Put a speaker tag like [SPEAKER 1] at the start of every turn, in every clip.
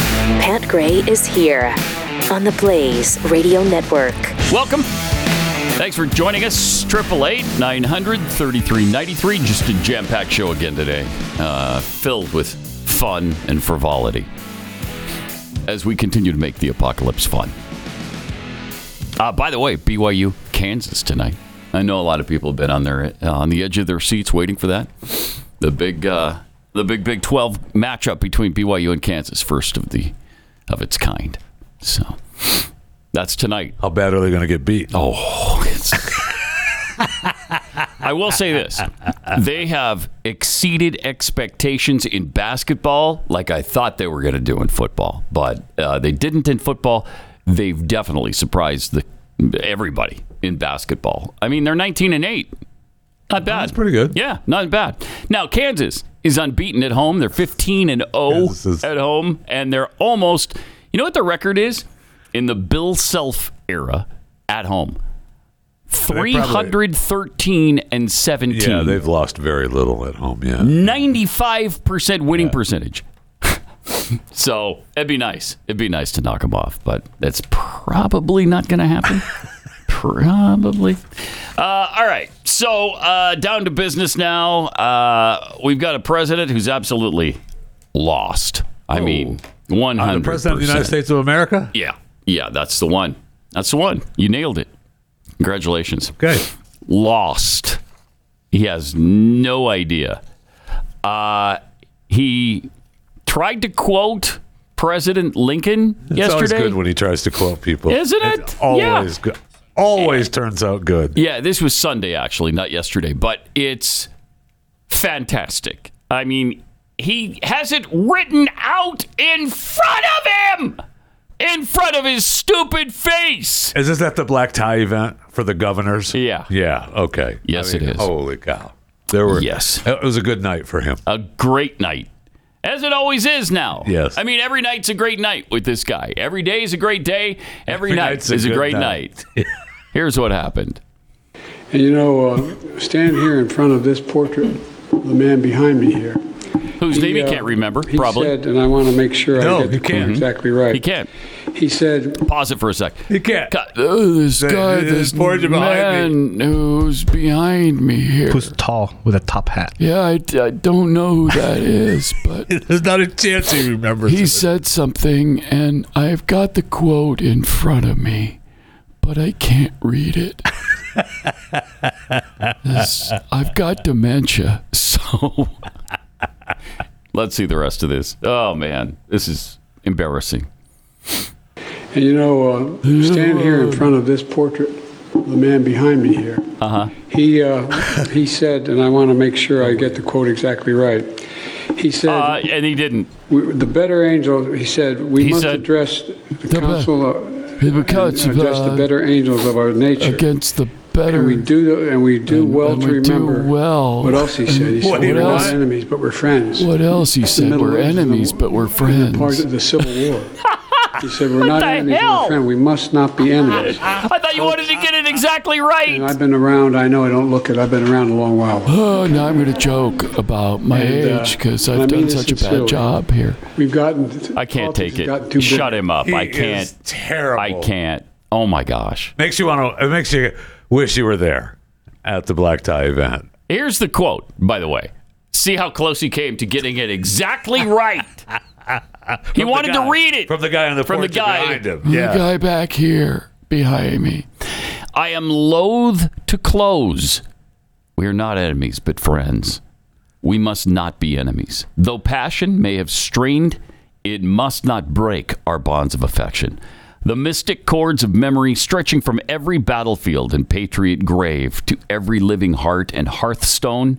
[SPEAKER 1] Matt Gray is here on the Blaze Radio Network.
[SPEAKER 2] Welcome. Thanks for joining us. 888 900 3393. Just a jam packed show again today, uh, filled with fun and frivolity as we continue to make the apocalypse fun. Uh, by the way, BYU, Kansas tonight. I know a lot of people have been on their uh, on the edge of their seats waiting for that. The big uh, the big Big Twelve matchup between BYU and Kansas, first of the of its kind. So that's tonight.
[SPEAKER 3] How bad are they going to get beat?
[SPEAKER 2] Oh, it's... I will say this: they have exceeded expectations in basketball, like I thought they were going to do in football, but uh, they didn't in football. They've definitely surprised the, everybody in basketball. I mean, they're 19 and eight. Not bad.
[SPEAKER 3] Oh, That's pretty good.
[SPEAKER 2] Yeah, not bad. Now Kansas is unbeaten at home. They're 15 and 0
[SPEAKER 3] Kansas is-
[SPEAKER 2] at home, and they're almost. You know what the record is in the Bill Self era at home?
[SPEAKER 3] probably-
[SPEAKER 2] 313 and 17.
[SPEAKER 3] Yeah, they've lost very little at home. Yeah,
[SPEAKER 2] 95% winning percentage. so it'd be nice. It'd be nice to knock them off, but that's probably not going to happen. probably. Uh, all right. So uh, down to business now. Uh, we've got a president who's absolutely lost. I mean, 100%.
[SPEAKER 3] Oh. the president of the United States of America.
[SPEAKER 2] Yeah. Yeah, that's the one. That's the one. You nailed it. Congratulations
[SPEAKER 3] Okay,
[SPEAKER 2] lost. He has no idea. Uh, he tried to quote President Lincoln
[SPEAKER 3] it's always
[SPEAKER 2] yesterday.
[SPEAKER 3] good when he tries to quote people,
[SPEAKER 2] Isn't
[SPEAKER 3] It's
[SPEAKER 2] it?
[SPEAKER 3] always good. Always turns out good.
[SPEAKER 2] Yeah, this was Sunday actually, not yesterday, but it's fantastic. I mean, he has it written out in front of him, in front of his stupid face.
[SPEAKER 3] Is this at the black tie event for the governors?
[SPEAKER 2] Yeah.
[SPEAKER 3] Yeah. Okay.
[SPEAKER 2] Yes, it is.
[SPEAKER 3] Holy cow! There were.
[SPEAKER 2] Yes.
[SPEAKER 3] It was a good night for him.
[SPEAKER 2] a great night. As it always is now.
[SPEAKER 3] Yes.
[SPEAKER 2] I mean, every night's a great night with this guy. Every day is a great day.
[SPEAKER 3] Every
[SPEAKER 2] Every, night
[SPEAKER 3] night's a
[SPEAKER 2] is a
[SPEAKER 3] good
[SPEAKER 2] great night.
[SPEAKER 3] night.
[SPEAKER 2] Here's what happened.
[SPEAKER 4] And you know, uh, stand here in front of this portrait, the man behind me here.
[SPEAKER 2] Whose name he
[SPEAKER 4] uh,
[SPEAKER 2] can't remember,
[SPEAKER 4] He
[SPEAKER 2] probably.
[SPEAKER 4] said, and I want to make sure
[SPEAKER 3] No,
[SPEAKER 4] I get
[SPEAKER 3] he
[SPEAKER 4] the quote
[SPEAKER 3] can't.
[SPEAKER 4] exactly right.
[SPEAKER 2] he can't.
[SPEAKER 4] He said,
[SPEAKER 2] Pause it for a sec.
[SPEAKER 3] He can't.
[SPEAKER 2] God, oh, this guy,
[SPEAKER 3] this
[SPEAKER 2] this
[SPEAKER 3] portrait behind
[SPEAKER 2] man who's behind me here.
[SPEAKER 5] who's tall with a top hat.
[SPEAKER 2] Yeah, I, I don't know who that is, but
[SPEAKER 3] There's not a chance he remembers.
[SPEAKER 2] he
[SPEAKER 3] it.
[SPEAKER 2] said something, and I've got the quote in front of me, but I can't read it. This- I've got dementia, so. Let's see the rest of this. Oh, man. This is embarrassing.
[SPEAKER 4] and you know, uh, stand here in front of this portrait, the man behind me here. Uh-huh. He, uh, he said, and I want to make sure I get the quote exactly right. He said,
[SPEAKER 2] Uh, and he didn't.
[SPEAKER 4] we, the better angel, he said, we
[SPEAKER 2] He
[SPEAKER 4] must
[SPEAKER 2] said-
[SPEAKER 4] address the,
[SPEAKER 6] be-
[SPEAKER 4] council, uh,
[SPEAKER 6] the
[SPEAKER 4] and
[SPEAKER 6] council,
[SPEAKER 4] address the
[SPEAKER 6] uh,
[SPEAKER 4] better angels of our nature.
[SPEAKER 6] against the better.
[SPEAKER 4] And we do, and we do
[SPEAKER 6] And-
[SPEAKER 4] well
[SPEAKER 6] and
[SPEAKER 4] to
[SPEAKER 6] we do
[SPEAKER 4] remember.
[SPEAKER 6] well.
[SPEAKER 4] What else he said? He said,
[SPEAKER 3] What
[SPEAKER 4] we're
[SPEAKER 3] else?
[SPEAKER 4] not enemies, but we're friends.
[SPEAKER 6] what else he
[SPEAKER 4] The
[SPEAKER 6] said?
[SPEAKER 4] Middle
[SPEAKER 6] We're
[SPEAKER 4] Ages and the-
[SPEAKER 6] enemies, but we're
[SPEAKER 4] and the Part
[SPEAKER 6] friends.
[SPEAKER 4] of the Civil War. He said, we're not
[SPEAKER 2] the
[SPEAKER 4] enemies, but
[SPEAKER 2] hell?
[SPEAKER 4] we're friends. We must not be enemies.
[SPEAKER 2] I thought you wanted to get it exactly
[SPEAKER 4] And
[SPEAKER 2] right.
[SPEAKER 4] I've been around, I know I don't look it, I've been around a long while.
[SPEAKER 6] Oh, now I'm going to joke about my
[SPEAKER 4] And, uh,
[SPEAKER 6] age because
[SPEAKER 4] and I
[SPEAKER 6] I've
[SPEAKER 4] mean
[SPEAKER 6] done
[SPEAKER 4] this
[SPEAKER 6] such a
[SPEAKER 4] sincerely.
[SPEAKER 6] bad job here.
[SPEAKER 4] We've gotten.
[SPEAKER 2] I can't
[SPEAKER 4] politics
[SPEAKER 2] take
[SPEAKER 4] has gotten too
[SPEAKER 2] it. Shut
[SPEAKER 4] big.
[SPEAKER 2] him up.
[SPEAKER 3] He
[SPEAKER 2] I
[SPEAKER 3] Is
[SPEAKER 2] can't.
[SPEAKER 3] terrible.
[SPEAKER 2] I can't. Oh, my gosh.
[SPEAKER 3] Makes you want to. It makes you wish you were there at the black tie event.
[SPEAKER 2] Here's the quote, by the way. See how close he came to getting it exactly right. he wanted to read it.
[SPEAKER 3] from the guy on the
[SPEAKER 2] From the
[SPEAKER 3] porch
[SPEAKER 2] guy-
[SPEAKER 3] behind him.
[SPEAKER 6] The guy back here behind me.
[SPEAKER 2] I am loath to close. We are not enemies, but friends. We must not be enemies. Though passion may have strained, it must not break our bonds of affection. The mystic cords of memory stretching from every battlefield and patriot grave to every living heart and hearthstone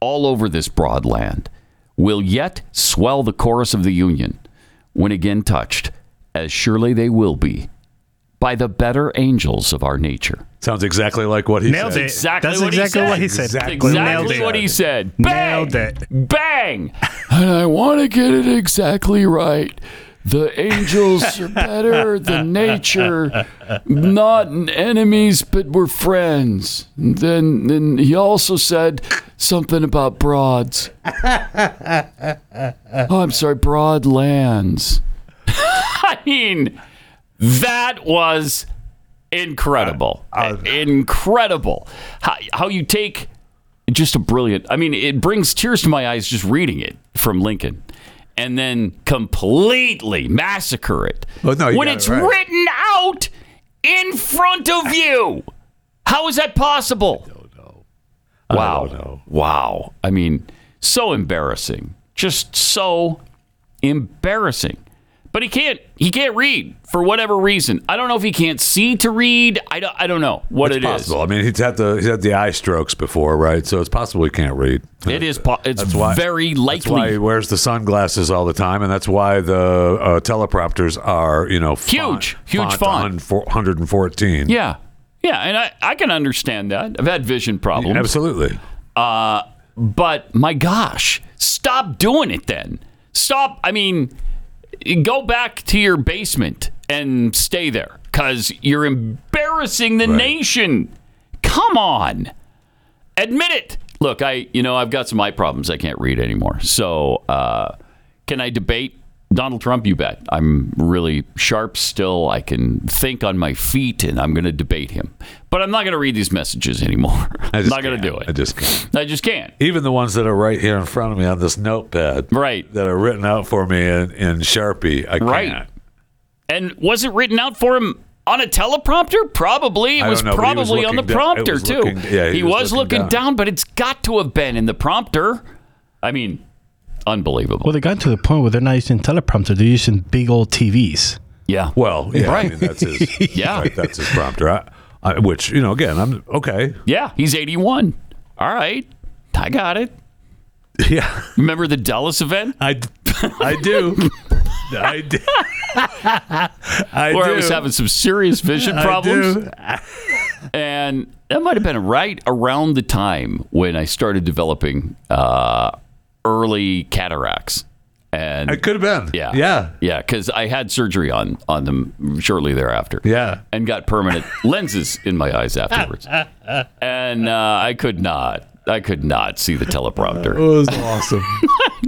[SPEAKER 2] all over this broad land will yet swell the chorus of the Union when again touched, as surely they will be, by the better angels of our nature.
[SPEAKER 3] Sounds exactly like what he
[SPEAKER 5] Nailed
[SPEAKER 3] said.
[SPEAKER 5] it.
[SPEAKER 2] Exactly
[SPEAKER 5] That's
[SPEAKER 2] what he
[SPEAKER 5] exactly
[SPEAKER 2] said.
[SPEAKER 5] what he said.
[SPEAKER 3] Exactly.
[SPEAKER 2] Exactly
[SPEAKER 5] Nailed it.
[SPEAKER 2] what he said. Bang!
[SPEAKER 5] Nailed it.
[SPEAKER 2] Bang!
[SPEAKER 6] And I want to get it exactly right. The angels are better than nature, not enemies, but we're friends. And then, then he also said something about broads. Oh, I'm sorry, broad lands.
[SPEAKER 2] I mean, that was incredible.
[SPEAKER 5] Uh,
[SPEAKER 2] incredible. How, how you take just a brilliant, I mean, it brings tears to my eyes just reading it from Lincoln and then completely massacre it
[SPEAKER 3] Well, no, you
[SPEAKER 2] when
[SPEAKER 3] got it
[SPEAKER 2] it's
[SPEAKER 3] right.
[SPEAKER 2] written out in front of you. How is that possible? Wow.
[SPEAKER 3] don't know.
[SPEAKER 2] Wow. I mean, so embarrassing. Just so embarrassing. But he can't he can't read for whatever reason. I don't know if he can't see to read. I don't I don't know what
[SPEAKER 3] It's
[SPEAKER 2] it is.
[SPEAKER 3] possible. I mean, he's had the he's had the eye strokes before, right? So it's possible he can't read.
[SPEAKER 2] It is po- it's
[SPEAKER 3] That's why-
[SPEAKER 2] very
[SPEAKER 3] That's why he
[SPEAKER 2] likely
[SPEAKER 3] wears the sunglasses all the time, and that's why the uh, teleprompters are, you know, font-
[SPEAKER 2] Huge. Huge
[SPEAKER 3] font, font. 114.
[SPEAKER 2] Yeah. Yeah, and I, I can understand that. I've had vision problems.
[SPEAKER 3] absolutely.
[SPEAKER 2] Uh, but my gosh, stop doing it then. Stop. I mean, go back to your basement and stay there because you're embarrassing the nation. Come on. Admit it. Look, I, you know, I've got some eye problems. I can't read anymore. So, uh, can I debate Donald Trump? You bet. I'm really sharp still. I can think on my feet and I'm going to debate him. But I'm not going to read these messages anymore. I'm
[SPEAKER 3] just
[SPEAKER 2] not going to
[SPEAKER 3] can't.
[SPEAKER 2] do it.
[SPEAKER 3] I just can't.
[SPEAKER 2] I just can't.
[SPEAKER 3] Even the ones that are right here in front of me on this notepad,
[SPEAKER 2] Right.
[SPEAKER 3] that are written out for me in, in Sharpie, I
[SPEAKER 2] Right.
[SPEAKER 3] can't.
[SPEAKER 2] And was it written out for him on a teleprompter? Probably. It
[SPEAKER 3] I
[SPEAKER 2] was
[SPEAKER 3] don't know, but he was
[SPEAKER 2] probably on the
[SPEAKER 3] looking down- it
[SPEAKER 2] prompter,
[SPEAKER 3] was
[SPEAKER 2] too.
[SPEAKER 3] looking- yeah,
[SPEAKER 2] he, was, looking, down. but it's got to have been in the prompter. I mean, unbelievable.
[SPEAKER 5] Well, they got to the point where they're not using teleprompter; they're using big old TVs.
[SPEAKER 2] yeah.
[SPEAKER 3] Well, yeah, I
[SPEAKER 2] Right.
[SPEAKER 3] mean, that's his.
[SPEAKER 2] Yeah.
[SPEAKER 3] right, that's his prompter. I, I, which you know, again, I'm okay.
[SPEAKER 2] Yeah. He's 81. All right. I got it.
[SPEAKER 3] Yeah,
[SPEAKER 2] Remember the Dallas event
[SPEAKER 3] I, d- I do. I do. I
[SPEAKER 2] where
[SPEAKER 3] do.
[SPEAKER 2] I was having some serious vision
[SPEAKER 3] I
[SPEAKER 2] problems?
[SPEAKER 3] do.
[SPEAKER 2] and that might have been right around the time when I started developing uh, early cataracts. And
[SPEAKER 3] It could have been.
[SPEAKER 2] Yeah.
[SPEAKER 3] Yeah.
[SPEAKER 2] Yeah, because I had surgery on on them shortly thereafter.
[SPEAKER 3] Yeah.
[SPEAKER 2] And got permanent lenses in my eyes afterwards. and uh, I could not. I could not see the teleprompter.
[SPEAKER 3] was awesome.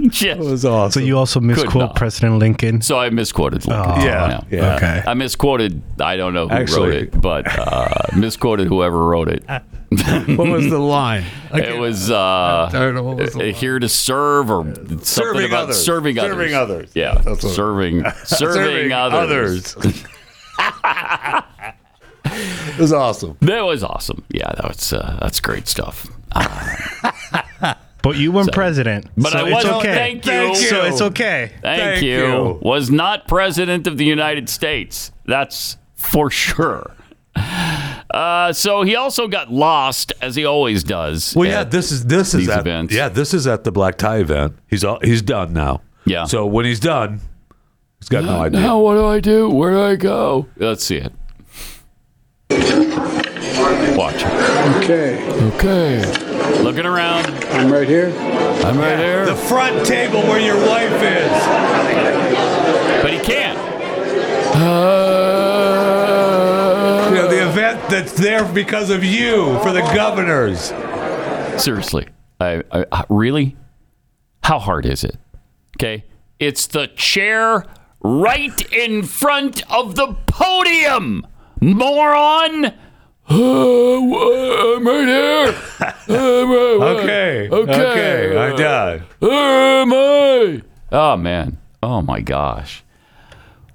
[SPEAKER 2] Just-
[SPEAKER 5] So you also misquote
[SPEAKER 2] not.
[SPEAKER 5] President Lincoln. Oh,
[SPEAKER 2] so I misquoted. Lincoln.
[SPEAKER 3] Oh, yeah.
[SPEAKER 2] Yeah.
[SPEAKER 3] Yeah.
[SPEAKER 5] Okay.
[SPEAKER 2] I misquoted. I don't know who
[SPEAKER 3] Actually-
[SPEAKER 2] wrote it, but uh, misquoted whoever wrote it.
[SPEAKER 3] What was the line?
[SPEAKER 2] It was uh,
[SPEAKER 3] tired of all this
[SPEAKER 2] uh, here to serve or something
[SPEAKER 3] Serving
[SPEAKER 2] about
[SPEAKER 3] others.
[SPEAKER 2] serving others.
[SPEAKER 3] Serving others.
[SPEAKER 2] Yeah,
[SPEAKER 3] That's what-
[SPEAKER 2] serving, serving others.
[SPEAKER 3] it was awesome.
[SPEAKER 2] That was awesome. Yeah, that was uh, that's great stuff.
[SPEAKER 5] But you weren't president,
[SPEAKER 2] But
[SPEAKER 5] so
[SPEAKER 2] I
[SPEAKER 5] it's
[SPEAKER 2] wasn't.
[SPEAKER 5] okay.
[SPEAKER 2] Thank you.
[SPEAKER 3] Thank you.
[SPEAKER 5] So it's okay.
[SPEAKER 2] Thank,
[SPEAKER 3] Thank
[SPEAKER 2] you.
[SPEAKER 3] you.
[SPEAKER 2] Was not president of the United States. That's for sure. Uh, so he also got lost, as he always does.
[SPEAKER 3] Well, yeah,
[SPEAKER 2] at-
[SPEAKER 3] this is this is
[SPEAKER 2] These
[SPEAKER 3] at,
[SPEAKER 2] events.
[SPEAKER 3] yeah, this is at the black tie event. He's all, he's done now.
[SPEAKER 2] Yeah.
[SPEAKER 3] So when he's done, he's got no idea.
[SPEAKER 2] now what do I do? Where do I go? Let's see it. Watch.
[SPEAKER 4] Okay,
[SPEAKER 6] Okay.
[SPEAKER 2] Looking around.
[SPEAKER 4] I'm right here.
[SPEAKER 6] I'm right there.
[SPEAKER 3] The front table where your wife is.
[SPEAKER 2] But he can't.
[SPEAKER 6] Uh,
[SPEAKER 3] You know, the event that's there because of you for the governors.
[SPEAKER 2] Seriously. I, I, I- really? How hard is it? Okay. It's the chair right in front of the podium, moron.
[SPEAKER 6] I'm right here. I'm right-
[SPEAKER 3] Okay.
[SPEAKER 6] Okay.
[SPEAKER 3] Okay. I done.
[SPEAKER 6] Where am
[SPEAKER 2] Um,
[SPEAKER 6] I?
[SPEAKER 2] Oh, man. Oh, my gosh.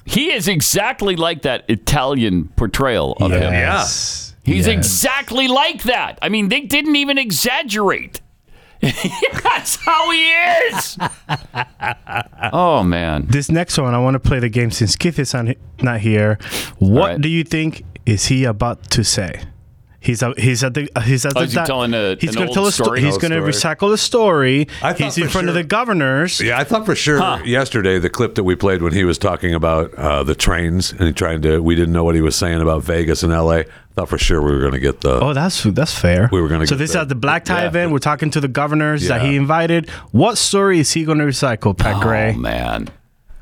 [SPEAKER 2] He is exactly like that Italian portrayal of him.
[SPEAKER 5] Yes.
[SPEAKER 2] He's exactly like that. I mean, they didn't even exaggerate. That's how he is. oh, man.
[SPEAKER 5] This next one, I want to play the game since Keith is on, not here. What
[SPEAKER 2] right.
[SPEAKER 5] do you think is he about to say? He's out, he's at the he's at
[SPEAKER 2] Oh,
[SPEAKER 5] the
[SPEAKER 2] is he telling a-
[SPEAKER 5] he's
[SPEAKER 2] an
[SPEAKER 5] gonna
[SPEAKER 2] old
[SPEAKER 5] tell a
[SPEAKER 2] story?
[SPEAKER 5] story. He's
[SPEAKER 3] Old
[SPEAKER 5] going to
[SPEAKER 3] Oh, story.
[SPEAKER 5] recycle a story.
[SPEAKER 3] I thought
[SPEAKER 5] He's in
[SPEAKER 3] for
[SPEAKER 5] front of
[SPEAKER 3] sure-
[SPEAKER 5] the governors.
[SPEAKER 3] Yeah, I thought for sure yesterday the clip that we played when he was talking about uh, the trains and he trying to we didn't know what he was saying about Vegas and LA. I thought for sure we were going to get the
[SPEAKER 5] Oh, that's that's fair.
[SPEAKER 3] We were gonna
[SPEAKER 5] So
[SPEAKER 3] get
[SPEAKER 5] this is
[SPEAKER 3] the-
[SPEAKER 5] at the black tie
[SPEAKER 3] yeah.
[SPEAKER 5] event. We're talking to the governors that
[SPEAKER 3] Yeah.
[SPEAKER 5] he invited. What story is he going to recycle, Pat Gray?
[SPEAKER 2] Oh, man.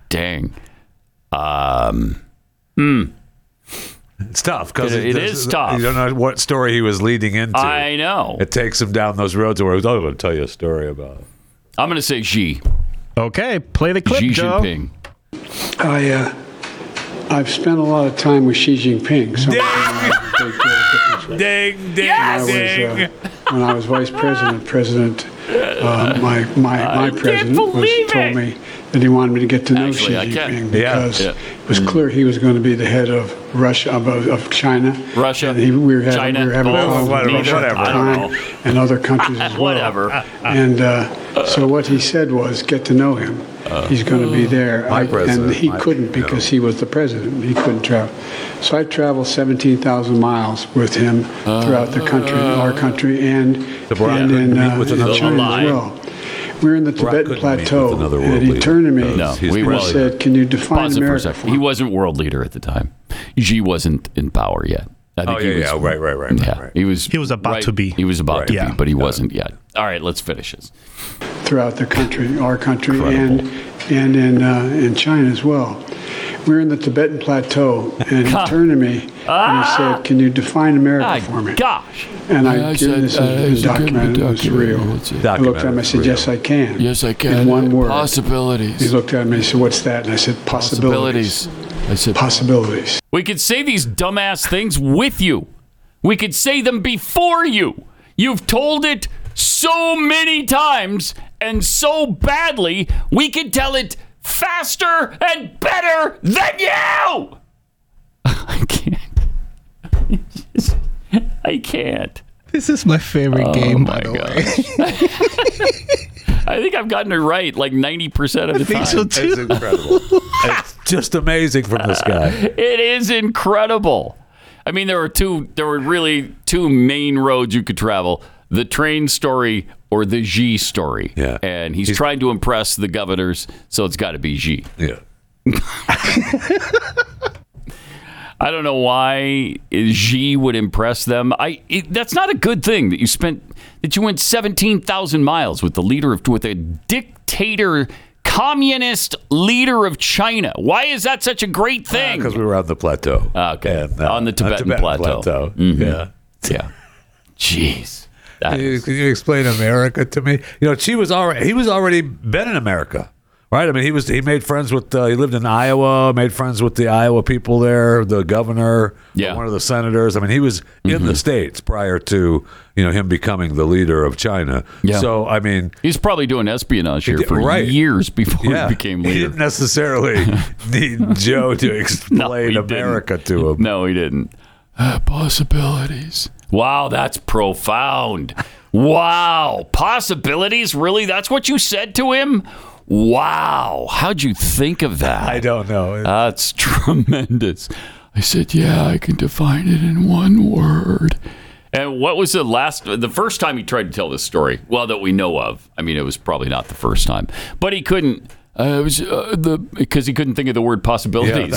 [SPEAKER 2] Dang. Uh,
[SPEAKER 3] um, it's tough because
[SPEAKER 2] Hmm. It- it is tough.
[SPEAKER 3] You don't know what story he was leading into.
[SPEAKER 2] I know.
[SPEAKER 3] it takes him down those roads where he's oh, I'm going to tell you a story about.
[SPEAKER 2] I'm going to say Xi.
[SPEAKER 5] Okay, play the clip,
[SPEAKER 2] Xi
[SPEAKER 5] Joe.
[SPEAKER 2] Jinping.
[SPEAKER 4] I, uh, I've spent a lot of time with Xi Jinping. So I know a great deal of difference.
[SPEAKER 5] Ding, ding,
[SPEAKER 4] When I was, uh, when I was vice president, president, uh, my my, my president was,
[SPEAKER 2] believe
[SPEAKER 4] told
[SPEAKER 2] it.
[SPEAKER 4] me that he wanted me to get to know
[SPEAKER 2] Actually, I Mm.
[SPEAKER 4] Xi
[SPEAKER 2] can.
[SPEAKER 4] Jinping
[SPEAKER 3] Yeah,
[SPEAKER 4] because
[SPEAKER 2] yeah.
[SPEAKER 4] it was clear he was going to be the head of Russia of, of- of China.
[SPEAKER 2] Russia,
[SPEAKER 4] and he, we were having,
[SPEAKER 2] China,
[SPEAKER 4] we were having
[SPEAKER 2] both,
[SPEAKER 4] a problem with
[SPEAKER 5] whatever,
[SPEAKER 4] Russia at
[SPEAKER 5] whatever.
[SPEAKER 4] the
[SPEAKER 2] I don't
[SPEAKER 4] time
[SPEAKER 2] know.
[SPEAKER 4] and other countries as well.
[SPEAKER 2] Whatever.
[SPEAKER 3] Ah,
[SPEAKER 4] And uh, so what he said was, get to know him. He's going to be there.
[SPEAKER 3] Ah. My
[SPEAKER 4] I-
[SPEAKER 3] president,
[SPEAKER 4] and he
[SPEAKER 3] my-
[SPEAKER 4] couldn't because he was the president. He couldn't travel. So I traveled 17,000 miles with him
[SPEAKER 3] Ah.
[SPEAKER 4] throughout the country, our country, and,
[SPEAKER 3] Barack
[SPEAKER 4] and
[SPEAKER 3] couldn't
[SPEAKER 4] in
[SPEAKER 3] meet
[SPEAKER 4] uh,
[SPEAKER 3] with another
[SPEAKER 4] China
[SPEAKER 2] world
[SPEAKER 4] as
[SPEAKER 2] leader.
[SPEAKER 4] well. We were in the Tibetan
[SPEAKER 3] couldn't meet with
[SPEAKER 4] Plateau,
[SPEAKER 3] another world
[SPEAKER 4] and he
[SPEAKER 3] leader
[SPEAKER 4] turned to me
[SPEAKER 3] because
[SPEAKER 2] No,
[SPEAKER 3] he's
[SPEAKER 2] we
[SPEAKER 4] and
[SPEAKER 2] won't.
[SPEAKER 3] president.
[SPEAKER 4] said, can you define
[SPEAKER 2] Pause it for a
[SPEAKER 4] America for
[SPEAKER 2] second. He
[SPEAKER 4] me?"
[SPEAKER 2] wasn't world leader at the time. Xi wasn't in power yet. I think
[SPEAKER 3] Oh,
[SPEAKER 2] he
[SPEAKER 3] yeah,
[SPEAKER 2] was,
[SPEAKER 3] yeah, right, right, right, right,
[SPEAKER 2] yeah,
[SPEAKER 3] right.
[SPEAKER 2] He was.
[SPEAKER 5] He was about
[SPEAKER 2] right-
[SPEAKER 5] to be.
[SPEAKER 2] He was about to
[SPEAKER 5] Yeah.
[SPEAKER 2] be, but he wasn't yet. All right, let's finish this.
[SPEAKER 4] throughout the country, our country,
[SPEAKER 2] Incredible.
[SPEAKER 4] and and in uh, in China as well. We were in the Tibetan Plateau, and he turned to me and he said, "Can you define America
[SPEAKER 2] Ah! My
[SPEAKER 4] for me?"
[SPEAKER 2] gosh,
[SPEAKER 4] And
[SPEAKER 6] I
[SPEAKER 4] I, give
[SPEAKER 6] said,
[SPEAKER 4] this
[SPEAKER 6] uh,
[SPEAKER 4] is
[SPEAKER 6] it's a good
[SPEAKER 4] documented. It was
[SPEAKER 6] document.
[SPEAKER 4] real.
[SPEAKER 6] It's a-
[SPEAKER 4] I looked at him. I said, "Yes, I can."
[SPEAKER 6] Yes, I can.
[SPEAKER 4] In one word.
[SPEAKER 6] Possibilities.
[SPEAKER 4] He looked at me. He said, "What's that?" And I said, "Possibilities."
[SPEAKER 6] Possibilities. I said,
[SPEAKER 4] Possibilities.
[SPEAKER 2] we could say these dumbass things with you. We could say them before you. You've told it so many times and so badly. We could tell it faster and better than you. I can't. I can't. Oh
[SPEAKER 7] This is my favorite game, by the way.
[SPEAKER 2] I think I've gotten it right like 90% of the time.
[SPEAKER 7] So too.
[SPEAKER 3] It's incredible. it's uh, just amazing from this guy.
[SPEAKER 2] It is incredible. I mean, there were two. There were really two main roads you could travel: the train story or the Xi story.
[SPEAKER 3] Yeah.
[SPEAKER 2] And he's, trying to impress the governors, so it's got to be Xi.
[SPEAKER 3] Yeah.
[SPEAKER 2] I don't know why Xi would impress them. I. It, that's not a good thing that you spent that you went seventeen thousand miles with the leader of with a dictator. Communist leader of China. Why is that such a great thing? Ah,
[SPEAKER 3] Because Ah, we were on the plateau.
[SPEAKER 2] Okay. On the Tibetan plateau. Mm-hmm.
[SPEAKER 3] Yeah.
[SPEAKER 2] yeah. Jeez. That
[SPEAKER 3] Can you,
[SPEAKER 2] is-
[SPEAKER 3] can you explain America to me? You know, she was already he was already been in America, right? I mean, he was he made friends with uh, he lived in Iowa, made friends with the Iowa people there, the governor,
[SPEAKER 2] Yeah. Mm-hmm.
[SPEAKER 3] one of the senators. I mean, he was in the states prior to you know him becoming the leader of China.
[SPEAKER 2] Yeah.
[SPEAKER 3] So I mean,
[SPEAKER 2] He's probably doing espionage here
[SPEAKER 3] did-
[SPEAKER 2] for
[SPEAKER 3] right.
[SPEAKER 2] years before
[SPEAKER 3] yeah,
[SPEAKER 2] he became
[SPEAKER 3] he
[SPEAKER 2] leader.
[SPEAKER 3] didn't necessarily need Joe to
[SPEAKER 2] No, he
[SPEAKER 3] explain
[SPEAKER 2] didn't.
[SPEAKER 3] America to him.
[SPEAKER 2] No, he didn't. Uh, possibilities. Wow, that's profound. Wow. Possibilities? Really? That's what you said to him? Wow. How'd you think of that?
[SPEAKER 3] I don't know.
[SPEAKER 2] That's tremendous.
[SPEAKER 6] I said, yeah, I can define it in one word.
[SPEAKER 2] And what was the last, the first time he tried to tell this story? Well, that we know of. I mean, it was probably not the first time, but he couldn't. Uh, it was uh, the because he couldn't think of the word possibilities.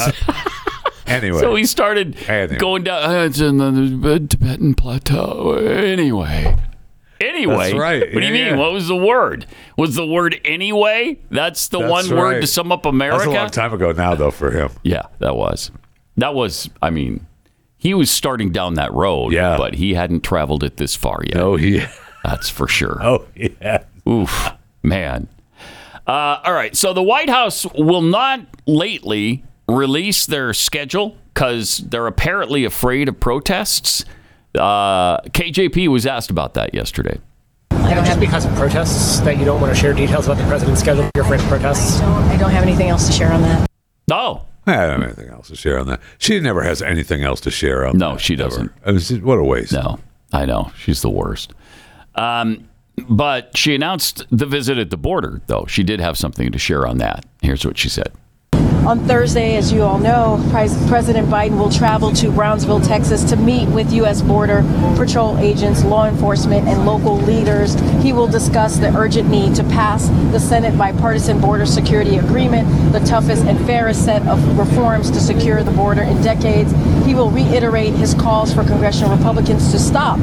[SPEAKER 3] anyway,
[SPEAKER 2] So he started
[SPEAKER 3] Anyway.
[SPEAKER 2] going down.
[SPEAKER 6] Uh, it's in the uh, Tibetan Plateau. Anyway,
[SPEAKER 2] Anyway,
[SPEAKER 3] That's right.
[SPEAKER 2] What do you
[SPEAKER 3] Yeah,
[SPEAKER 2] mean?
[SPEAKER 3] yeah.
[SPEAKER 2] What was the word? Was the word anyway? That's the
[SPEAKER 3] That's
[SPEAKER 2] one word
[SPEAKER 3] right.
[SPEAKER 2] to sum up America.
[SPEAKER 3] that's a long time ago now, though, for him.
[SPEAKER 2] Yeah, that was. That was. I mean, he was starting down that road.
[SPEAKER 3] Yeah.
[SPEAKER 2] but he hadn't traveled it this far yet.
[SPEAKER 3] Oh, he.
[SPEAKER 2] That's for sure.
[SPEAKER 3] Oh, yeah.
[SPEAKER 2] Oof, man. Uh, all right. So the White House will not lately release their schedule because they're apparently afraid of protests. Uh, KJP was asked about that yesterday.
[SPEAKER 8] Just because of protests that you don't want to share details about the president's schedule, you're afraid of protests?
[SPEAKER 9] I don't have anything else to share on that.
[SPEAKER 2] Oh,
[SPEAKER 3] I don't have anything else to share on that. She never has anything else to share on.
[SPEAKER 2] No,
[SPEAKER 3] that,
[SPEAKER 2] she
[SPEAKER 3] ever.
[SPEAKER 2] doesn't.
[SPEAKER 3] I mean, she- what a waste.
[SPEAKER 2] no. I know. She's the worst. Um, but she announced the visit at the border, though. She did have something to share on that. Here's what she said.
[SPEAKER 9] On Thursday, as you all know, Pres- President Biden will travel to Brownsville, Texas to meet with U.S. Border Patrol agents, law enforcement, and local leaders. He will discuss the urgent need to pass the Senate bipartisan border security agreement, the toughest and fairest set of reforms to secure the border in decades. He will reiterate his calls for congressional Republicans to stop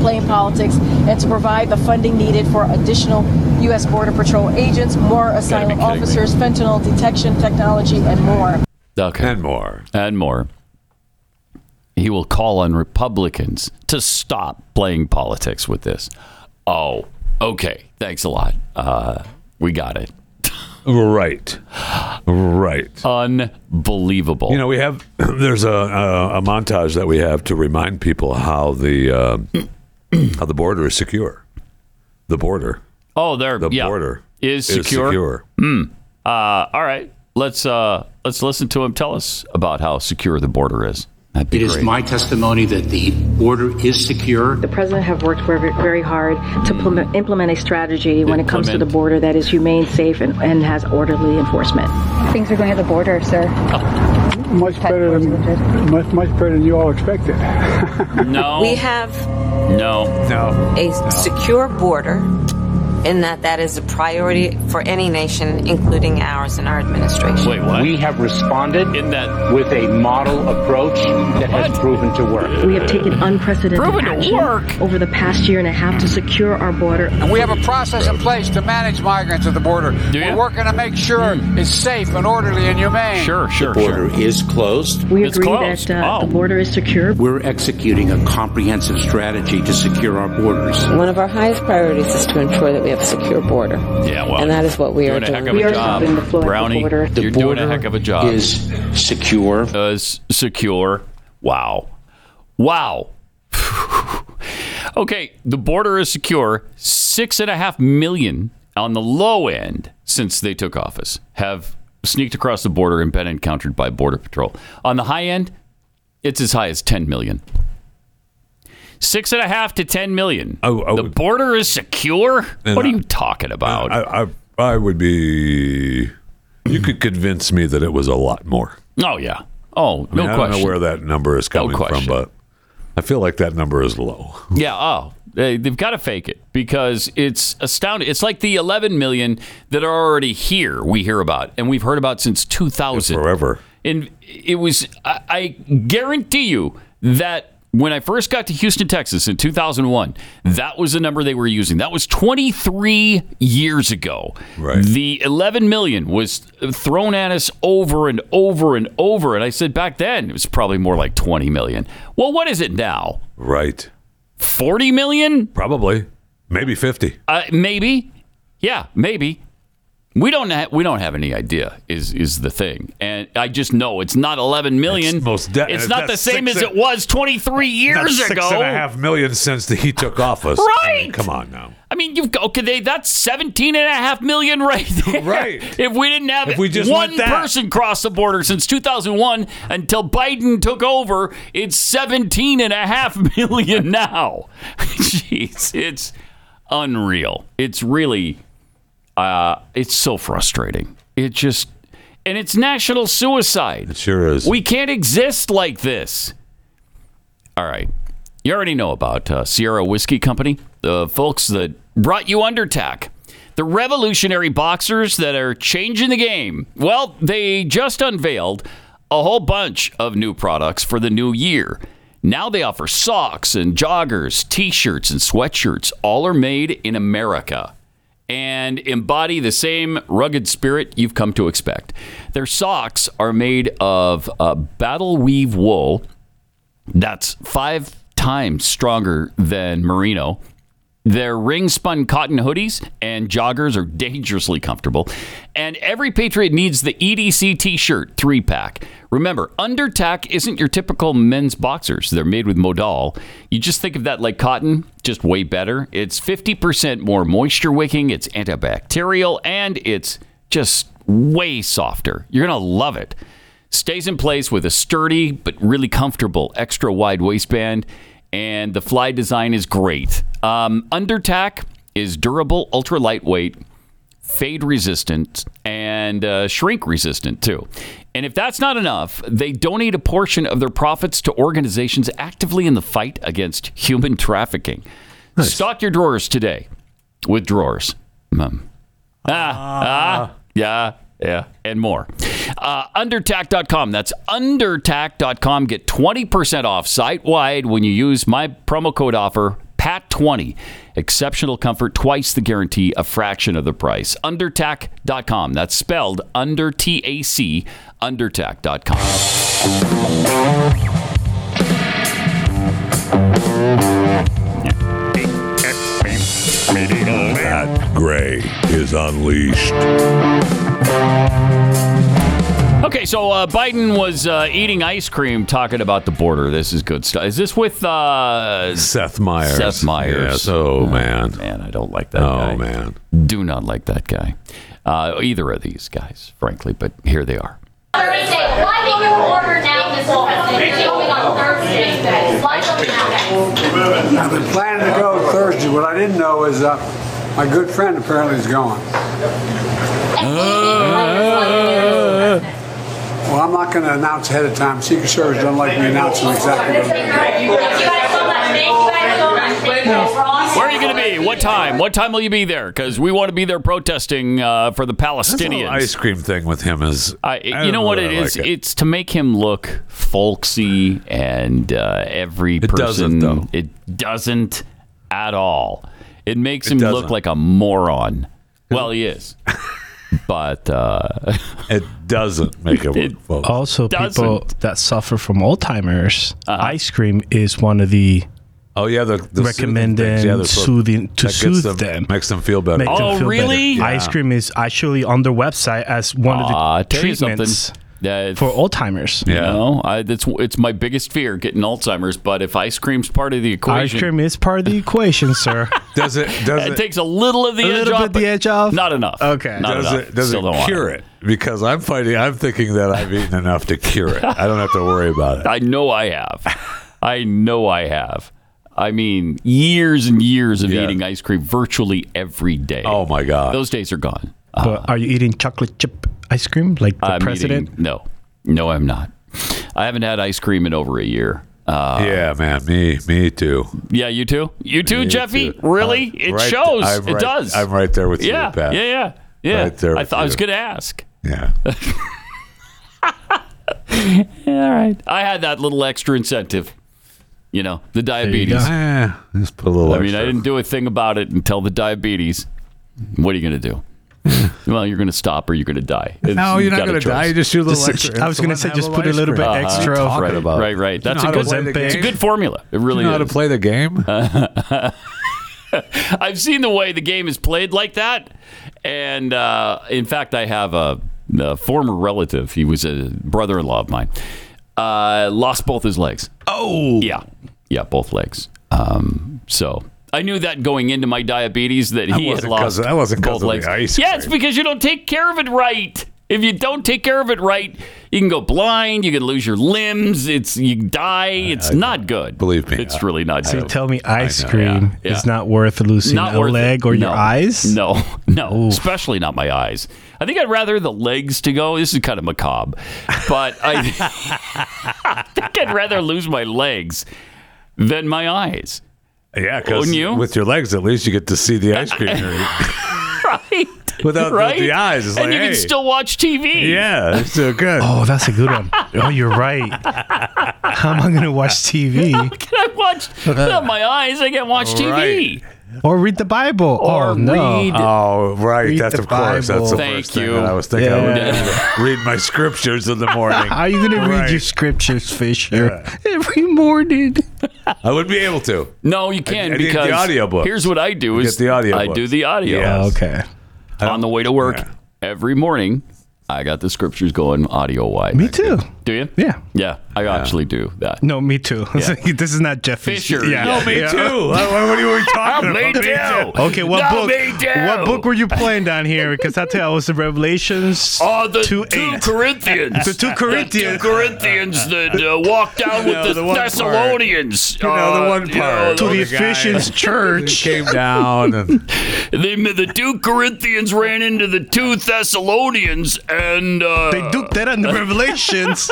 [SPEAKER 9] playing politics and to provide the funding needed for additional U.S. Border Patrol agents, more asylum
[SPEAKER 2] kidding me.
[SPEAKER 9] officers, fentanyl detection technology, and more.
[SPEAKER 2] Okay.
[SPEAKER 3] And more.
[SPEAKER 2] and more. He will call on Republicans to stop playing politics with this. Oh, okay. Thanks a lot. Uh, we got it.
[SPEAKER 3] Right. Right.
[SPEAKER 2] Unbelievable.
[SPEAKER 3] You know, we have there's a, a a montage that we have to remind people how the uh, how the border is secure. The border,
[SPEAKER 2] oh, there.
[SPEAKER 3] the
[SPEAKER 2] yeah,
[SPEAKER 3] border
[SPEAKER 2] is secure.
[SPEAKER 3] secure.
[SPEAKER 2] Uh, all right, let's uh, let's listen to him tell us about how secure the border is. That'd be
[SPEAKER 10] It is
[SPEAKER 2] great.
[SPEAKER 10] my testimony that the border is secure.
[SPEAKER 9] The president have worked very, very hard to implement, implement a strategy when it comes to the
[SPEAKER 2] Implement.
[SPEAKER 9] border that is humane, safe, and, and has orderly enforcement.
[SPEAKER 11] Things are going at the border, sir.
[SPEAKER 4] Much better than much much better than you all expected.
[SPEAKER 2] no,
[SPEAKER 12] We have
[SPEAKER 2] no.
[SPEAKER 3] No.
[SPEAKER 12] a secure border, in that that is a priority for any nation, including ours and our administration.
[SPEAKER 2] Wait, what?
[SPEAKER 10] We have responded
[SPEAKER 2] In that-
[SPEAKER 10] with a model approach that has proven to work.
[SPEAKER 9] We have taken unprecedented
[SPEAKER 2] Proven to
[SPEAKER 9] action
[SPEAKER 2] work.
[SPEAKER 9] over the past year and a half to secure our border.
[SPEAKER 13] We have a process in place to manage migrants at the border.
[SPEAKER 2] Do ya?
[SPEAKER 13] We're working to make sure it's safe and orderly and humane.
[SPEAKER 2] Sure, sure,
[SPEAKER 10] Border
[SPEAKER 2] sure.
[SPEAKER 10] is closed.
[SPEAKER 9] We
[SPEAKER 2] It's
[SPEAKER 9] agree
[SPEAKER 2] closed.
[SPEAKER 9] that uh,
[SPEAKER 2] Oh.
[SPEAKER 9] the border is secure.
[SPEAKER 10] We're executing a comprehensive strategy to secure our borders.
[SPEAKER 12] One of our highest priorities is to ensure that we have a secure border.
[SPEAKER 2] Yeah, well,
[SPEAKER 12] and that is what we
[SPEAKER 2] doing
[SPEAKER 12] are
[SPEAKER 2] a heck
[SPEAKER 12] doing.
[SPEAKER 2] of
[SPEAKER 9] We
[SPEAKER 2] a
[SPEAKER 9] are
[SPEAKER 2] job,
[SPEAKER 9] stopping the flow at the
[SPEAKER 2] Brownie.
[SPEAKER 9] border.
[SPEAKER 10] The
[SPEAKER 2] you're
[SPEAKER 10] border
[SPEAKER 2] doing a heck of a job.
[SPEAKER 10] Is secure.
[SPEAKER 2] uh, s- secure. Wow. Wow. okay, the border is secure. Six and a half million on the low end since they took office have sneaked across the border and been encountered by Border Patrol. On the high end, it's as high as 10 million. Six and a half to 10 million.
[SPEAKER 3] Oh, I
[SPEAKER 2] the
[SPEAKER 3] would-
[SPEAKER 2] border is secure?
[SPEAKER 3] And
[SPEAKER 2] What are
[SPEAKER 3] I-
[SPEAKER 2] you talking about?
[SPEAKER 3] I, I I would be. You could convince me that it was a lot more.
[SPEAKER 2] oh, yeah. Oh,
[SPEAKER 3] I mean,
[SPEAKER 2] no
[SPEAKER 3] I
[SPEAKER 2] question.
[SPEAKER 3] don't know where that number is coming
[SPEAKER 2] question.
[SPEAKER 3] from, but I feel like that number is low.
[SPEAKER 2] Yeah. Oh, they, they've got to fake it because it's astounding. It's like the 11 million that are already here. We hear about and we've heard about since 2000.
[SPEAKER 3] Forever.
[SPEAKER 2] And it was. I, I guarantee you that when I first got to Houston, Texas in 2001, that was the number they were using. That was 23 years ago.
[SPEAKER 3] Right.
[SPEAKER 2] The 11 million was thrown at us over and over and over. And I said back then it was probably more like 20 million. Well, what is it now?
[SPEAKER 3] Right.
[SPEAKER 2] 40 million?
[SPEAKER 3] Probably. Maybe 50.
[SPEAKER 2] Uh, maybe. Yeah, maybe. We don't ha- we don't have any idea is is the thing. And I just know it's not 11 million.
[SPEAKER 3] It's most de- uh,
[SPEAKER 2] It's not the
[SPEAKER 3] that's
[SPEAKER 2] same
[SPEAKER 3] six
[SPEAKER 2] as
[SPEAKER 3] and-
[SPEAKER 2] it was 23 years
[SPEAKER 3] That's
[SPEAKER 2] ago.
[SPEAKER 3] Six and a half million since the, he took office. I mean,
[SPEAKER 2] Right.
[SPEAKER 3] come on now.
[SPEAKER 2] I mean, you've got okay, they, that's 17 and a half million right there.
[SPEAKER 3] Right.
[SPEAKER 2] If we didn't have
[SPEAKER 3] If we just
[SPEAKER 2] one
[SPEAKER 3] went that.
[SPEAKER 2] person cross the border since 2001 until Biden took over, it's 17 and a half million now. Jeez, it's unreal. It's really uh, it's so frustrating. It just and it's national suicide.
[SPEAKER 3] It sure is.
[SPEAKER 2] We can't exist like this. All right. You already know about uh, Sierra Whiskey Company, the folks that brought you Undertack, the revolutionary boxers that are changing the game. Well, they just unveiled a whole bunch of new products for the new year. Now they offer socks and joggers, t shirts, and sweatshirts. All are made in America and embody the same rugged spirit you've come to expect. Their socks are made of uh, battle weave wool that's five times stronger than merino. Their ring spun cotton hoodies and joggers are dangerously comfortable. And every Patriot needs the E EDC t shirt three pack. Remember, Undertack isn't your typical men's boxers. They're made with modal. You just think of that like cotton, just way better. It's 50% more moisture wicking, it's antibacterial, and it's just way softer. You're going to love it stays in place with a sturdy but really comfortable extra wide waistband and the fly design is great um, undertack is durable ultra lightweight fade resistant and uh, shrink resistant too and if that's not enough they donate a portion of their profits to organizations actively in the fight against human trafficking stock your drawers today with drawers Um, Ah, ah, yeah, yeah, and more. Uh, undertack.com. That's undertack.com. Get 20% off site wide when you use my promo code offer, PAT20. Exceptional comfort, twice the guarantee, a fraction of the price. Undertack.com. That's spelled under T A C, undertack.com.
[SPEAKER 3] Matt Gray is unleashed.
[SPEAKER 2] Okay, so uh, Biden was uh, eating ice cream, talking about the border. This is good stuff. Is this with uh,
[SPEAKER 3] Seth Meyers?
[SPEAKER 2] Seth Meyers.
[SPEAKER 3] Yes. Oh, man.
[SPEAKER 2] man, I don't like that.
[SPEAKER 3] Oh,
[SPEAKER 2] guy.
[SPEAKER 3] man.
[SPEAKER 2] do not like that guy. Uh, either of these guys, frankly. But here they are.
[SPEAKER 14] Why did you order now, Mr. President? You're going on Thursday. Why don't you
[SPEAKER 15] I've been planning to go Thursday. What I didn't know is uh, my good friend apparently is gone. Well, I'm not going to announce ahead of time. Secret Service don't like me announcing exactly what I'm doing.
[SPEAKER 2] Where are you going to be? What time? What time will you be there? Because we want to be there protesting uh, for the
[SPEAKER 3] This little
[SPEAKER 2] Palestinians.
[SPEAKER 3] ice cream thing with him is.
[SPEAKER 2] I,
[SPEAKER 3] don't
[SPEAKER 2] you know what
[SPEAKER 3] that
[SPEAKER 2] it
[SPEAKER 3] I
[SPEAKER 2] is?
[SPEAKER 3] like
[SPEAKER 2] It's to make him look folksy and uh, every
[SPEAKER 3] It doesn't,
[SPEAKER 2] person.
[SPEAKER 3] though.
[SPEAKER 2] It doesn't at all. It makes him
[SPEAKER 3] doesn't.
[SPEAKER 2] look like a moron. Well, he is, but uh,
[SPEAKER 3] it doesn't make him look folksy.
[SPEAKER 5] Also, people
[SPEAKER 2] doesn't. Uh-huh.
[SPEAKER 5] that suffer from Alzheimer's, ice cream is one of the
[SPEAKER 3] Oh yeah, the, the
[SPEAKER 5] Recommended
[SPEAKER 3] soothing things. they're supposed-
[SPEAKER 5] soothing- to
[SPEAKER 3] that gets
[SPEAKER 5] soothe
[SPEAKER 3] them,
[SPEAKER 5] them.
[SPEAKER 3] makes them feel better.
[SPEAKER 5] make
[SPEAKER 2] Oh,
[SPEAKER 5] them feel better.
[SPEAKER 2] Yeah.
[SPEAKER 5] Ice cream is actually on their website as one
[SPEAKER 2] Aw,
[SPEAKER 5] of the
[SPEAKER 2] tell you something.
[SPEAKER 5] treatments
[SPEAKER 2] That-
[SPEAKER 5] for Alzheimer's.
[SPEAKER 2] you know, I, that's it's my biggest fear getting Alzheimer's. But if ice cream's part of the
[SPEAKER 5] Ice
[SPEAKER 2] equation,
[SPEAKER 5] cream is part of the equation, sir.
[SPEAKER 3] Does it? Does
[SPEAKER 2] it
[SPEAKER 3] it?
[SPEAKER 2] takes a little of the
[SPEAKER 5] A
[SPEAKER 2] edge
[SPEAKER 5] little
[SPEAKER 2] off,
[SPEAKER 5] bit the
[SPEAKER 2] but
[SPEAKER 5] edge off.
[SPEAKER 2] not enough.
[SPEAKER 5] Okay.
[SPEAKER 2] not
[SPEAKER 3] does
[SPEAKER 2] enough.
[SPEAKER 3] it? Does
[SPEAKER 2] Still don't
[SPEAKER 3] it
[SPEAKER 2] want
[SPEAKER 3] cure it? Because I'm fighting. I'm thinking that I've eaten enough to cure it. I don't have to worry about it.
[SPEAKER 2] I know I have. I know I have. I mean, years and years of eating ice cream virtually every day.
[SPEAKER 3] Oh my god.
[SPEAKER 2] Those days are gone.
[SPEAKER 5] but are you eating chocolate chip ice cream like the
[SPEAKER 2] Uh, I'm
[SPEAKER 5] president?
[SPEAKER 2] eating- no, no, I'm not. I haven't had ice cream in over a year. Uh,
[SPEAKER 3] yeah, man. Me, me too.
[SPEAKER 2] yeah, you too. You too,
[SPEAKER 3] Me
[SPEAKER 2] Jeffy.
[SPEAKER 3] too.
[SPEAKER 2] Really?
[SPEAKER 3] I'm
[SPEAKER 2] it
[SPEAKER 3] right-
[SPEAKER 2] shows.
[SPEAKER 3] I'm
[SPEAKER 2] it
[SPEAKER 3] right-
[SPEAKER 2] does.
[SPEAKER 3] I'm right there with you,
[SPEAKER 2] yeah,
[SPEAKER 3] Pat.
[SPEAKER 2] yeah, yeah, yeah.
[SPEAKER 3] Right there
[SPEAKER 2] I
[SPEAKER 3] with
[SPEAKER 2] thought I was
[SPEAKER 3] you.
[SPEAKER 2] going to ask.
[SPEAKER 3] Yeah.
[SPEAKER 2] all right. I had that little extra incentive. You know, the diabetes.
[SPEAKER 3] Yeah. Just put a little.
[SPEAKER 2] I mean,
[SPEAKER 3] extra.
[SPEAKER 2] I didn't do a thing about it until the diabetes. What are you going to do? well, you're going to stop or you're going to die. It's-
[SPEAKER 3] No,
[SPEAKER 2] you've
[SPEAKER 3] you're not
[SPEAKER 2] got a
[SPEAKER 3] going to
[SPEAKER 2] choice.
[SPEAKER 3] die. You just do a little
[SPEAKER 5] Just-
[SPEAKER 3] extra.
[SPEAKER 5] I was gonna
[SPEAKER 3] insulin,
[SPEAKER 5] say,
[SPEAKER 3] have
[SPEAKER 5] just put a
[SPEAKER 3] ice
[SPEAKER 5] little bit
[SPEAKER 3] cream.
[SPEAKER 5] extra
[SPEAKER 3] What are you
[SPEAKER 5] of-
[SPEAKER 3] talking
[SPEAKER 2] Right,
[SPEAKER 3] Uh-huh. about?
[SPEAKER 2] right, right. That's
[SPEAKER 3] know
[SPEAKER 2] a
[SPEAKER 3] how to
[SPEAKER 2] good.
[SPEAKER 3] play the
[SPEAKER 2] It's a
[SPEAKER 3] game?
[SPEAKER 2] good formula. It
[SPEAKER 3] You
[SPEAKER 2] really
[SPEAKER 3] know how to
[SPEAKER 2] is.
[SPEAKER 3] play the game?
[SPEAKER 2] I've seen the way the game is played like that, and uh, in fact, I have a, a former relative. He was a brother-in-law of mine. Uh, lost both his legs.
[SPEAKER 3] Oh,
[SPEAKER 2] Yeah, yeah, both legs. Um, so I knew that going into my diabetes that he had
[SPEAKER 3] wasn't 'cause
[SPEAKER 2] lost.
[SPEAKER 3] of- that wasn't 'cause
[SPEAKER 2] both
[SPEAKER 3] of the
[SPEAKER 2] legs.
[SPEAKER 3] ice
[SPEAKER 2] Yeah, it's because you don't take care of it right. If you don't take care of it right, you can go blind. You can lose your limbs. It's you die. It's not good.
[SPEAKER 3] Believe me,
[SPEAKER 2] it's
[SPEAKER 3] I-
[SPEAKER 2] really not.
[SPEAKER 5] So you
[SPEAKER 2] good.
[SPEAKER 5] tell me ice
[SPEAKER 3] know,
[SPEAKER 5] cream
[SPEAKER 2] yeah,
[SPEAKER 5] is
[SPEAKER 2] yeah.
[SPEAKER 5] not worth losing
[SPEAKER 2] not
[SPEAKER 5] a
[SPEAKER 2] worth it.
[SPEAKER 5] leg or your
[SPEAKER 2] No.
[SPEAKER 5] eyes?
[SPEAKER 2] No, no, especially not my eyes. I think I'd rather the legs to go. This is kind of macabre, but I, I think I'd rather lose my legs than my eyes.
[SPEAKER 3] Yeah, because
[SPEAKER 2] Wouldn't you?
[SPEAKER 3] with your legs, at least you get to see the ice cream. you're eating.
[SPEAKER 2] Right.
[SPEAKER 3] Without the-
[SPEAKER 2] right?
[SPEAKER 3] the eyes, it's
[SPEAKER 2] and
[SPEAKER 3] like,
[SPEAKER 2] you
[SPEAKER 3] hey.
[SPEAKER 2] can still watch TV.
[SPEAKER 3] yeah, it's so good.
[SPEAKER 5] Oh, that's a good one. Oh, you're right. How am I going to watch TV
[SPEAKER 2] Can I watch without my eyes? I can watch TV.
[SPEAKER 5] or read the Bible?
[SPEAKER 2] Or
[SPEAKER 5] oh no.
[SPEAKER 2] read-
[SPEAKER 3] Oh, right.
[SPEAKER 5] Read
[SPEAKER 3] That's
[SPEAKER 5] the
[SPEAKER 3] of course. That's the
[SPEAKER 5] Bible.
[SPEAKER 2] Thank
[SPEAKER 3] first thing
[SPEAKER 2] you.
[SPEAKER 3] that I was thinking. I would
[SPEAKER 2] Yeah.
[SPEAKER 3] read my scriptures in the morning.
[SPEAKER 5] How are you going to read
[SPEAKER 3] Right.
[SPEAKER 5] your scriptures, Fisher, every morning?
[SPEAKER 3] I would be able to.
[SPEAKER 2] No, you can
[SPEAKER 3] I need the
[SPEAKER 2] because
[SPEAKER 3] audiobooks.
[SPEAKER 2] here's what I do
[SPEAKER 3] You
[SPEAKER 2] is
[SPEAKER 3] get the
[SPEAKER 2] I do
[SPEAKER 3] audiobooks.
[SPEAKER 2] the audio
[SPEAKER 3] Yeah.
[SPEAKER 5] Oh, Okay.
[SPEAKER 2] on the way to work
[SPEAKER 3] Yeah.
[SPEAKER 2] every morning. I got the scriptures going audio wise.
[SPEAKER 5] Me too.
[SPEAKER 2] Do you?
[SPEAKER 5] Yeah.
[SPEAKER 2] Yeah, I actually do that.
[SPEAKER 5] No, me too. this is not Jeff
[SPEAKER 2] Fisher,
[SPEAKER 5] Yeah.
[SPEAKER 2] yeah. No,
[SPEAKER 3] Me
[SPEAKER 5] Yeah.
[SPEAKER 3] too. What what are you talking
[SPEAKER 2] Me
[SPEAKER 3] about?
[SPEAKER 2] too.
[SPEAKER 5] Okay, what
[SPEAKER 2] No,
[SPEAKER 5] book?
[SPEAKER 2] me too.
[SPEAKER 5] What book were you playing down here? Because I tell you, I was in Revelations
[SPEAKER 2] Oh, the two,
[SPEAKER 5] two eight.
[SPEAKER 2] Corinthians.
[SPEAKER 5] The two Corinthians.
[SPEAKER 2] The two Corinthians that uh, walked down with
[SPEAKER 3] know,
[SPEAKER 2] the,
[SPEAKER 3] the one part.
[SPEAKER 2] Thessalonians. Uh,
[SPEAKER 3] You know, the one
[SPEAKER 2] you know,
[SPEAKER 3] part.
[SPEAKER 5] to the
[SPEAKER 3] Older guy.
[SPEAKER 5] Ephesians church.
[SPEAKER 3] Came down and
[SPEAKER 2] They, the two Corinthians ran into the two Thessalonians, and uh,
[SPEAKER 5] They duked that on the Revelations.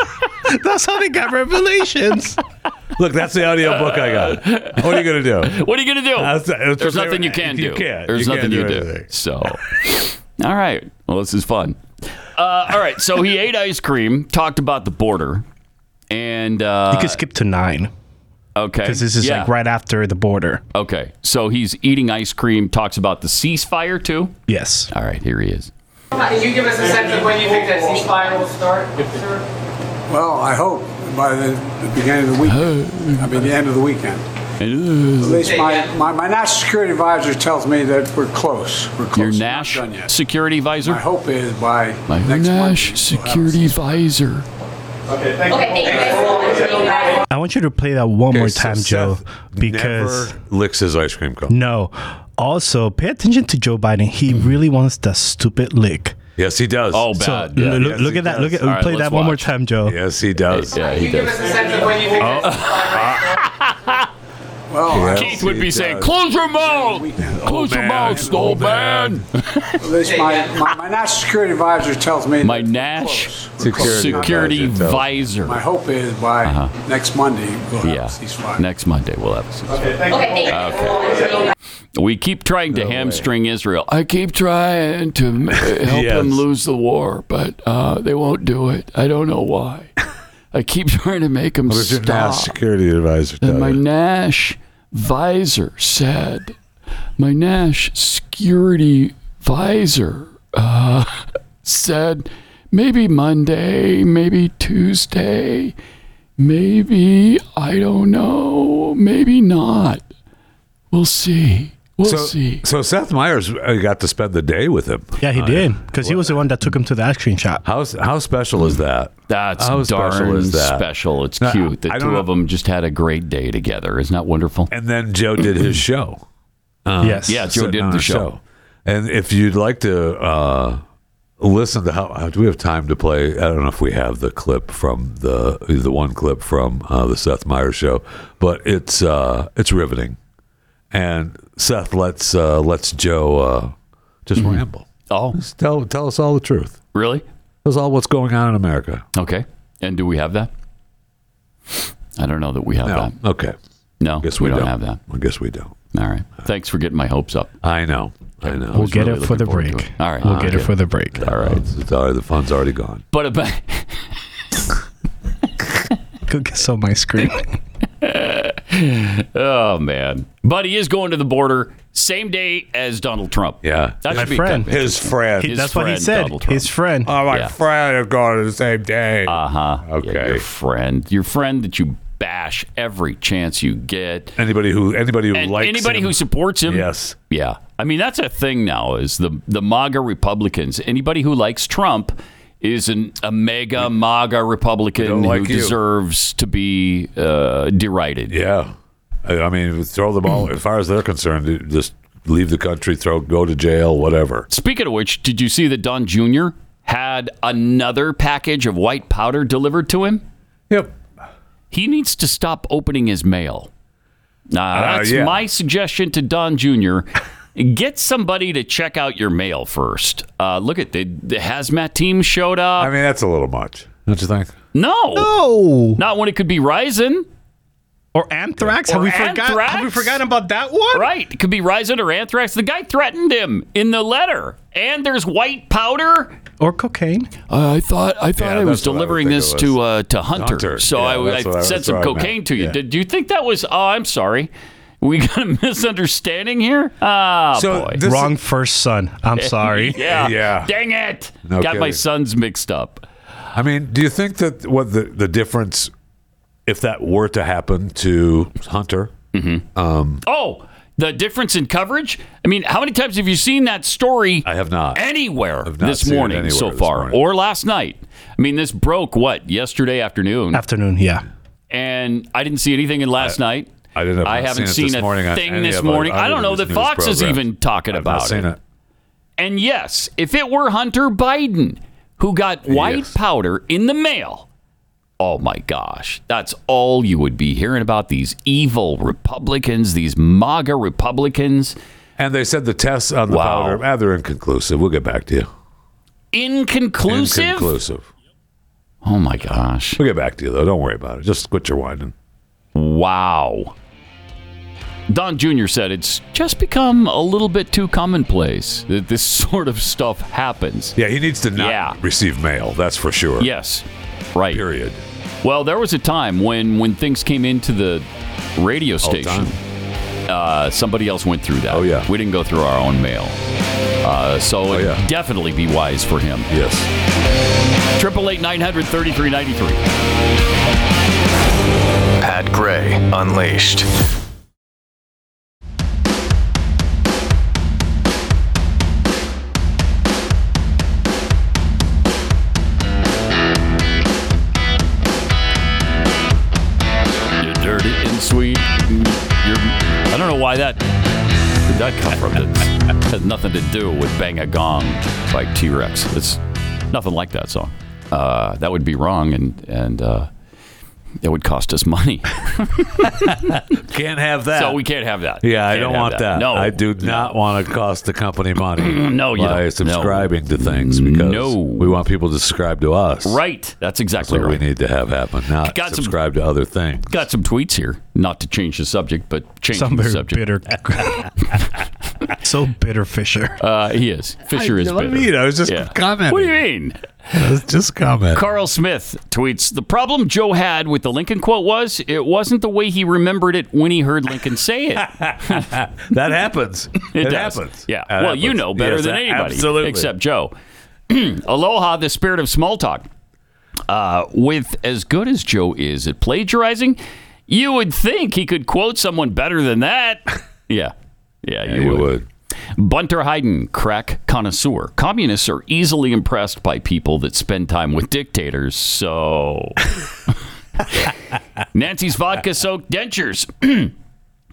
[SPEAKER 5] That's how they got Revelations.
[SPEAKER 3] look. That's the audio book I got. What are you gonna do?
[SPEAKER 2] what are you gonna do?
[SPEAKER 3] That's- that's
[SPEAKER 2] There's
[SPEAKER 3] what
[SPEAKER 2] nothing
[SPEAKER 3] they-
[SPEAKER 2] you can do.
[SPEAKER 3] you can't.
[SPEAKER 2] There's
[SPEAKER 3] You
[SPEAKER 2] nothing
[SPEAKER 3] can't
[SPEAKER 2] you
[SPEAKER 3] do
[SPEAKER 2] do.
[SPEAKER 3] anything.
[SPEAKER 2] So, all right. Well, this is fun. Uh, all right. So he ate ice cream, talked about the border, and uh,
[SPEAKER 5] you could skip to nine
[SPEAKER 2] okay,
[SPEAKER 5] because this is
[SPEAKER 2] yeah.
[SPEAKER 5] like right after the border.
[SPEAKER 2] Okay, so he's eating ice cream, talks about the ceasefire too.
[SPEAKER 5] Yes.
[SPEAKER 2] All right, here he is.
[SPEAKER 16] Can you give us a sense of when you think that ceasefire will start?
[SPEAKER 15] Well, I hope by the, the beginning of the weekend. I mean, the end of the weekend. At least my, my, my national security advisor tells me that we're close. We're close.
[SPEAKER 2] Your
[SPEAKER 15] Not
[SPEAKER 2] Nash
[SPEAKER 15] done yet.
[SPEAKER 2] security advisor?
[SPEAKER 15] My hope is by
[SPEAKER 2] My Nash security advisor.
[SPEAKER 15] Okay, thank
[SPEAKER 5] I want you to play that one more time, Joe, because
[SPEAKER 3] Never licks his ice cream cone.
[SPEAKER 5] no. Also, pay attention to Joe Biden. He really wants that stupid lick.
[SPEAKER 3] Yes, he does.
[SPEAKER 2] Oh,
[SPEAKER 5] So,
[SPEAKER 2] bad.
[SPEAKER 5] l-
[SPEAKER 2] yeah.
[SPEAKER 5] look,
[SPEAKER 2] Yes,
[SPEAKER 5] look
[SPEAKER 2] he
[SPEAKER 5] at that.
[SPEAKER 2] does.
[SPEAKER 5] Look at
[SPEAKER 2] All right,
[SPEAKER 5] play
[SPEAKER 2] let's
[SPEAKER 5] that one more
[SPEAKER 2] watch.
[SPEAKER 5] time, Joe.
[SPEAKER 3] Yes, he does.
[SPEAKER 2] Yeah, he
[SPEAKER 16] Give us
[SPEAKER 2] does. Oh.
[SPEAKER 16] a sense of when you think that's
[SPEAKER 15] Well,
[SPEAKER 3] Yes,
[SPEAKER 2] Keith would
[SPEAKER 3] he
[SPEAKER 2] be saying,
[SPEAKER 3] does.
[SPEAKER 2] "Close your mouth, close your
[SPEAKER 3] man.
[SPEAKER 2] mouth,
[SPEAKER 3] Oh,
[SPEAKER 2] snowman."
[SPEAKER 15] At least my, my, my national security advisor tells me
[SPEAKER 2] My
[SPEAKER 15] that we're
[SPEAKER 2] Nash
[SPEAKER 15] close. We're close.
[SPEAKER 2] security,
[SPEAKER 15] Not
[SPEAKER 3] advisor, though.
[SPEAKER 2] advisor. Uh-huh.
[SPEAKER 15] My hope is by next Monday we'll have
[SPEAKER 2] yeah.
[SPEAKER 15] a ceasefire.
[SPEAKER 2] Next Monday we'll have a ceasefire.
[SPEAKER 14] Okay, thank you.
[SPEAKER 2] We keep trying to hamstring Israel.
[SPEAKER 6] I keep trying to m- help
[SPEAKER 3] Yes.
[SPEAKER 6] them lose the war, but uh, they won't do it. I don't know why. I keep trying to make them
[SPEAKER 3] What does your
[SPEAKER 6] stop.
[SPEAKER 3] national security advisor tell
[SPEAKER 6] And my
[SPEAKER 3] you?
[SPEAKER 6] Nash visor said, my Nash security visor uh, said, maybe Monday, maybe Tuesday, maybe, I don't know, maybe not. We'll see. We'll
[SPEAKER 3] so,
[SPEAKER 6] see.
[SPEAKER 3] so Seth Meyers uh, got to spend the day with him.
[SPEAKER 5] Yeah,
[SPEAKER 2] Oh,
[SPEAKER 5] he did because he was the one that took him to the ice cream shop.
[SPEAKER 3] How how special is that?
[SPEAKER 2] That's
[SPEAKER 3] How special
[SPEAKER 2] darn special.
[SPEAKER 3] is that?
[SPEAKER 2] It's
[SPEAKER 3] No,
[SPEAKER 2] cute. The
[SPEAKER 3] I
[SPEAKER 2] two
[SPEAKER 3] don't
[SPEAKER 2] of them just had a great day together. Isn't that wonderful?
[SPEAKER 3] And then Joe did his show. Uh-huh.
[SPEAKER 5] yes.
[SPEAKER 2] Uh, yeah, Joe
[SPEAKER 3] sitting
[SPEAKER 2] did
[SPEAKER 3] on
[SPEAKER 2] the
[SPEAKER 3] our
[SPEAKER 2] show.
[SPEAKER 3] uh, And if you'd like to uh, listen to how, how do we have time to play? I don't know if we have the clip from the the one clip from uh, the Seth Meyers show, but it's uh, it's riveting. And Seth lets uh, lets Joe uh, just ramble.
[SPEAKER 2] Oh,
[SPEAKER 3] Just tell tell us all the truth.
[SPEAKER 2] really?
[SPEAKER 3] Tell us all what's going on in America.
[SPEAKER 2] Okay. And do we have that? I don't know that we have
[SPEAKER 3] No,
[SPEAKER 2] that.
[SPEAKER 3] okay.
[SPEAKER 2] No,
[SPEAKER 3] guess we,
[SPEAKER 2] don't, have that.
[SPEAKER 3] I guess we don't.
[SPEAKER 2] All right. Thanks for getting my hopes up.
[SPEAKER 3] I know. I know.
[SPEAKER 5] We'll get
[SPEAKER 2] really
[SPEAKER 5] it for the
[SPEAKER 2] looking forward to
[SPEAKER 5] break.
[SPEAKER 2] it. All right.
[SPEAKER 5] We'll
[SPEAKER 2] Uh,
[SPEAKER 5] get it
[SPEAKER 2] good.
[SPEAKER 5] for the break.
[SPEAKER 3] All right. It's already, the fun's already gone.
[SPEAKER 2] But about,
[SPEAKER 5] Go get some ice cream.
[SPEAKER 2] oh man, but he is going to the border same day as Donald Trump.
[SPEAKER 3] Yeah.
[SPEAKER 2] That
[SPEAKER 5] My
[SPEAKER 2] should be
[SPEAKER 5] friend.
[SPEAKER 2] kind of
[SPEAKER 3] His friend.
[SPEAKER 5] He-
[SPEAKER 2] His
[SPEAKER 5] that's what he
[SPEAKER 2] friend,
[SPEAKER 5] said.
[SPEAKER 2] Donald Trump.
[SPEAKER 5] His friend.
[SPEAKER 3] Oh, my
[SPEAKER 2] Yeah.
[SPEAKER 3] friend are going to the same day.
[SPEAKER 2] Uh huh.
[SPEAKER 3] Okay.
[SPEAKER 2] your friend, your friend that you bash every chance you get,
[SPEAKER 3] anybody who anybody who
[SPEAKER 2] and
[SPEAKER 3] likes
[SPEAKER 2] anybody
[SPEAKER 3] him.
[SPEAKER 2] who supports him.
[SPEAKER 3] yes,
[SPEAKER 2] Yeah. I mean, that's a thing now. Is the the MAGA Republicans? Anybody who likes Trump is an, a mega MAGA Republican
[SPEAKER 3] like
[SPEAKER 2] who
[SPEAKER 3] you.
[SPEAKER 2] deserves to be uh, derided.
[SPEAKER 3] yeah. I, I mean, throw them all. As far as they're concerned, just leave the country. Throw, go to jail, whatever.
[SPEAKER 2] Speaking of which, did you see that Don Jr. had another package of white powder delivered to him?
[SPEAKER 3] Yep.
[SPEAKER 2] He needs to stop opening his mail. Nah,
[SPEAKER 3] Uh,
[SPEAKER 2] that's
[SPEAKER 3] yeah.
[SPEAKER 2] my suggestion to Don Jr. Get somebody to check out your mail first. Uh, look at the, the hazmat team showed up.
[SPEAKER 3] I mean, that's a little much. Don't you think?
[SPEAKER 2] no,
[SPEAKER 5] Oh,
[SPEAKER 2] not when it could be Rising.
[SPEAKER 5] or anthrax? have we forgot?
[SPEAKER 2] Anthrax?
[SPEAKER 5] Have we forgotten about that one?
[SPEAKER 2] Right, it could be Rising or Anthrax. The guy threatened him in the letter, and there's white powder.
[SPEAKER 5] Or cocaine?
[SPEAKER 6] I I thought I thought
[SPEAKER 3] Yeah,
[SPEAKER 6] I was
[SPEAKER 3] that's what I would
[SPEAKER 2] delivering
[SPEAKER 3] think
[SPEAKER 2] this
[SPEAKER 3] it was.
[SPEAKER 2] to uh, to Hunter.
[SPEAKER 3] Hunter.
[SPEAKER 2] So
[SPEAKER 3] Yeah,
[SPEAKER 2] I, I
[SPEAKER 3] that's what I-
[SPEAKER 2] sent
[SPEAKER 3] that's
[SPEAKER 2] some
[SPEAKER 3] what I meant.
[SPEAKER 2] cocaine to you.
[SPEAKER 3] Yeah.
[SPEAKER 2] Did you think that was? Oh, I'm sorry. We got a misunderstanding here. Ah,
[SPEAKER 3] So
[SPEAKER 2] boy.
[SPEAKER 3] this-
[SPEAKER 5] Wrong first son. I'm sorry.
[SPEAKER 2] yeah.
[SPEAKER 3] Yeah.
[SPEAKER 2] Dang it.
[SPEAKER 3] No
[SPEAKER 2] got my
[SPEAKER 3] kidding.
[SPEAKER 2] sons mixed up.
[SPEAKER 3] I mean, do you think that what the the difference, if that were to happen to Hunter? um,
[SPEAKER 2] Oh, the difference in coverage. I mean, how many times have you seen that story?
[SPEAKER 3] I have not.
[SPEAKER 2] Anywhere
[SPEAKER 3] not
[SPEAKER 2] this
[SPEAKER 3] seen it
[SPEAKER 2] morning
[SPEAKER 3] anywhere
[SPEAKER 2] so
[SPEAKER 3] this
[SPEAKER 2] far,
[SPEAKER 3] morning.
[SPEAKER 2] or last night. I mean, this broke what yesterday afternoon,
[SPEAKER 5] Afternoon. Yeah.
[SPEAKER 2] and I didn't see anything in last night.
[SPEAKER 3] I didn't. Have
[SPEAKER 2] I
[SPEAKER 3] not seen,
[SPEAKER 2] haven't
[SPEAKER 3] it
[SPEAKER 2] seen
[SPEAKER 3] this
[SPEAKER 2] a
[SPEAKER 3] morning on
[SPEAKER 2] thing
[SPEAKER 3] any
[SPEAKER 2] this
[SPEAKER 3] of
[SPEAKER 2] morning.
[SPEAKER 3] either
[SPEAKER 2] I don't
[SPEAKER 3] of
[SPEAKER 2] know
[SPEAKER 3] these
[SPEAKER 2] that
[SPEAKER 3] news
[SPEAKER 2] Fox is
[SPEAKER 3] programs.
[SPEAKER 2] even talking
[SPEAKER 3] I've
[SPEAKER 2] about
[SPEAKER 3] not seen
[SPEAKER 2] it.
[SPEAKER 3] it.
[SPEAKER 2] And yes, if it were Hunter Biden who got white
[SPEAKER 3] Yes.
[SPEAKER 2] powder in the mail, oh my gosh, that's all you would be hearing about these evil Republicans, these MAGA Republicans.
[SPEAKER 3] And they said the tests on the
[SPEAKER 2] Wow.
[SPEAKER 3] powder ah, they're inconclusive. We'll get back to you.
[SPEAKER 2] Inconclusive?
[SPEAKER 3] Inconclusive.
[SPEAKER 2] Oh my gosh.
[SPEAKER 3] We'll get back to you though. Don't worry about it. Just quit your whining.
[SPEAKER 2] Wow. Don Jr. said it's just become a little bit too commonplace that this sort of stuff happens.
[SPEAKER 3] Yeah, he needs to not
[SPEAKER 2] Yeah.
[SPEAKER 3] receive mail. That's for sure.
[SPEAKER 2] Yes. Right.
[SPEAKER 3] Period.
[SPEAKER 2] Well, there was a time when when things came into the radio station,
[SPEAKER 3] time.
[SPEAKER 2] uh, somebody else went through that.
[SPEAKER 3] Oh, yeah. Oh,
[SPEAKER 2] we didn't go through our own mail, uh, so it'd
[SPEAKER 3] yeah.
[SPEAKER 2] definitely be wise for him.
[SPEAKER 3] Yes.
[SPEAKER 2] Triple eight nine hundred thirty three ninety three.
[SPEAKER 17] Pat Gray Unleashed.
[SPEAKER 2] know why that where'd that come from. It has nothing to do with "Bang a Gong" by T Rex. It's nothing like that song. Uh, that would be wrong, and and uh, it would cost us money.
[SPEAKER 3] Can't have that.
[SPEAKER 2] So we can't have that.
[SPEAKER 3] Yeah, I
[SPEAKER 2] Can't
[SPEAKER 3] don't
[SPEAKER 2] have
[SPEAKER 3] want that.
[SPEAKER 2] No,
[SPEAKER 3] I do not want to cost the company money.
[SPEAKER 2] No, you
[SPEAKER 3] by
[SPEAKER 2] don't.
[SPEAKER 3] subscribing to things because
[SPEAKER 2] No.
[SPEAKER 3] we want people to subscribe to us.
[SPEAKER 2] Right. That's exactly
[SPEAKER 3] That's what
[SPEAKER 2] right.
[SPEAKER 3] we need to have happen. Not
[SPEAKER 2] Got some-
[SPEAKER 3] subscribe to other things.
[SPEAKER 2] Got some tweets here, not to change the subject, but change
[SPEAKER 5] Some
[SPEAKER 2] the
[SPEAKER 5] very
[SPEAKER 2] subject.
[SPEAKER 5] bitter. so bitter Fisher.
[SPEAKER 2] Uh, he is. Fisher
[SPEAKER 5] I-
[SPEAKER 2] is
[SPEAKER 5] what do
[SPEAKER 2] bitter.
[SPEAKER 5] you mean? I was just commenting.
[SPEAKER 2] What do you mean?
[SPEAKER 3] Just comment.
[SPEAKER 2] Carl Smith tweets The problem Joe had with the Lincoln quote was it wasn't the way he remembered it when he heard Lincoln say it.
[SPEAKER 3] that happens.
[SPEAKER 2] It,
[SPEAKER 3] It
[SPEAKER 2] does.
[SPEAKER 3] happens.
[SPEAKER 2] Yeah.
[SPEAKER 3] That
[SPEAKER 2] well, you
[SPEAKER 3] happens.
[SPEAKER 2] know better
[SPEAKER 3] Yes,
[SPEAKER 2] than
[SPEAKER 3] a-
[SPEAKER 2] anybody,
[SPEAKER 3] absolutely.
[SPEAKER 2] except Joe. Aloha, the spirit of small talk. Uh, with as good as Joe is at plagiarizing, you would think he could quote someone better than that. yeah. Yeah, you,
[SPEAKER 3] you
[SPEAKER 2] would. Bunter Hayden, crack connoisseur. Communists are easily impressed by people that spend time with dictators, so. Nancy's vodka soaked dentures.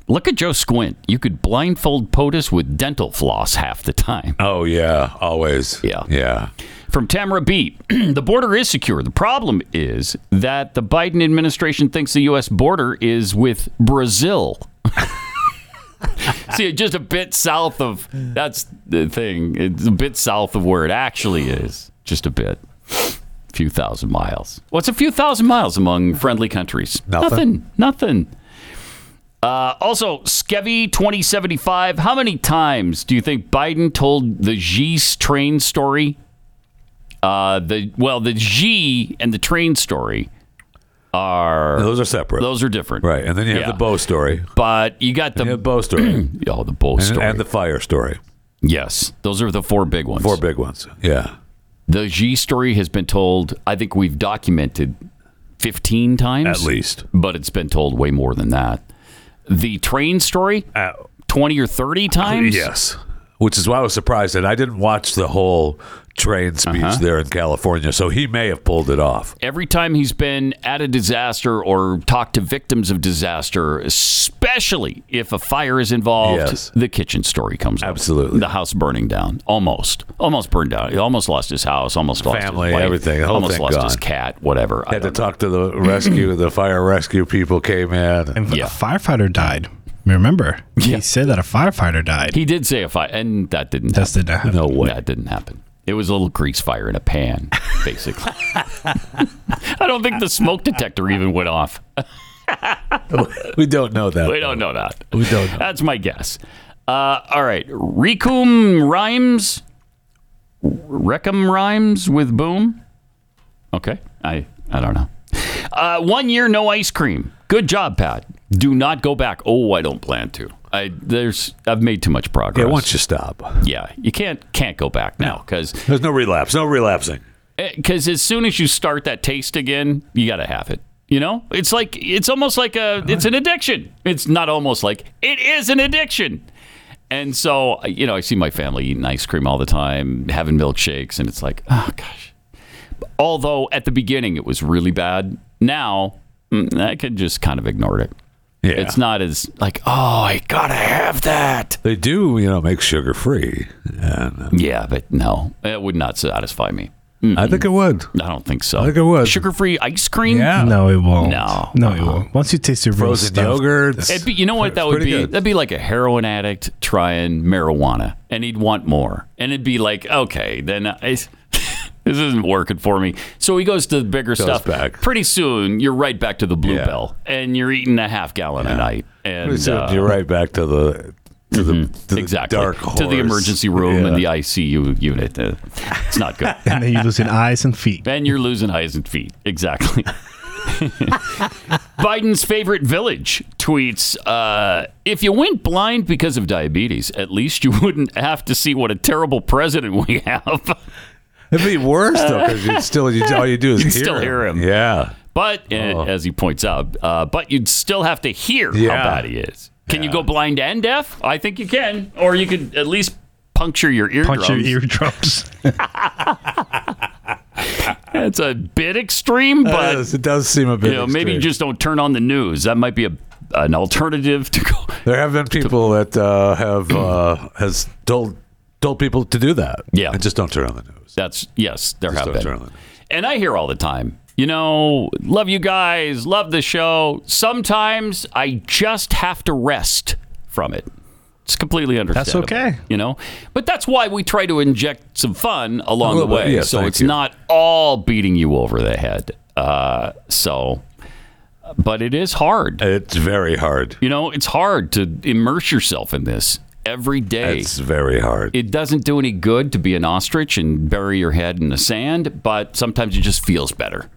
[SPEAKER 2] Look at Joe Squint. You could blindfold POTUS with dental floss half the time.
[SPEAKER 3] Oh yeah, always.
[SPEAKER 2] Yeah.
[SPEAKER 3] Yeah.
[SPEAKER 2] From Tamara B. the border is secure. The problem is that the Biden administration thinks the U.S. border is with Brazil. See, just a bit south of that's the thing. It's a bit south of where it actually is. Just a bit. Few thousand miles. What's a few thousand miles among friendly countries?
[SPEAKER 3] Nothing.
[SPEAKER 2] Nothing. Uh, also, Skevy 2075, how many times do you think Biden told the Gis train story? Uh, the Well, the G and the train story are.
[SPEAKER 3] Those are separate.
[SPEAKER 2] Those are different.
[SPEAKER 3] Right. And then you
[SPEAKER 2] Yeah.
[SPEAKER 3] have the bow story.
[SPEAKER 2] But you got the.
[SPEAKER 3] You have bow story.
[SPEAKER 2] oh, the bull
[SPEAKER 3] and,
[SPEAKER 2] story.
[SPEAKER 3] and the fire story.
[SPEAKER 2] yes. Those are the four big ones.
[SPEAKER 3] Four big ones. Yeah.
[SPEAKER 2] The G story has been told, I think we've documented 15 times.
[SPEAKER 3] At least.
[SPEAKER 2] But it's been told way more than that. The train story, 20 or 30 times?
[SPEAKER 3] Yes. Which is why I was surprised that I didn't watch the whole train speech
[SPEAKER 2] Uh-huh.
[SPEAKER 3] there in California. So he may have pulled it off.
[SPEAKER 2] Every time he's been at a disaster or talked to victims of disaster, especially if a fire is involved,
[SPEAKER 3] Yes.
[SPEAKER 2] the kitchen story comes up.
[SPEAKER 3] Absolutely.
[SPEAKER 2] The house burning down. Almost. Almost burned down. He almost lost his house, almost lost
[SPEAKER 3] Family,
[SPEAKER 2] his wife,
[SPEAKER 3] everything, the whole
[SPEAKER 2] almost
[SPEAKER 3] thing
[SPEAKER 2] lost
[SPEAKER 3] gone.
[SPEAKER 2] his cat, whatever. I
[SPEAKER 3] Had to
[SPEAKER 2] don't know.
[SPEAKER 3] talk to the rescue. the fire rescue people came in.
[SPEAKER 5] And
[SPEAKER 2] Yeah.
[SPEAKER 5] a firefighter died. Remember, he said that a firefighter died.
[SPEAKER 2] He did say a fire, and that didn't
[SPEAKER 5] That's
[SPEAKER 2] happen.
[SPEAKER 5] did not happen.
[SPEAKER 3] No way.
[SPEAKER 2] That didn't happen. It was a little grease fire in a pan, basically. I don't think the smoke detector even went off.
[SPEAKER 3] We don't know that.
[SPEAKER 2] We don't know that.
[SPEAKER 3] We don't know.
[SPEAKER 2] That's my guess. Uh, all right. Recum rhymes. Recum rhymes with boom. Okay. I, I don't know. Uh, one year, no ice cream. Good job, Pat. Do not go back. Oh, I don't plan to. I there's I've made too much progress.
[SPEAKER 3] Yeah, once you stop,
[SPEAKER 2] Yeah, you can't can't go back now because
[SPEAKER 3] there's no relapse, no relapsing.
[SPEAKER 2] because Eh, as soon as you start that taste again, you got to have it. You know, it's like it's almost like a it's an addiction. It's not almost like it is an addiction. And so you know, I see my family eating ice cream all the time, having milkshakes, and it's like, oh gosh. Although at the beginning it was really bad, now mm, I could just kind of ignore it.
[SPEAKER 3] Yeah,
[SPEAKER 2] It's not as like, oh, I gotta have that.
[SPEAKER 3] They do, you know, make sugar free, and uh,
[SPEAKER 2] Yeah, but no, it would not satisfy me.
[SPEAKER 3] I think it would.
[SPEAKER 2] I don't think so.
[SPEAKER 3] I think it would.
[SPEAKER 2] Sugar-free ice cream?
[SPEAKER 3] Yeah.
[SPEAKER 5] No, it won't.
[SPEAKER 2] No.
[SPEAKER 5] no, it won't. Once you taste your real
[SPEAKER 3] Frozen
[SPEAKER 5] stuff-
[SPEAKER 3] yogurts.
[SPEAKER 2] It'd be, you know what that
[SPEAKER 3] It's
[SPEAKER 2] would be?
[SPEAKER 3] pretty good.
[SPEAKER 2] That'd be like a heroin addict trying marijuana, and he'd want more, and it'd be like, okay, then I, this isn't working for me. So he goes to the bigger stuff.
[SPEAKER 3] back.
[SPEAKER 2] Pretty soon, you're right back to the
[SPEAKER 3] Yeah.
[SPEAKER 2] bluebell, and you're eating a half gallon a night,
[SPEAKER 3] Pretty
[SPEAKER 2] and
[SPEAKER 3] soon
[SPEAKER 2] uh, Mm-hmm.
[SPEAKER 3] you're right back to the to the, to the
[SPEAKER 2] exactly
[SPEAKER 3] dark
[SPEAKER 2] to the
[SPEAKER 3] horse.
[SPEAKER 2] emergency room and the
[SPEAKER 3] Yeah.
[SPEAKER 2] ICU unit. Uh, it's not good.
[SPEAKER 5] and then you're losing eyes and feet.
[SPEAKER 2] And you're losing eyes and feet. Exactly. Biden's favorite village tweets uh, If you went blind because of diabetes, at least you wouldn't have to see what a terrible president we have.
[SPEAKER 3] It'd be worse though because you still you, all you do is
[SPEAKER 2] You'd
[SPEAKER 3] hear
[SPEAKER 2] still
[SPEAKER 3] him.
[SPEAKER 2] hear him.
[SPEAKER 3] Yeah, Oh.
[SPEAKER 2] But and as he points out, uh, but you'd still have to hear
[SPEAKER 3] Yeah.
[SPEAKER 2] how bad he is. Can you go blind and deaf? I think you can. Or you could at least puncture your eardrums.
[SPEAKER 5] Punch your eardrums.
[SPEAKER 2] It's a bit extreme, but
[SPEAKER 3] it does seem a bit.
[SPEAKER 2] you know, maybe
[SPEAKER 3] extreme.
[SPEAKER 2] just don't turn on the news. That might be a an alternative to go.
[SPEAKER 3] There have been people that uh, have uh, has told told people to do that.
[SPEAKER 2] Yeah.
[SPEAKER 3] and just don't turn on the news.
[SPEAKER 2] That's yes, there
[SPEAKER 3] Just
[SPEAKER 2] have
[SPEAKER 3] don't
[SPEAKER 2] been.
[SPEAKER 3] turn on the news.
[SPEAKER 2] And I hear all the time, you know, love you guys, love the show. Sometimes I just have to rest from it. It's completely understandable.
[SPEAKER 5] okay.
[SPEAKER 2] You know, but that's why we try to inject some fun along
[SPEAKER 3] Well,
[SPEAKER 2] the way.
[SPEAKER 3] yeah,
[SPEAKER 2] so
[SPEAKER 3] thank
[SPEAKER 2] it's
[SPEAKER 3] you.
[SPEAKER 2] not all beating you over the head. Uh, so, but it is hard.
[SPEAKER 3] It's very hard.
[SPEAKER 2] You know, it's hard to immerse yourself in this every day.
[SPEAKER 3] It's very hard.
[SPEAKER 2] It doesn't do any good to be an ostrich and bury your head in the sand, but sometimes it just feels better.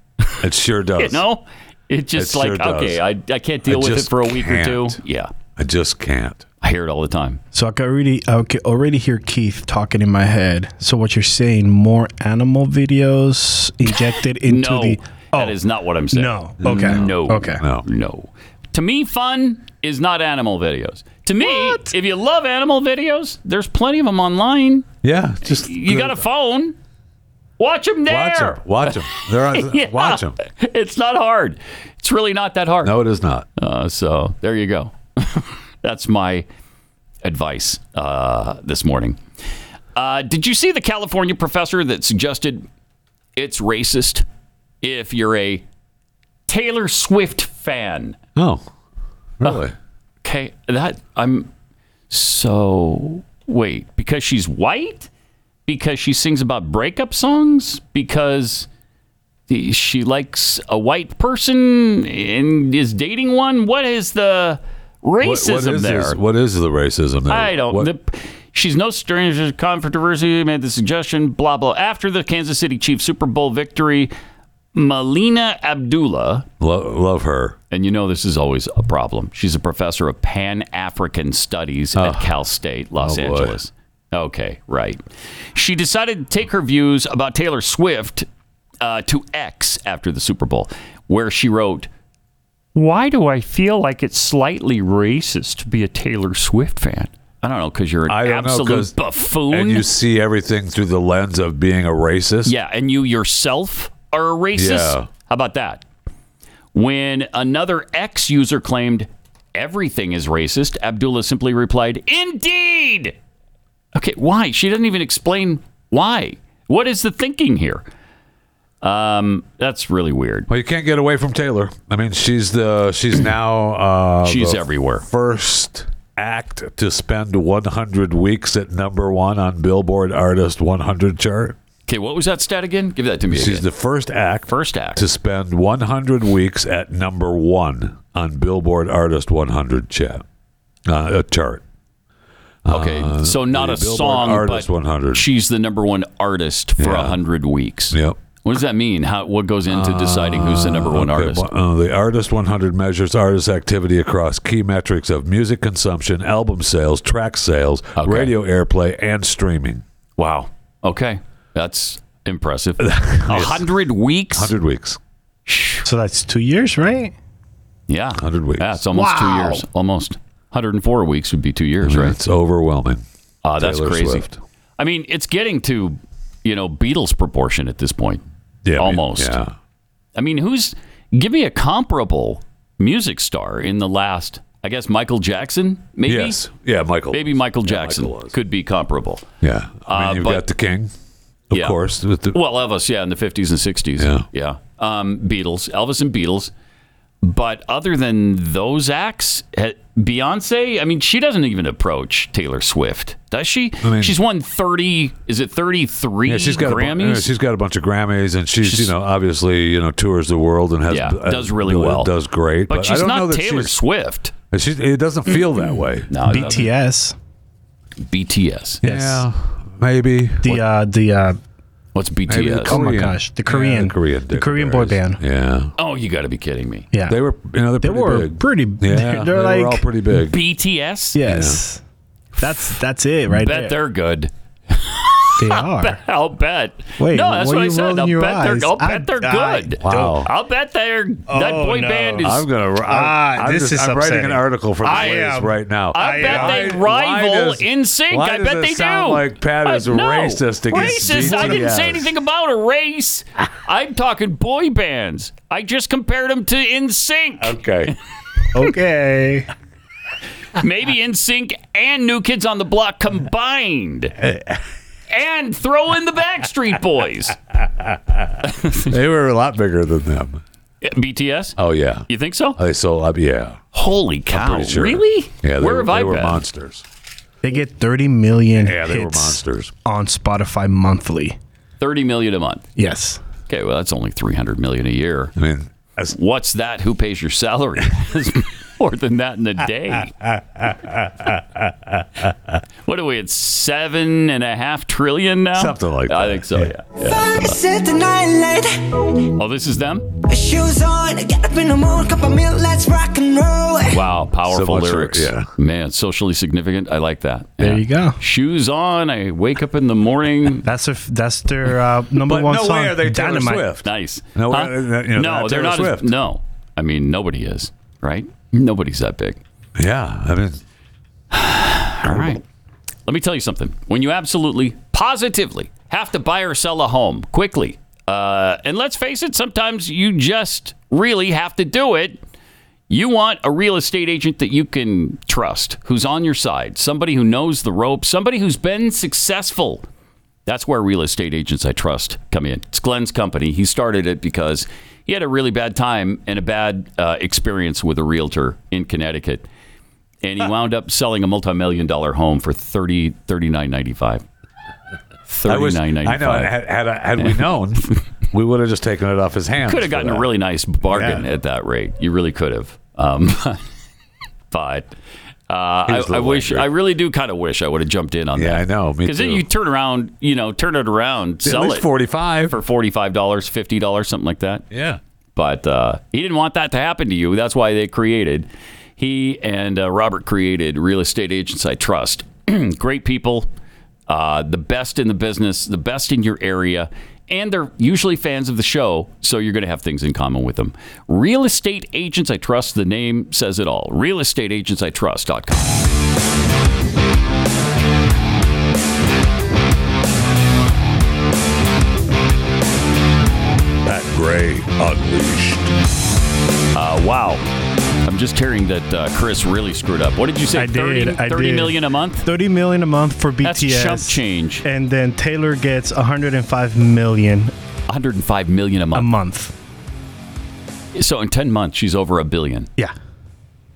[SPEAKER 3] It sure does.
[SPEAKER 2] You know, it's just
[SPEAKER 3] It sure
[SPEAKER 2] like
[SPEAKER 3] does.
[SPEAKER 2] okay, I, I can't deal
[SPEAKER 3] I
[SPEAKER 2] with it
[SPEAKER 3] just
[SPEAKER 2] for a week or two.
[SPEAKER 3] can't.
[SPEAKER 2] Yeah,
[SPEAKER 3] I just can't.
[SPEAKER 2] I hear it all the time.
[SPEAKER 5] So I can already I can already hear Keith talking in my head. So what you're saying? More animal videos injected into
[SPEAKER 2] no,
[SPEAKER 5] the Oh.
[SPEAKER 2] that is not what I'm saying.
[SPEAKER 5] No. Okay.
[SPEAKER 2] no,
[SPEAKER 5] Okay.
[SPEAKER 3] No.
[SPEAKER 2] no. To me, fun is not animal videos. To me, if you love animal videos, there's plenty of them online.
[SPEAKER 3] Yeah, just
[SPEAKER 2] You got a phone, watch them there.
[SPEAKER 3] watch them. Watch them. They're on,
[SPEAKER 2] Yeah.
[SPEAKER 3] watch them.
[SPEAKER 2] It's not hard. It's really not that hard.
[SPEAKER 3] No, it is not.
[SPEAKER 2] Uh, so there you go. That's my advice uh, this morning. Uh, did you see the California professor that suggested it's racist if you're a Taylor Swift fan?
[SPEAKER 3] Oh, really?
[SPEAKER 2] Okay, that I'm so wait because she's white, because she sings about breakup songs, because the- she likes a white person and is dating one. What is the
[SPEAKER 3] What-
[SPEAKER 2] racism
[SPEAKER 3] what is
[SPEAKER 2] there?
[SPEAKER 3] This, what is the racism there?
[SPEAKER 2] I don't.
[SPEAKER 3] What-
[SPEAKER 2] The, she's no stranger to controversy. Made the suggestion. Blah blah. After the Kansas City Chiefs Super Bowl victory, Malina Abdullah
[SPEAKER 3] Lo- love her.
[SPEAKER 2] and you know this is always a problem. She's a professor of Pan African Studies at Cal State, Los
[SPEAKER 3] Ah. Oh, boy.
[SPEAKER 2] Angeles. Okay, right. She decided to take her views about Taylor Swift uh, to X after the Super Bowl, where she wrote, Why do I feel like it's slightly racist to be a Taylor Swift fan? I don't know, because you're an
[SPEAKER 3] I don't know,
[SPEAKER 2] absolute
[SPEAKER 3] 'cause-
[SPEAKER 2] buffoon.
[SPEAKER 3] And you see everything through the lens of being a racist.
[SPEAKER 2] Yeah, and you yourself are a racist.
[SPEAKER 3] Yeah.
[SPEAKER 2] How about that? When another ex user claimed everything is racist, Abdullah simply replied, Indeed! Okay, why? She doesn't even explain why. What is the thinking here? Um, that's really weird.
[SPEAKER 3] Well, you can't get away from Taylor. I mean, she's the she's now uh,
[SPEAKER 2] She's
[SPEAKER 3] the
[SPEAKER 2] everywhere.
[SPEAKER 3] First act to spend 100 weeks at number one on Billboard Artist 100 chart.
[SPEAKER 2] Okay, what was that stat again? Give that to me.
[SPEAKER 3] She's
[SPEAKER 2] Again.
[SPEAKER 3] the first act
[SPEAKER 2] First act.
[SPEAKER 3] to spend 100 weeks at number one on Billboard Artist 100 chat uh, a chart. Uh,
[SPEAKER 2] Okay, so not
[SPEAKER 3] the
[SPEAKER 2] a
[SPEAKER 3] Billboard
[SPEAKER 2] song,
[SPEAKER 3] Artist
[SPEAKER 2] but
[SPEAKER 3] 100.
[SPEAKER 2] she's the number one artist for a
[SPEAKER 3] Yeah.
[SPEAKER 2] 100 weeks.
[SPEAKER 3] Yep.
[SPEAKER 2] What does that mean? How, what goes into deciding who's the number one
[SPEAKER 3] Okay,
[SPEAKER 2] artist?
[SPEAKER 3] one- uh, the Artist 100 measures artist activity across key metrics of music consumption, album sales, track sales,
[SPEAKER 2] Okay.
[SPEAKER 3] radio airplay, and streaming.
[SPEAKER 2] Wow. Okay. That's impressive. A hundred weeks?
[SPEAKER 3] 100 weeks.
[SPEAKER 5] So that's two years, right?
[SPEAKER 2] Yeah.
[SPEAKER 3] 100 weeks.
[SPEAKER 2] Yeah, it's almost
[SPEAKER 5] Wow.
[SPEAKER 2] two years. Almost. 104 weeks would be two years, right?
[SPEAKER 3] Mm-hmm. It's overwhelming.
[SPEAKER 2] Ah, that's
[SPEAKER 3] Taylor
[SPEAKER 2] crazy.
[SPEAKER 3] Swift.
[SPEAKER 2] I mean, it's getting to, you know, Beatles proportion at this point.
[SPEAKER 3] Yeah, I mean,
[SPEAKER 2] Almost.
[SPEAKER 3] yeah.
[SPEAKER 2] I mean, who's, give me a comparable music star in the last, I guess, Michael Jackson, maybe?
[SPEAKER 3] Yes. Yeah, Michael.
[SPEAKER 2] Maybe Michael Jackson
[SPEAKER 3] Michael was.
[SPEAKER 2] could be comparable.
[SPEAKER 3] Yeah. I mean,
[SPEAKER 2] Uh,
[SPEAKER 3] you've
[SPEAKER 2] but-
[SPEAKER 3] got the king, of
[SPEAKER 2] Yeah.
[SPEAKER 3] course. with the-
[SPEAKER 2] Well, Elvis, yeah, in the 50s and 60s.
[SPEAKER 3] Yeah.
[SPEAKER 2] Um, Beatles, Elvis and Beatles. But other than those acts, eh, Beyonce, I mean, she doesn't even approach Taylor Swift, does she?
[SPEAKER 3] I mean-
[SPEAKER 2] she's won 30, is it 33
[SPEAKER 3] yeah, she's got A, bu-
[SPEAKER 2] Grammys?
[SPEAKER 3] yeah, she's got a bunch of Grammys, and she's,
[SPEAKER 2] She's-
[SPEAKER 3] you know obviously you know tours the world and has
[SPEAKER 2] Yeah,
[SPEAKER 3] uh,
[SPEAKER 2] does really
[SPEAKER 3] uh,
[SPEAKER 2] well.
[SPEAKER 3] does great.
[SPEAKER 2] but,
[SPEAKER 3] I
[SPEAKER 2] she's
[SPEAKER 3] don't know
[SPEAKER 2] not
[SPEAKER 3] that
[SPEAKER 2] Taylor
[SPEAKER 3] she's-
[SPEAKER 2] Swift.
[SPEAKER 3] she's- it doesn't feel that way.
[SPEAKER 2] No, no,
[SPEAKER 5] BTS. Yes.
[SPEAKER 2] BTS.
[SPEAKER 3] Yeah, maybe.
[SPEAKER 5] The uh, the uh,
[SPEAKER 2] What's
[SPEAKER 3] Maybe the
[SPEAKER 2] BTS?
[SPEAKER 5] oh my
[SPEAKER 3] Korean.
[SPEAKER 5] gosh, the
[SPEAKER 3] Yeah,
[SPEAKER 5] Korean,
[SPEAKER 3] the Korean,
[SPEAKER 5] the Korean boy
[SPEAKER 3] Dignitaries.
[SPEAKER 5] band.
[SPEAKER 3] Yeah,
[SPEAKER 2] oh, you got to be kidding me.
[SPEAKER 5] Yeah,
[SPEAKER 3] they were. You know, they're
[SPEAKER 5] They
[SPEAKER 3] pretty
[SPEAKER 5] were
[SPEAKER 3] big.
[SPEAKER 5] pretty. they're,
[SPEAKER 3] Yeah, they
[SPEAKER 5] like
[SPEAKER 3] were all pretty big.
[SPEAKER 2] BTS?
[SPEAKER 5] yes. That's that's it right
[SPEAKER 2] Bet
[SPEAKER 5] there.
[SPEAKER 2] they're good.
[SPEAKER 5] They are.
[SPEAKER 2] I'll bet.
[SPEAKER 5] Wait,
[SPEAKER 2] no, that's
[SPEAKER 5] why
[SPEAKER 2] what
[SPEAKER 5] are
[SPEAKER 2] I
[SPEAKER 5] you
[SPEAKER 2] said.
[SPEAKER 5] rolling
[SPEAKER 2] I'll
[SPEAKER 5] your
[SPEAKER 2] bet
[SPEAKER 5] eyes?
[SPEAKER 2] they're, I'll
[SPEAKER 5] I-
[SPEAKER 2] bet they're
[SPEAKER 5] I
[SPEAKER 2] good.
[SPEAKER 3] Wow.
[SPEAKER 2] I'll bet they're that
[SPEAKER 5] Oh,
[SPEAKER 2] boy
[SPEAKER 5] no.
[SPEAKER 2] band is.
[SPEAKER 3] I'm gonna. I'm,
[SPEAKER 5] Ah,
[SPEAKER 3] I'm
[SPEAKER 5] this
[SPEAKER 3] just-
[SPEAKER 5] is
[SPEAKER 3] I'm writing an
[SPEAKER 5] upsetting.
[SPEAKER 3] article for the
[SPEAKER 5] I
[SPEAKER 3] Blaze
[SPEAKER 5] am-
[SPEAKER 3] right now.
[SPEAKER 2] I bet
[SPEAKER 5] am-
[SPEAKER 2] they
[SPEAKER 3] Why- why
[SPEAKER 2] rival
[SPEAKER 3] does-
[SPEAKER 2] in sync.
[SPEAKER 3] why
[SPEAKER 2] I
[SPEAKER 3] does
[SPEAKER 2] bet
[SPEAKER 3] it
[SPEAKER 2] they
[SPEAKER 3] sound
[SPEAKER 2] do.
[SPEAKER 3] Like Pat
[SPEAKER 2] I-
[SPEAKER 3] is
[SPEAKER 2] no.
[SPEAKER 3] racist against
[SPEAKER 2] Racist. I didn't say
[SPEAKER 3] BTS.
[SPEAKER 2] anything about a race. I'm talking boy bands. I just compared them to in sync.
[SPEAKER 3] Okay.
[SPEAKER 5] okay.
[SPEAKER 2] Maybe In Sync and New Kids on the Block combined, and throw in the Backstreet Boys.
[SPEAKER 3] they were a lot bigger than them.
[SPEAKER 2] BTS.
[SPEAKER 3] Oh yeah,
[SPEAKER 2] you think so?
[SPEAKER 3] They sold. Uh, yeah.
[SPEAKER 2] Holy cow!
[SPEAKER 3] pretty sure.
[SPEAKER 2] Really?
[SPEAKER 3] Yeah, they
[SPEAKER 2] Where
[SPEAKER 3] were-
[SPEAKER 2] have
[SPEAKER 3] they
[SPEAKER 2] I
[SPEAKER 3] were
[SPEAKER 2] been?
[SPEAKER 3] monsters.
[SPEAKER 5] They get 30 million
[SPEAKER 3] Yeah, they were
[SPEAKER 5] hits
[SPEAKER 3] monsters.
[SPEAKER 5] on Spotify monthly.
[SPEAKER 2] Thirty million a month.
[SPEAKER 5] Yes.
[SPEAKER 2] Okay, well that's only three hundred million a year. I
[SPEAKER 3] mean,
[SPEAKER 2] what's that? Who pays your salary? It's more than that in a day. what are we at seven and a half trillion now?
[SPEAKER 3] Something like
[SPEAKER 2] I think so. Yeah. Yeah.
[SPEAKER 17] Set the night light,
[SPEAKER 2] Oh, this is them.
[SPEAKER 17] shoes on, get up in the morning, cup of milk, let's rock and roll.
[SPEAKER 2] Wow, powerful
[SPEAKER 3] much for-
[SPEAKER 2] lyrics.
[SPEAKER 3] yeah.
[SPEAKER 2] Man, socially significant. I like that.
[SPEAKER 5] There
[SPEAKER 2] Yeah.
[SPEAKER 5] you go.
[SPEAKER 2] Shoes on. I wake up in the morning.
[SPEAKER 5] That's a, that's their uh, number one song. Dynamite.
[SPEAKER 2] Nice.
[SPEAKER 3] No,
[SPEAKER 2] Huh?
[SPEAKER 3] uh, no, you know,
[SPEAKER 2] no,
[SPEAKER 3] not
[SPEAKER 2] they're
[SPEAKER 3] Taylor
[SPEAKER 2] not.
[SPEAKER 3] Swift.
[SPEAKER 2] As, no, I mean nobody is right. Nobody's that big.
[SPEAKER 3] Yeah, I mean,
[SPEAKER 2] All right. Let me tell you something. When you absolutely, positively have to buy or sell a home quickly, uh, and let's face it, sometimes you just really have to do it. You want a real estate agent that you can trust, who's on your side, somebody who knows the ropes, somebody who's been successful. That's where real estate agents I trust come in. It's Glenn's company. He started it because he had a really bad time and a bad uh, experience with a realtor in Connecticut. And he wound up selling a multi-million dollar home for 30 $39.95.
[SPEAKER 3] I was. I know.
[SPEAKER 2] $39.95.
[SPEAKER 3] Had had, had we known, we would have just taken it off his hands.
[SPEAKER 2] Could have
[SPEAKER 3] for
[SPEAKER 2] gotten
[SPEAKER 3] that.
[SPEAKER 2] a really nice bargain
[SPEAKER 3] Yeah.
[SPEAKER 2] at that rate. You really could have. Um, but uh,
[SPEAKER 3] He
[SPEAKER 2] I,
[SPEAKER 3] was a
[SPEAKER 2] I
[SPEAKER 3] little
[SPEAKER 2] wish,
[SPEAKER 3] angry.
[SPEAKER 2] I really do kind of wish I would have jumped in on
[SPEAKER 3] Yeah,
[SPEAKER 2] that.
[SPEAKER 3] I know, me
[SPEAKER 2] Because then
[SPEAKER 3] too.
[SPEAKER 2] you turn around, you know, turn it around,
[SPEAKER 3] At
[SPEAKER 2] sell
[SPEAKER 3] least
[SPEAKER 2] it
[SPEAKER 3] 45.
[SPEAKER 2] for $45, $50, something like that.
[SPEAKER 3] Yeah.
[SPEAKER 2] But uh, he didn't want that to happen to you. That's why they created, he and uh, Robert created Real Estate Agents I Trust. Great people, uh, the best in the business, the best in your area, and they're usually fans of the show, so you're going to have things in common with them. Real Estate Agents I Trust, the name says it all. RealEstateAgentsITrust.com.
[SPEAKER 3] That gray unleashed.
[SPEAKER 2] Uh, wow. I'm just hearing that uh, Chris really screwed up. What did you say?
[SPEAKER 5] I did.
[SPEAKER 2] 30,
[SPEAKER 5] I
[SPEAKER 2] 30
[SPEAKER 5] did.
[SPEAKER 2] million a month?
[SPEAKER 5] 30 million a month for
[SPEAKER 2] That's
[SPEAKER 5] BTS.
[SPEAKER 2] chump change.
[SPEAKER 5] And then Taylor gets 105 million
[SPEAKER 2] 105 million a
[SPEAKER 5] a
[SPEAKER 2] month.
[SPEAKER 5] month.
[SPEAKER 2] So in 10 months, she's over a billion.
[SPEAKER 5] Yeah.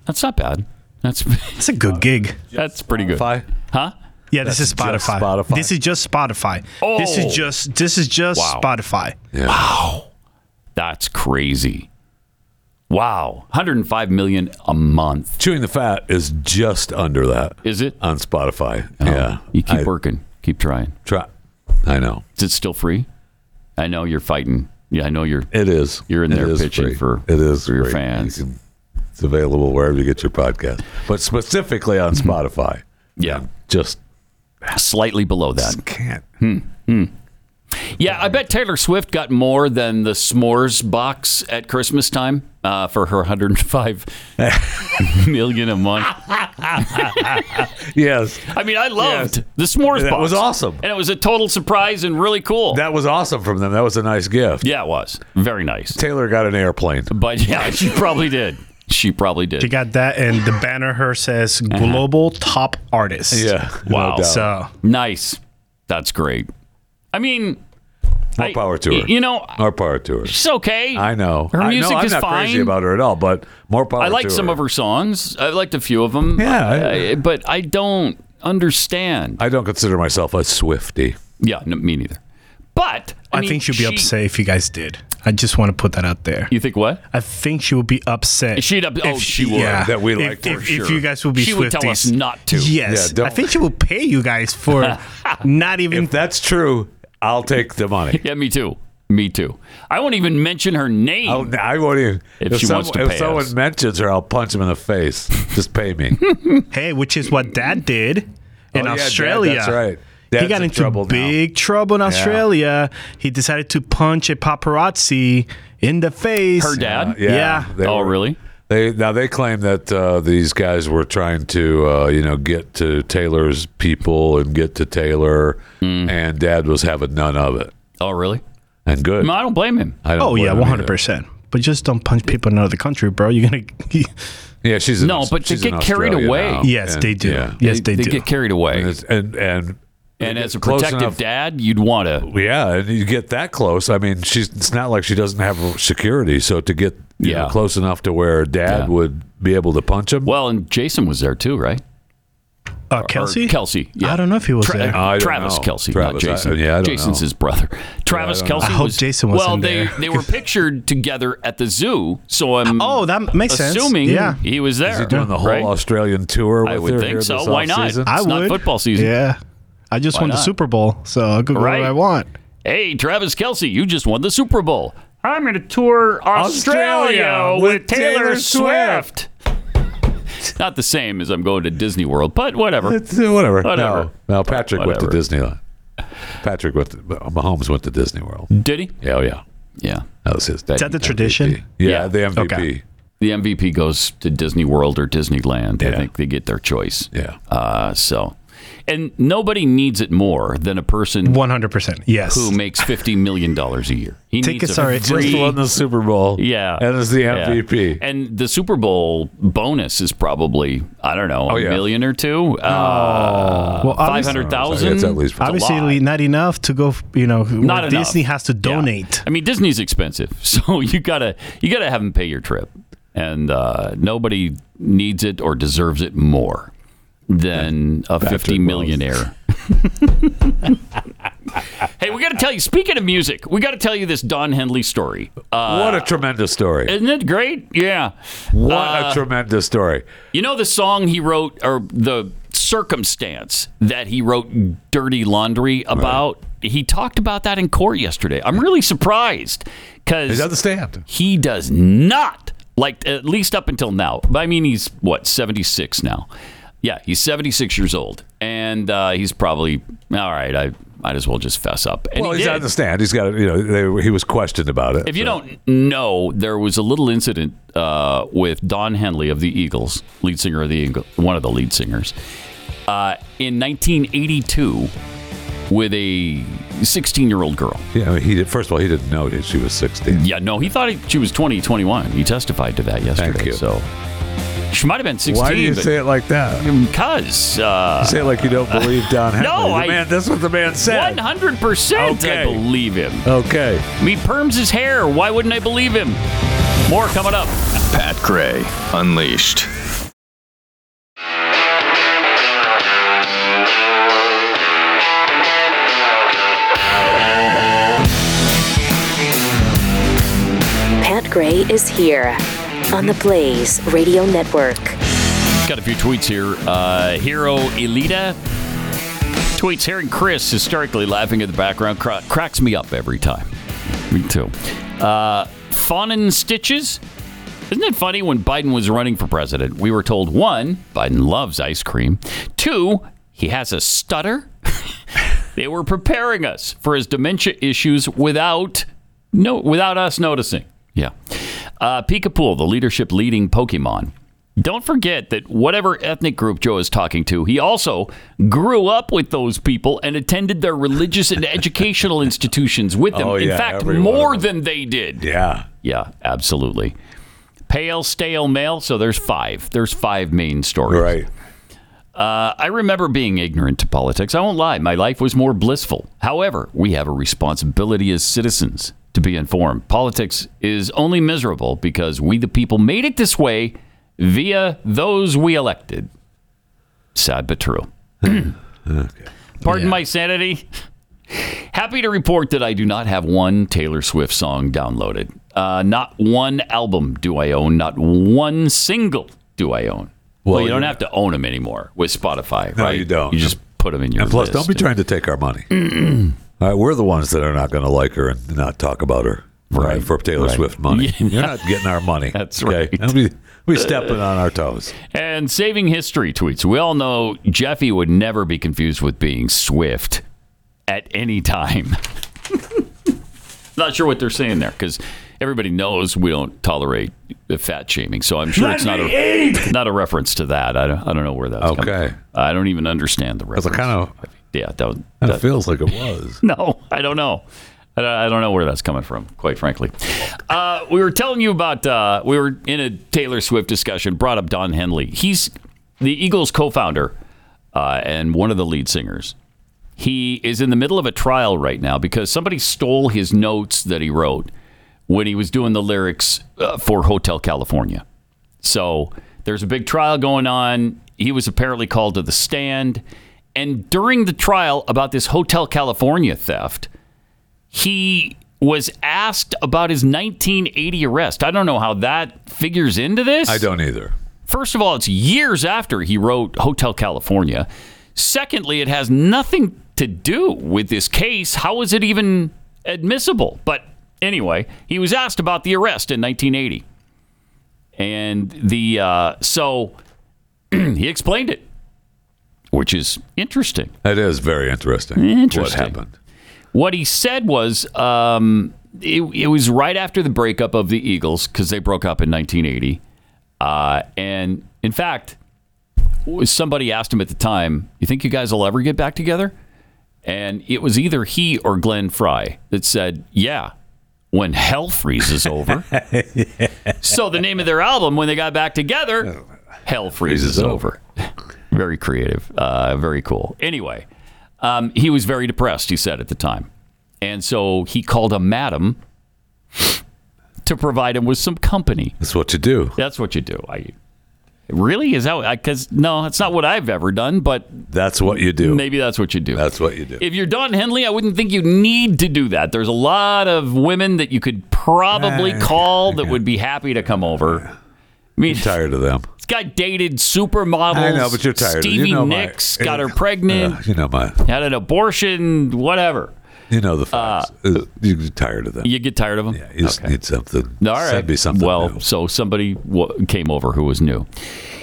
[SPEAKER 2] That's not bad. That's
[SPEAKER 5] That's a good gig.
[SPEAKER 2] that's pretty good.
[SPEAKER 3] Spotify?
[SPEAKER 2] Huh?
[SPEAKER 5] Yeah, this
[SPEAKER 3] That's
[SPEAKER 5] is
[SPEAKER 3] just
[SPEAKER 5] Spotify.
[SPEAKER 3] Spotify.
[SPEAKER 5] This is just Spotify. This
[SPEAKER 2] Oh.
[SPEAKER 5] is just this is just
[SPEAKER 2] Wow.
[SPEAKER 5] Spotify.
[SPEAKER 2] Wow. That's crazy. Wow. 105 million a month.
[SPEAKER 3] Chewing the fat is just under that.
[SPEAKER 2] Is it? Oh.
[SPEAKER 3] on Spotify? yeah.
[SPEAKER 2] You keep
[SPEAKER 3] I
[SPEAKER 2] working. Keep trying.
[SPEAKER 3] Try. I know
[SPEAKER 2] Is it still free? I know you're fighting. Yeah, I know you're
[SPEAKER 3] it is.
[SPEAKER 2] you're in
[SPEAKER 3] It
[SPEAKER 2] there
[SPEAKER 3] is
[SPEAKER 2] pitching
[SPEAKER 3] free.
[SPEAKER 2] for
[SPEAKER 3] it is
[SPEAKER 2] for your
[SPEAKER 3] free. You
[SPEAKER 2] fans.
[SPEAKER 3] can- it's available wherever you get your podcast, but specifically on Spotify.
[SPEAKER 2] Mm-hmm. Yeah.
[SPEAKER 3] Just
[SPEAKER 2] Slightly below that. Hmm.
[SPEAKER 3] can't.
[SPEAKER 2] Yeah, I bet Taylor Swift got more than the s'mores box at Christmas time uh, for her 105 million a month.
[SPEAKER 3] Yes.
[SPEAKER 2] I mean, I loved the s'mores
[SPEAKER 3] That
[SPEAKER 2] box.
[SPEAKER 3] was awesome.
[SPEAKER 2] and it was a total surprise and really cool.
[SPEAKER 3] That was awesome from them. That was a nice gift.
[SPEAKER 2] yeah, it was very nice.
[SPEAKER 3] Taylor got an airplane.
[SPEAKER 2] But yeah, she probably did. She probably
[SPEAKER 5] She
[SPEAKER 2] did.
[SPEAKER 5] got that and the banner her says global top artist.
[SPEAKER 3] Uh-huh. Yeah.
[SPEAKER 2] Wow.
[SPEAKER 3] doubt.
[SPEAKER 5] So
[SPEAKER 2] Nice. That's great. I mean,
[SPEAKER 3] More
[SPEAKER 2] I-
[SPEAKER 3] power to her.
[SPEAKER 2] You know,
[SPEAKER 3] more power to her.
[SPEAKER 2] she's okay.
[SPEAKER 3] I know.
[SPEAKER 2] Her
[SPEAKER 3] I know
[SPEAKER 2] music
[SPEAKER 3] I'm
[SPEAKER 2] is
[SPEAKER 3] not crazy
[SPEAKER 2] fine.
[SPEAKER 3] about her at all, but more power.
[SPEAKER 2] I like
[SPEAKER 3] to
[SPEAKER 2] some of her songs. I liked a few of them.
[SPEAKER 3] Yeah, I-
[SPEAKER 2] I- but I don't understand.
[SPEAKER 3] I don't consider myself a Swifty.
[SPEAKER 2] Yeah, no, me neither. But I,
[SPEAKER 5] I,
[SPEAKER 2] mean,
[SPEAKER 5] think she'd be upset if you guys did. I just want to put that out there.
[SPEAKER 2] You think what?
[SPEAKER 5] I think she would be upset.
[SPEAKER 2] She'd up- oh, she would.
[SPEAKER 3] That we
[SPEAKER 5] if,
[SPEAKER 3] liked
[SPEAKER 5] if,
[SPEAKER 3] for
[SPEAKER 5] if
[SPEAKER 3] sure.
[SPEAKER 5] you guys will be
[SPEAKER 2] She would tell us
[SPEAKER 5] Swifties.
[SPEAKER 2] not to.
[SPEAKER 5] Yes,
[SPEAKER 3] Yeah,
[SPEAKER 5] I
[SPEAKER 3] don't-
[SPEAKER 5] think she will pay you guys for not even
[SPEAKER 3] If that's true, I'll take the money.
[SPEAKER 2] Yeah, me too. Me too. I won't even mention her name.
[SPEAKER 3] I'll, Oh, I won't even.
[SPEAKER 2] If she wants to
[SPEAKER 3] if
[SPEAKER 2] pay
[SPEAKER 3] someone oh,
[SPEAKER 2] us.
[SPEAKER 3] mentions her, I'll punch him in the face. Just pay me.
[SPEAKER 5] hey, which is what Dad did in
[SPEAKER 3] Oh, yeah, Dad,
[SPEAKER 5] Australia.
[SPEAKER 3] that's right.
[SPEAKER 5] he
[SPEAKER 3] Dad's
[SPEAKER 5] got
[SPEAKER 3] in
[SPEAKER 5] into
[SPEAKER 3] trouble now.
[SPEAKER 5] big trouble in Australia. He decided to punch a paparazzi in the face.
[SPEAKER 2] her dad.
[SPEAKER 5] Yeah.
[SPEAKER 3] they
[SPEAKER 2] Oh,
[SPEAKER 3] were-
[SPEAKER 2] really?
[SPEAKER 3] They now they claim that uh, these guys were trying to uh, you know get to Taylor's people and get to Taylor, and Dad was having none of it.
[SPEAKER 2] Hmm. Oh, really?
[SPEAKER 3] And good.
[SPEAKER 2] No, I don't blame him.
[SPEAKER 3] I don't
[SPEAKER 5] Oh yeah,
[SPEAKER 3] blame him
[SPEAKER 5] one
[SPEAKER 3] either.
[SPEAKER 5] hundred percent. but just don't punch people in another country, bro. You're gonna.
[SPEAKER 3] Yeah, she's in
[SPEAKER 2] No,
[SPEAKER 3] Aus-
[SPEAKER 2] but they
[SPEAKER 3] she's in
[SPEAKER 2] get carried
[SPEAKER 3] Australia
[SPEAKER 2] away.
[SPEAKER 3] now,
[SPEAKER 5] Yes, they do. Yes, they do.
[SPEAKER 2] get carried away.
[SPEAKER 3] And it's- and and,
[SPEAKER 2] And as a
[SPEAKER 3] close
[SPEAKER 2] protective
[SPEAKER 3] enough-
[SPEAKER 2] dad, you'd want to.
[SPEAKER 3] yeah, and you get that close. I mean, she's it's not like she doesn't have security, so to get you know,
[SPEAKER 2] Yeah.
[SPEAKER 3] close enough to where dad
[SPEAKER 2] Yeah.
[SPEAKER 3] would be able to punch him.
[SPEAKER 2] Well, and Jason was there too, right?
[SPEAKER 5] Uh, Kelsey?
[SPEAKER 2] Kelsey. Yeah.
[SPEAKER 5] I don't know if he was
[SPEAKER 2] Tra-
[SPEAKER 5] there.
[SPEAKER 3] I don't
[SPEAKER 2] Travis
[SPEAKER 3] know.
[SPEAKER 2] Kelsey,
[SPEAKER 3] Travis,
[SPEAKER 2] not
[SPEAKER 3] I-
[SPEAKER 2] Jason.
[SPEAKER 3] yeah, I don't
[SPEAKER 2] Jason's
[SPEAKER 3] know.
[SPEAKER 2] his brother. Travis
[SPEAKER 3] don't
[SPEAKER 2] Kelsey.
[SPEAKER 5] know. I hope
[SPEAKER 2] was,
[SPEAKER 5] Jason wasn't
[SPEAKER 2] well, they
[SPEAKER 5] there.
[SPEAKER 2] they were pictured together at the zoo, so I'm
[SPEAKER 5] Oh, that makes sense.
[SPEAKER 2] assuming
[SPEAKER 5] Yeah.
[SPEAKER 2] he was there.
[SPEAKER 3] Is he doing the whole
[SPEAKER 2] right?
[SPEAKER 3] Australian tour? With
[SPEAKER 2] I
[SPEAKER 3] her
[SPEAKER 2] would
[SPEAKER 3] here
[SPEAKER 2] think so.
[SPEAKER 3] this
[SPEAKER 2] Why not?
[SPEAKER 3] offseason?
[SPEAKER 5] I
[SPEAKER 2] It's not
[SPEAKER 5] would.
[SPEAKER 2] football season.
[SPEAKER 5] Yeah. I just
[SPEAKER 2] Why
[SPEAKER 5] won
[SPEAKER 2] not?
[SPEAKER 5] the Super Bowl, so I could go
[SPEAKER 2] Right.
[SPEAKER 5] what I want.
[SPEAKER 2] Hey, Travis Kelsey, you just won the Super Bowl. I'm going to tour
[SPEAKER 3] Australia with Taylor
[SPEAKER 2] Swift. Not the same as I'm going to Disney World, but whatever.
[SPEAKER 3] It's, uh, whatever.
[SPEAKER 2] Whatever.
[SPEAKER 3] No, no Patrick went to
[SPEAKER 2] Whatever.
[SPEAKER 3] Disneyland. Patrick went. To, Mahomes went to Disney World.
[SPEAKER 2] Did he?
[SPEAKER 3] Yeah, oh, yeah.
[SPEAKER 2] Yeah.
[SPEAKER 3] That was his.
[SPEAKER 5] Is that the tradition?
[SPEAKER 3] Yeah,
[SPEAKER 2] Yeah.
[SPEAKER 3] the MVP.
[SPEAKER 5] Okay.
[SPEAKER 2] The MVP goes to Disney World or Disneyland. I
[SPEAKER 3] Yeah.
[SPEAKER 2] think they get their choice.
[SPEAKER 3] Yeah.
[SPEAKER 2] Uh, so, and nobody needs it more than a person
[SPEAKER 5] One hundred percent. Yes.
[SPEAKER 2] who makes fifty million dollars a year. He
[SPEAKER 5] Tickets
[SPEAKER 2] needs a
[SPEAKER 5] are at-
[SPEAKER 2] free-
[SPEAKER 3] Just won the Super Bowl.
[SPEAKER 2] Yeah.
[SPEAKER 3] and is the
[SPEAKER 2] Yeah.
[SPEAKER 3] MVP.
[SPEAKER 2] And the Super Bowl bonus is probably, I don't know, a
[SPEAKER 3] Oh, yeah.
[SPEAKER 2] million or two? Uh,
[SPEAKER 5] Well, obviously-
[SPEAKER 2] 500,000?
[SPEAKER 3] It's at least-
[SPEAKER 2] a lot.
[SPEAKER 5] Obviously, not enough to go. f- You know,
[SPEAKER 2] Not
[SPEAKER 5] where Disney
[SPEAKER 2] enough.
[SPEAKER 5] has to
[SPEAKER 2] Yeah.
[SPEAKER 5] donate.
[SPEAKER 2] I mean, Disney's expensive, so you gotta you gotta have them pay your trip, and uh, nobody needs it or deserves it more than a fifty millionaire. hey, we gotta tell you. Speaking of music, we gotta tell you this Don Henley story. Uh,
[SPEAKER 3] what a tremendous story!
[SPEAKER 2] isn't it great? Yeah.
[SPEAKER 3] what
[SPEAKER 2] uh,
[SPEAKER 3] a tremendous story!
[SPEAKER 2] You know the song he wrote, or the circumstance that he wrote "Dirty Laundry" about. He talked about that in court yesterday. I'm really surprised
[SPEAKER 3] He's on the
[SPEAKER 2] because
[SPEAKER 3] stand.
[SPEAKER 2] he does not like, at least up until now. I mean, he's what 76 now. Yeah, he's 76 years old, and uh, he's probably all right. I might as well just fess up. And
[SPEAKER 3] Well,
[SPEAKER 2] he
[SPEAKER 3] he's
[SPEAKER 2] did.
[SPEAKER 3] on the stand. He's got. You know, they, he was questioned about it.
[SPEAKER 2] If you don't know, there was a little incident uh, with Don Henley of the Eagles, lead singer of the Eagles, one of the lead singers, uh, in 1982 with a 16 year old girl.
[SPEAKER 3] Yeah, I mean, he did, first of all, he didn't know that she was sixteen.
[SPEAKER 2] Yeah, no, he thought he, she was 20, 21. He testified to that yesterday.
[SPEAKER 3] you.
[SPEAKER 2] So she might have been 16.
[SPEAKER 3] Why do you
[SPEAKER 2] but-
[SPEAKER 3] say it like that?
[SPEAKER 2] Because uh,
[SPEAKER 3] Say it like you don't believe Don Henley.
[SPEAKER 2] No,
[SPEAKER 3] The
[SPEAKER 2] Oh, I-
[SPEAKER 3] man, that's what the man said.
[SPEAKER 2] 100% I
[SPEAKER 3] Okay.
[SPEAKER 2] believe him.
[SPEAKER 3] Okay.
[SPEAKER 2] He perms his hair. Why wouldn't I believe him? More coming up.
[SPEAKER 18] Pat Gray Unleashed.
[SPEAKER 1] Pat Gray is here on the Blaze Radio Network.
[SPEAKER 2] Got a few tweets here. Uh, Hero Elita tweets hearing Chris hysterically laughing in the background cra- cracks me up every time. Me too. Uh, Fawn and Stitches. Isn't it funny when Biden was running for president? We were told one, Biden loves ice cream. Two, he has a stutter. they were preparing us for his dementia issues without no without us noticing. Yeah. Uh, Pikapool, the leadership leading Pokemon. Don't forget that whatever ethnic group Joe is talking to, he also grew up with those people and attended their religious and educational institutions with them.
[SPEAKER 3] Oh,
[SPEAKER 2] In
[SPEAKER 3] yeah,
[SPEAKER 2] fact,
[SPEAKER 3] every one of
[SPEAKER 2] more
[SPEAKER 3] them.
[SPEAKER 2] than they did.
[SPEAKER 3] Yeah.
[SPEAKER 2] Yeah, absolutely. Pale, stale male. So there's five. There's five main stories.
[SPEAKER 3] Right.
[SPEAKER 2] Uh, I remember being ignorant to politics. I won't lie. My life was more blissful. However, we have a responsibility as citizens to be informed. Politics is only miserable because we, the people, made it this way via those we elected. Sad but true. Pardon my sanity. Happy to report that I do not have one Taylor Swift song downloaded. Uh, not one album do I own. Not one single do I own. Well,
[SPEAKER 3] Well,
[SPEAKER 2] you don't
[SPEAKER 3] you-
[SPEAKER 2] have to own them anymore with Spotify.
[SPEAKER 3] No,
[SPEAKER 2] right?
[SPEAKER 3] you don't.
[SPEAKER 2] You just put them in your.
[SPEAKER 3] And plus,
[SPEAKER 2] list.
[SPEAKER 3] don't be trying to take our money. All right, we're the ones that are not going to like her and not talk about her right, for Taylor
[SPEAKER 2] right.
[SPEAKER 3] Swift money.
[SPEAKER 2] Yeah.
[SPEAKER 3] You're not getting our money.
[SPEAKER 2] That's right.
[SPEAKER 3] Don't be, be stepping on our toes.
[SPEAKER 2] And saving history tweets. We all know Jeffy would never be confused with being Swift at any time. not sure what they're saying there because everybody knows we don't tolerate the fat shaming. So I'm sure it's not a not a reference to that. I don't, I don't know where that's coming
[SPEAKER 3] Okay.
[SPEAKER 2] from. I don't even understand the reference.
[SPEAKER 3] That's kind of
[SPEAKER 2] yeah, that,
[SPEAKER 3] kind
[SPEAKER 2] that
[SPEAKER 3] of feels like it was.
[SPEAKER 2] no, I don't know. I don't- I don't know where that's coming from, quite frankly. Uh, we were telling you about, uh, we were in a Taylor Swift discussion, brought up Don Henley. He's the Eagles co founder uh, and one of the lead singers. He is in the middle of a trial right now because somebody stole his notes that he wrote when he was doing the lyrics uh, for Hotel California. So there's a big trial going on. He was apparently called to the stand. And during the trial about this Hotel California theft, he was asked about his 1980 arrest. I don't know how that figures into this.
[SPEAKER 3] I don't either.
[SPEAKER 2] First of all, it's years after he wrote Hotel California. Secondly, it has nothing to do with this case. How is it even admissible? But anyway, he was asked about the arrest in 1980. And the uh, so he explained it, which is interesting.
[SPEAKER 3] That is very interesting.
[SPEAKER 2] Interesting.
[SPEAKER 3] What happened?
[SPEAKER 2] What he said was um, it, it was right after the breakup of the Eagles because they broke up in 1980. Uh, and in fact, somebody asked him at the time, You think you guys will ever get back together? And it was either he or Glenn Fry that said, Yeah, when hell freezes over. So the name of their album, when they got back together, Hell Oh. Freezes Over. very creative, uh, very cool. Anyway, um, he was very depressed, he said at the time. And so he called a madam to provide him with some company.
[SPEAKER 3] That's what you do.
[SPEAKER 2] That's what you do. I Really? Is that because no, that's not what I've ever done, but
[SPEAKER 3] That's what you do.
[SPEAKER 2] Maybe that's what you do.
[SPEAKER 3] That's what you do.
[SPEAKER 2] if you're Don Henley, I wouldn't think you need to do that. There's a lot of women that you could probably
[SPEAKER 3] Ah, Yeah,
[SPEAKER 2] call that would be happy to come over. I mean,
[SPEAKER 3] tired of them.
[SPEAKER 2] this guy dated supermodels.
[SPEAKER 3] I know, but you're tired. of-
[SPEAKER 2] Stevie
[SPEAKER 3] you know my-
[SPEAKER 2] Nicks got her pregnant,
[SPEAKER 3] Uh, you know my.
[SPEAKER 2] had an abortion, whatever.
[SPEAKER 3] You know the facts. Uh, you're tired of them.
[SPEAKER 2] You get tired of them?
[SPEAKER 3] You just need something.
[SPEAKER 2] All right.
[SPEAKER 3] Send me something.
[SPEAKER 2] well,
[SPEAKER 3] new.
[SPEAKER 2] so somebody w- came over who was new.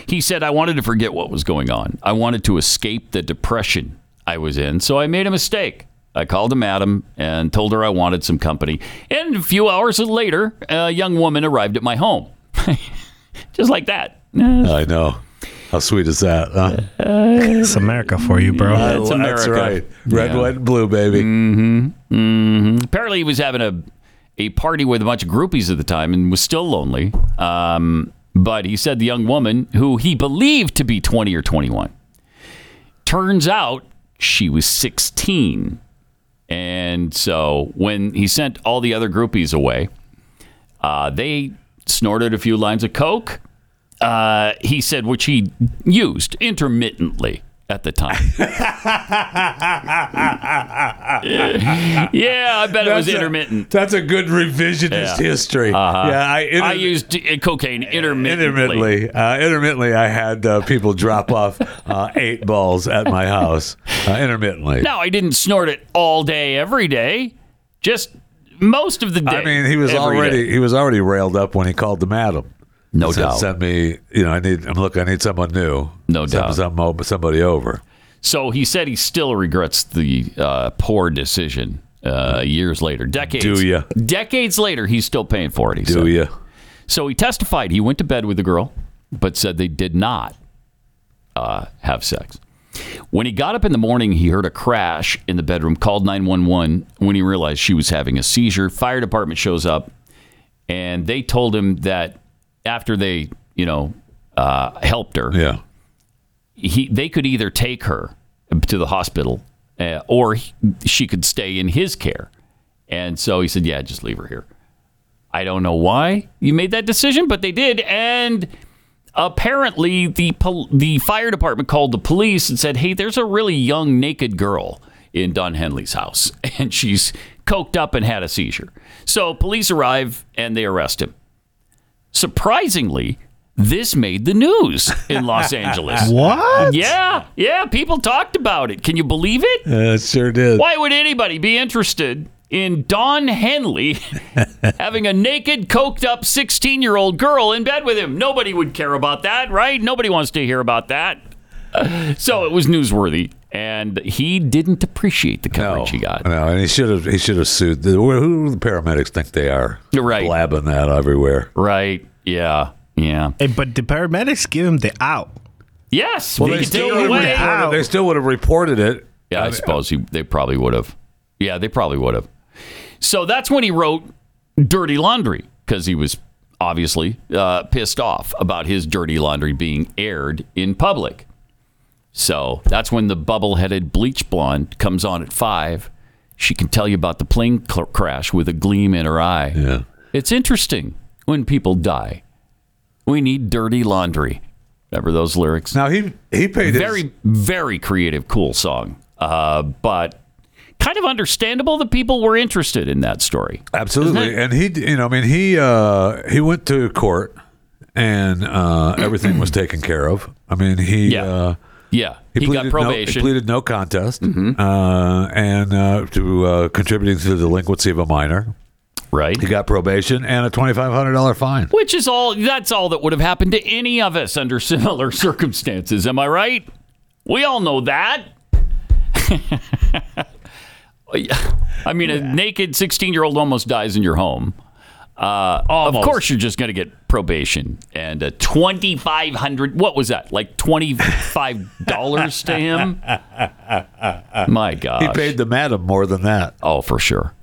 [SPEAKER 2] He said, I wanted to forget what was going on. I wanted to escape the depression I was in, so I made a mistake. I called a madam and told her I wanted some company. And a few hours later, a young woman arrived at my home. Just like that.
[SPEAKER 3] uh, I know. How sweet is that? Huh? Oh,
[SPEAKER 5] It's America for you, bro.
[SPEAKER 2] Uh, Yeah, it's
[SPEAKER 3] That's
[SPEAKER 2] America.
[SPEAKER 3] right. Red,
[SPEAKER 2] Yeah.
[SPEAKER 3] white, and blue, baby.
[SPEAKER 2] hmm Apparently, he was having a a party with a bunch of groupies at the time and was still lonely. Um, but he said the young woman, who he believed to be 20 or 21, turns out she was 16. And so when he sent all the other groupies away, uh, they snorted a few lines of coke. Uh, he said, which he used intermittently at the time. yeah, I bet it was
[SPEAKER 3] That's a-
[SPEAKER 2] intermittent.
[SPEAKER 3] That's a good revisionist
[SPEAKER 2] Yeah.
[SPEAKER 3] history.
[SPEAKER 2] Uh-huh.
[SPEAKER 3] Yeah, I, inter-
[SPEAKER 2] I used uh, cocaine intermittently.
[SPEAKER 3] intermittently. Uh, intermittently, I had uh, people drop off uh, eight balls at my house. Uh, intermittently.
[SPEAKER 2] No, I didn't snort it all day, every day. Just most of the day.
[SPEAKER 3] I mean, he was
[SPEAKER 2] every
[SPEAKER 3] already
[SPEAKER 2] day.
[SPEAKER 3] he was already railed up when he called the madam.
[SPEAKER 2] No
[SPEAKER 3] He said,
[SPEAKER 2] doubt.
[SPEAKER 3] Send me, you know, I need. I'm look. I need someone new.
[SPEAKER 2] No
[SPEAKER 3] Send
[SPEAKER 2] doubt.
[SPEAKER 3] some o- somebody over.
[SPEAKER 2] So he said he still regrets the uh, poor decision uh, years later, decades.
[SPEAKER 3] Do ya?
[SPEAKER 2] Decades later, he's still paying for it. He
[SPEAKER 3] Do
[SPEAKER 2] said.
[SPEAKER 3] you?
[SPEAKER 2] So he testified he went to bed with the girl, but said they did not uh, have sex. When he got up in the morning, he heard a crash in the bedroom, called 911 when he realized she was having a seizure. Fire department shows up, and they told him that after they, you know, uh, helped her,
[SPEAKER 3] Yeah.
[SPEAKER 2] he, they could either take her to the hospital uh, or he- she could stay in his care. And so he said, Yeah, just leave her here. I don't know why you made that decision, but they did. And apparently, the, pol- the fire department called the police and said, Hey, there's a really young naked girl in Don Henley's house, and she's coked up and had a seizure. So police arrive and they arrest him. Surprisingly, this made the news in Los Angeles.
[SPEAKER 5] What?
[SPEAKER 2] Yeah, yeah, people talked about it. Can you believe it?
[SPEAKER 3] Uh, sure did.
[SPEAKER 2] Why would anybody be interested in Don Henley having a naked, coked up 16 year old girl in bed with him? Nobody would care about that, right? Nobody wants to hear about that. So it was newsworthy, and he didn't appreciate the
[SPEAKER 3] No,
[SPEAKER 2] coverage he got.
[SPEAKER 3] no, and he should have. He should have sued. The, who do the paramedics think they are?
[SPEAKER 2] Right.
[SPEAKER 3] blabbing that everywhere.
[SPEAKER 2] Right? Yeah, yeah.
[SPEAKER 5] Hey, but the paramedics give him the out.
[SPEAKER 2] Yes, we could take it
[SPEAKER 3] would've
[SPEAKER 2] away.
[SPEAKER 3] reported, they still would have reported it. uh,
[SPEAKER 2] Yeah, I suppose he, they probably would have. Yeah, they probably would have. So that's when he wrote Dirty Laundry because he was obviously uh, pissed off about his dirty laundry being aired in public. So that's when the bubble headed bleach blonde comes on at five. She can tell you about the plane cl- crash with a gleam in her eye.
[SPEAKER 3] Yeah.
[SPEAKER 2] It's interesting when people die. We need dirty laundry. Remember those lyrics?
[SPEAKER 3] Now he he paid his-
[SPEAKER 2] very very creative, cool song, uh, but kind of understandable that people were interested in that story.
[SPEAKER 3] Absolutely, and he, you know, I mean, he uh, he went to court, and uh, everything was taken care of. I mean, he
[SPEAKER 2] Yeah.
[SPEAKER 3] uh,
[SPEAKER 2] Yeah, he, got
[SPEAKER 3] pleaded no-
[SPEAKER 2] probation. Mm-hmm.
[SPEAKER 3] he pleaded no contest, uh, and uh, to uh, contributing to the delinquency of a minor.
[SPEAKER 2] Right,
[SPEAKER 3] he got probation and a twenty five hundred dollar fine.
[SPEAKER 2] Which is all that's all that would have happened to any of us under similar circumstances. Am I right? We all know that. I mean, a naked 16 year old almost dies in your home. Uh, of course, you're just going to get probation and a 2500 What was that? Like $25 to him? My God.
[SPEAKER 3] He paid the madam more than that.
[SPEAKER 2] Oh, for sure.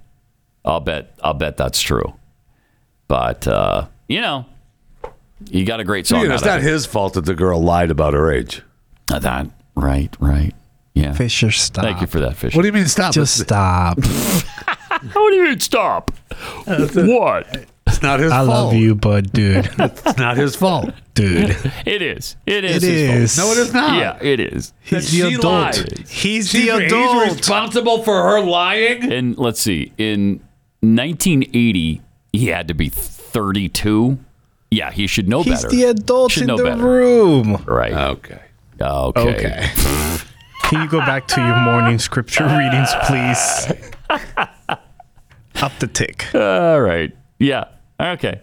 [SPEAKER 2] I'll bet. I'll bet that's true. But uh, you know, you got a great song.
[SPEAKER 3] You know, it's
[SPEAKER 2] out of
[SPEAKER 3] not
[SPEAKER 2] it.
[SPEAKER 3] his fault that the girl lied about her age.
[SPEAKER 2] Uh, That right, right. Yeah.
[SPEAKER 5] Fisher, stop.
[SPEAKER 2] Thank you for that, Fisher.
[SPEAKER 3] What do you mean stop?
[SPEAKER 5] Just stop.
[SPEAKER 2] How do you mean stop? what?
[SPEAKER 3] It's not his
[SPEAKER 5] I
[SPEAKER 3] fault.
[SPEAKER 5] love you, but dude,
[SPEAKER 3] It's not his fault.
[SPEAKER 5] dude,
[SPEAKER 2] It is. It is.
[SPEAKER 5] It
[SPEAKER 2] his fault.
[SPEAKER 3] No, it is not.
[SPEAKER 2] Yeah, it is.
[SPEAKER 5] he's
[SPEAKER 3] She
[SPEAKER 5] the adult.
[SPEAKER 2] lied.
[SPEAKER 5] He's
[SPEAKER 3] She's
[SPEAKER 5] the
[SPEAKER 3] re- he's
[SPEAKER 5] adult.
[SPEAKER 3] responsible for her lying.
[SPEAKER 2] And let's see. In 1980, he had to be 32. Yeah, he should know
[SPEAKER 5] He's
[SPEAKER 2] better.
[SPEAKER 5] the adult
[SPEAKER 2] Should
[SPEAKER 5] in
[SPEAKER 2] know
[SPEAKER 5] the
[SPEAKER 2] better.
[SPEAKER 5] room.
[SPEAKER 2] Right.
[SPEAKER 3] Okay.
[SPEAKER 2] Okay.
[SPEAKER 5] Okay. Can you go back to your morning scripture readings, please? Up the tick.
[SPEAKER 2] All right. Yeah. Okay.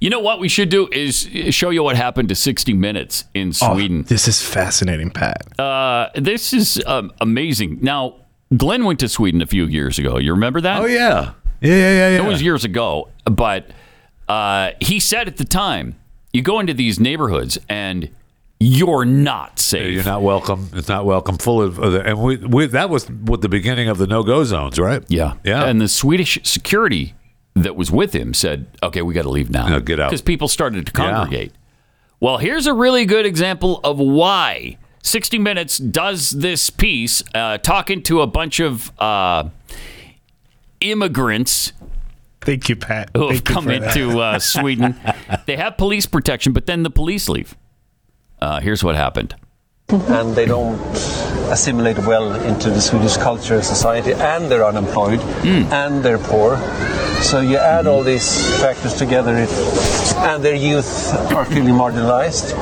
[SPEAKER 2] You know what we should do is show you what happened to 60 Minutes in
[SPEAKER 5] Oh,
[SPEAKER 2] Sweden.
[SPEAKER 5] this is fascinating, Pat.
[SPEAKER 2] Uh, this is um, amazing. Now, Glenn went to Sweden a few years ago. You remember that?
[SPEAKER 3] Oh yeah. Yeah, yeah, yeah, yeah.
[SPEAKER 2] It was years ago, but uh, he said at the time, you go into these neighborhoods and you're not safe.
[SPEAKER 3] You're not welcome. It's not welcome. Full of of the- and we, we that was with the beginning of the no go zones, right?
[SPEAKER 2] Yeah.
[SPEAKER 3] Yeah.
[SPEAKER 2] And the Swedish security that was with him said, okay, we got to leave now.
[SPEAKER 3] No, get out.
[SPEAKER 2] Because people started to congregate. Well, here's a really good example of why 60 Minutes does this piece, uh, talking to a bunch of uh, immigrants
[SPEAKER 5] Thank you, Pat.
[SPEAKER 2] who have
[SPEAKER 5] Thank you
[SPEAKER 2] come
[SPEAKER 5] for that.
[SPEAKER 2] into uh, Sweden. they have police protection, but then the police leave. Uh, here's what happened.
[SPEAKER 19] and they don't assimilate well into the Swedish culture and society, and they're unemployed
[SPEAKER 3] Hmm.
[SPEAKER 19] and they're poor. So you add all these factors together, it, and their youth are feeling marginalized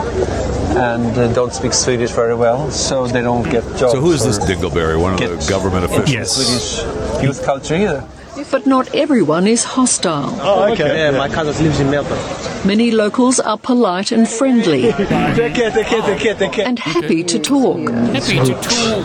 [SPEAKER 19] and uh, don't speak Swedish very well, so they don't get jobs.
[SPEAKER 3] So who is this
[SPEAKER 19] or
[SPEAKER 3] Dingleberry? One of the
[SPEAKER 19] Get-
[SPEAKER 3] government
[SPEAKER 19] into the
[SPEAKER 3] officials.
[SPEAKER 19] Swedish youth culture either.
[SPEAKER 20] But not everyone is hostile.
[SPEAKER 19] Oh, okay. Yeah, my cousin lives in Melbourne.
[SPEAKER 20] Many locals are polite and friendly
[SPEAKER 19] Take care, take care, take care, take care.
[SPEAKER 20] and happy to talk.
[SPEAKER 2] Happy to talk.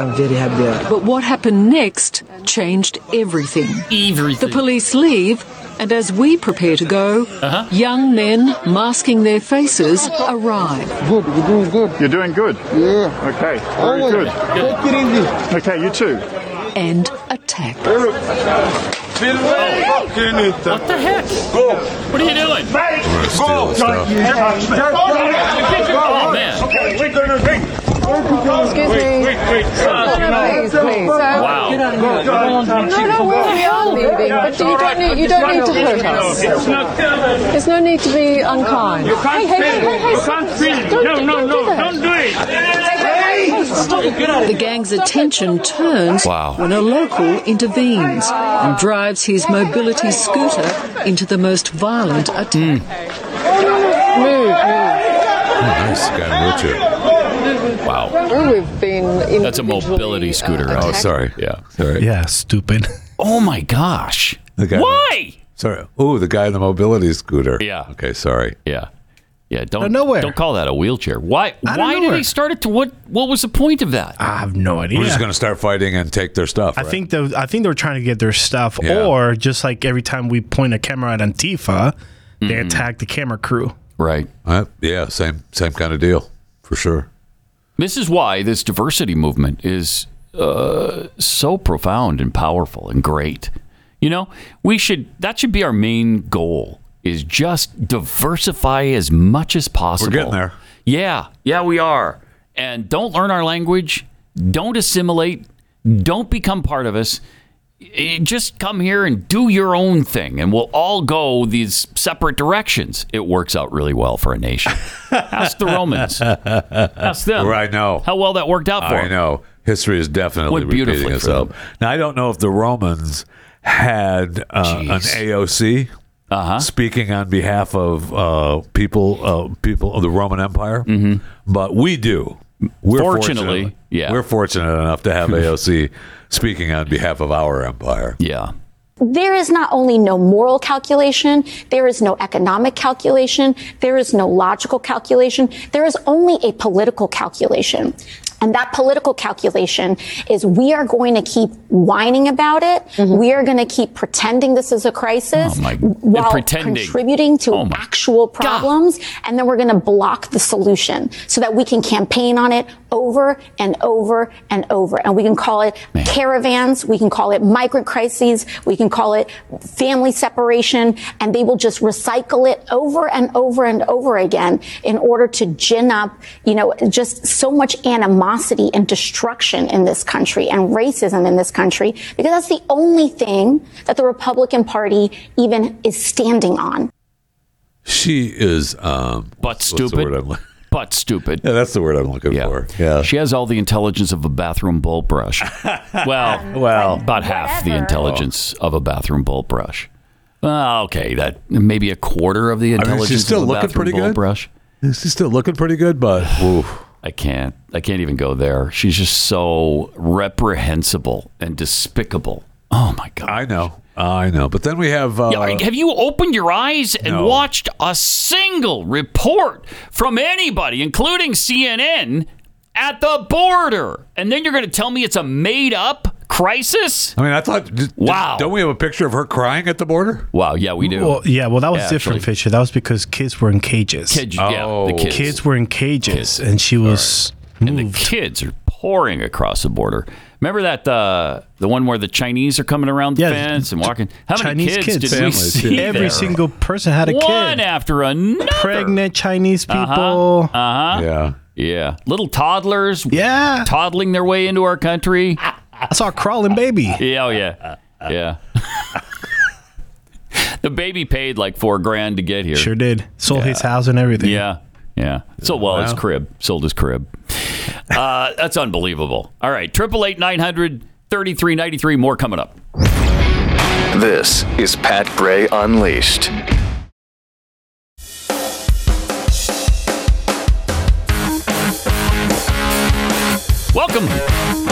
[SPEAKER 19] I'm very happy.
[SPEAKER 20] But what happened next changed everything. The
[SPEAKER 2] Everything.
[SPEAKER 20] police leave, and as we prepare to go,
[SPEAKER 21] Uh-huh.
[SPEAKER 20] young men masking their faces arrive.
[SPEAKER 22] Good, we're doing good.
[SPEAKER 21] You're doing good.
[SPEAKER 22] Yeah.
[SPEAKER 21] Okay, very
[SPEAKER 22] Always.
[SPEAKER 21] good.
[SPEAKER 22] Take it easy.
[SPEAKER 21] Okay, you too.
[SPEAKER 20] and attack.
[SPEAKER 2] What the heck? What are you doing?
[SPEAKER 3] Go.
[SPEAKER 2] Oh, man.
[SPEAKER 21] Okay, we're gonna drink. Excuse me. Wait, wait,
[SPEAKER 23] Please, please.
[SPEAKER 2] Wow.
[SPEAKER 23] No, no, we're, we are leaving, but you don't need, you don't need to hurt us. There's no need to be unkind.
[SPEAKER 21] You can't
[SPEAKER 23] Hey, hey, hey,
[SPEAKER 21] film.
[SPEAKER 23] hey, hey,
[SPEAKER 21] You
[SPEAKER 23] stop,
[SPEAKER 21] can't film.
[SPEAKER 23] don't-
[SPEAKER 21] No, no,
[SPEAKER 23] don't do
[SPEAKER 21] no,
[SPEAKER 23] that.
[SPEAKER 21] don't do it.
[SPEAKER 23] Hey, stop it.
[SPEAKER 20] The gang's attention turns when a local intervenes and drives his mobility scooter into the most violent attack.
[SPEAKER 23] Oh,
[SPEAKER 3] Nice guy in a wheelchair.
[SPEAKER 2] Wow.
[SPEAKER 23] Well, Oh, We've been
[SPEAKER 2] That's a
[SPEAKER 23] individually,
[SPEAKER 2] mobility scooter.
[SPEAKER 23] Uh,
[SPEAKER 2] Oh,
[SPEAKER 3] Oh,
[SPEAKER 23] attacked.
[SPEAKER 3] sorry.
[SPEAKER 2] Yeah.
[SPEAKER 3] Sorry.
[SPEAKER 5] Yeah, stupid.
[SPEAKER 2] Oh my gosh.
[SPEAKER 3] The guy.
[SPEAKER 2] Why?
[SPEAKER 3] Sorry. Oh, the guy in the mobility scooter.
[SPEAKER 2] Yeah.
[SPEAKER 3] Okay. Sorry.
[SPEAKER 2] Yeah. Yeah. Don't
[SPEAKER 5] Out of nowhere.
[SPEAKER 2] don't call that a wheelchair. Why
[SPEAKER 5] Out of
[SPEAKER 2] why did
[SPEAKER 5] nowhere.
[SPEAKER 2] they start it to what what was the point of that?
[SPEAKER 5] I have no idea.
[SPEAKER 3] We're just going to start fighting and take their stuff.
[SPEAKER 5] I
[SPEAKER 3] right?
[SPEAKER 5] think the I think they were trying to get their stuff,
[SPEAKER 3] Yeah.
[SPEAKER 5] or just like every time we point a camera at Antifa, they
[SPEAKER 2] Mm-hmm.
[SPEAKER 5] attack the camera crew.
[SPEAKER 2] Right.
[SPEAKER 3] Uh, yeah. Same. Same kind of deal for sure.
[SPEAKER 2] This is why this diversity movement is uh, so profound and powerful and great. You know, we should that should be our main goal is just diversify as much as possible.
[SPEAKER 3] getting there.
[SPEAKER 2] Yeah, yeah, we are. And don't learn our language. Don't assimilate. Don't become part of us. Eh, Just come here and do your own thing, and we'll all go these separate directions. It works out really well for a nation. Ask the Romans. Ask them.
[SPEAKER 3] Right now.
[SPEAKER 2] How well that worked out for
[SPEAKER 3] I
[SPEAKER 2] them.
[SPEAKER 3] know history is definitely
[SPEAKER 2] Went beautifully
[SPEAKER 3] repeating
[SPEAKER 2] for
[SPEAKER 3] itself. Now I don't know if the Romans had uh, an AOC speaking on behalf of uh, people, uh, people of the Roman Empire, but we do. We're
[SPEAKER 2] Fortunately,
[SPEAKER 3] fortunate-
[SPEAKER 2] yeah.
[SPEAKER 3] we're fortunate enough to have AOC speaking on behalf of our empire.
[SPEAKER 2] Yeah,
[SPEAKER 7] There is not only no moral calculation, there is no economic calculation, there is no logical calculation, there is only a political calculation. And that political calculation is we are going to keep whining about it. We are going to keep pretending this is a crisis
[SPEAKER 2] Mm-hmm. Oh, my-
[SPEAKER 7] while
[SPEAKER 2] pretending.
[SPEAKER 7] contributing to
[SPEAKER 2] Oh, my
[SPEAKER 7] actual problems. And then we're going to block the solution so that we can campaign on it over and over and over. And we can call it caravans. We can call it migrant crises. We can call it family separation. And they will just recycle it over and over and over again in order to gin up, you know, just so much animosity and destruction in this country and racism in this country because that's the only thing that the Republican Party even is standing on.
[SPEAKER 3] She is, um,
[SPEAKER 2] but
[SPEAKER 3] What's the
[SPEAKER 2] stupid.
[SPEAKER 3] word I'm, li-
[SPEAKER 2] but stupid.
[SPEAKER 3] yeah, that's the word I'm looking for. Yeah,
[SPEAKER 2] She has all the intelligence of a bathroom bowl brush. well, well, about half the intelligence of a bathroom bowl brush. Ah, okay, that maybe a quarter of the
[SPEAKER 3] I mean, she's
[SPEAKER 2] intelligence.
[SPEAKER 3] still
[SPEAKER 2] of a
[SPEAKER 3] looking
[SPEAKER 2] bathroom
[SPEAKER 3] pretty
[SPEAKER 2] bowl
[SPEAKER 3] good.
[SPEAKER 2] Brush.
[SPEAKER 3] she's still looking pretty good, but
[SPEAKER 2] I can't. I can't even go there. She's just so reprehensible and despicable. Oh my god!
[SPEAKER 3] I know, I know. But then we have. Uh,
[SPEAKER 2] Yeah, have you opened your eyes and
[SPEAKER 3] No.
[SPEAKER 2] watched a single report from anybody, including CNN, at the border? And then you're going to tell me it's a made up crisis?
[SPEAKER 3] I mean, I thought. Wow. Don't we have a picture of her crying at the border?
[SPEAKER 2] Wow. Yeah, we do.
[SPEAKER 5] Well, yeah, well, that was different,
[SPEAKER 2] actually.
[SPEAKER 5] Fisher. That was because kids were in cages.
[SPEAKER 2] Kids- yeah, the Oh. kids.
[SPEAKER 5] were in cages, and she was.
[SPEAKER 2] And the kids are pouring across the border. Remember that uh, the one where the Chinese are coming around the fence and walking? How many
[SPEAKER 5] Chinese
[SPEAKER 2] kids,
[SPEAKER 5] kids,
[SPEAKER 2] did we see?
[SPEAKER 5] every
[SPEAKER 2] there?
[SPEAKER 5] single person had a
[SPEAKER 2] one
[SPEAKER 5] kid.
[SPEAKER 2] after another.
[SPEAKER 5] Pregnant Chinese people.
[SPEAKER 2] Uh huh.
[SPEAKER 3] Yeah.
[SPEAKER 2] Yeah. Little toddlers.
[SPEAKER 5] Yeah.
[SPEAKER 2] Toddling their way into our country. I
[SPEAKER 5] saw a crawling baby.
[SPEAKER 2] Yeah. Oh yeah. Yeah. the baby paid like four grand to get here.
[SPEAKER 5] Sure did. Sold his house and everything.
[SPEAKER 2] Yeah. Yeah. So well, his
[SPEAKER 5] Wow.
[SPEAKER 2] crib sold his crib. Uh, that's unbelievable. All right. Triple eight nine hundred thirty three ninety three. More coming up.
[SPEAKER 18] This is Pat Gray Unleashed.
[SPEAKER 2] Welcome.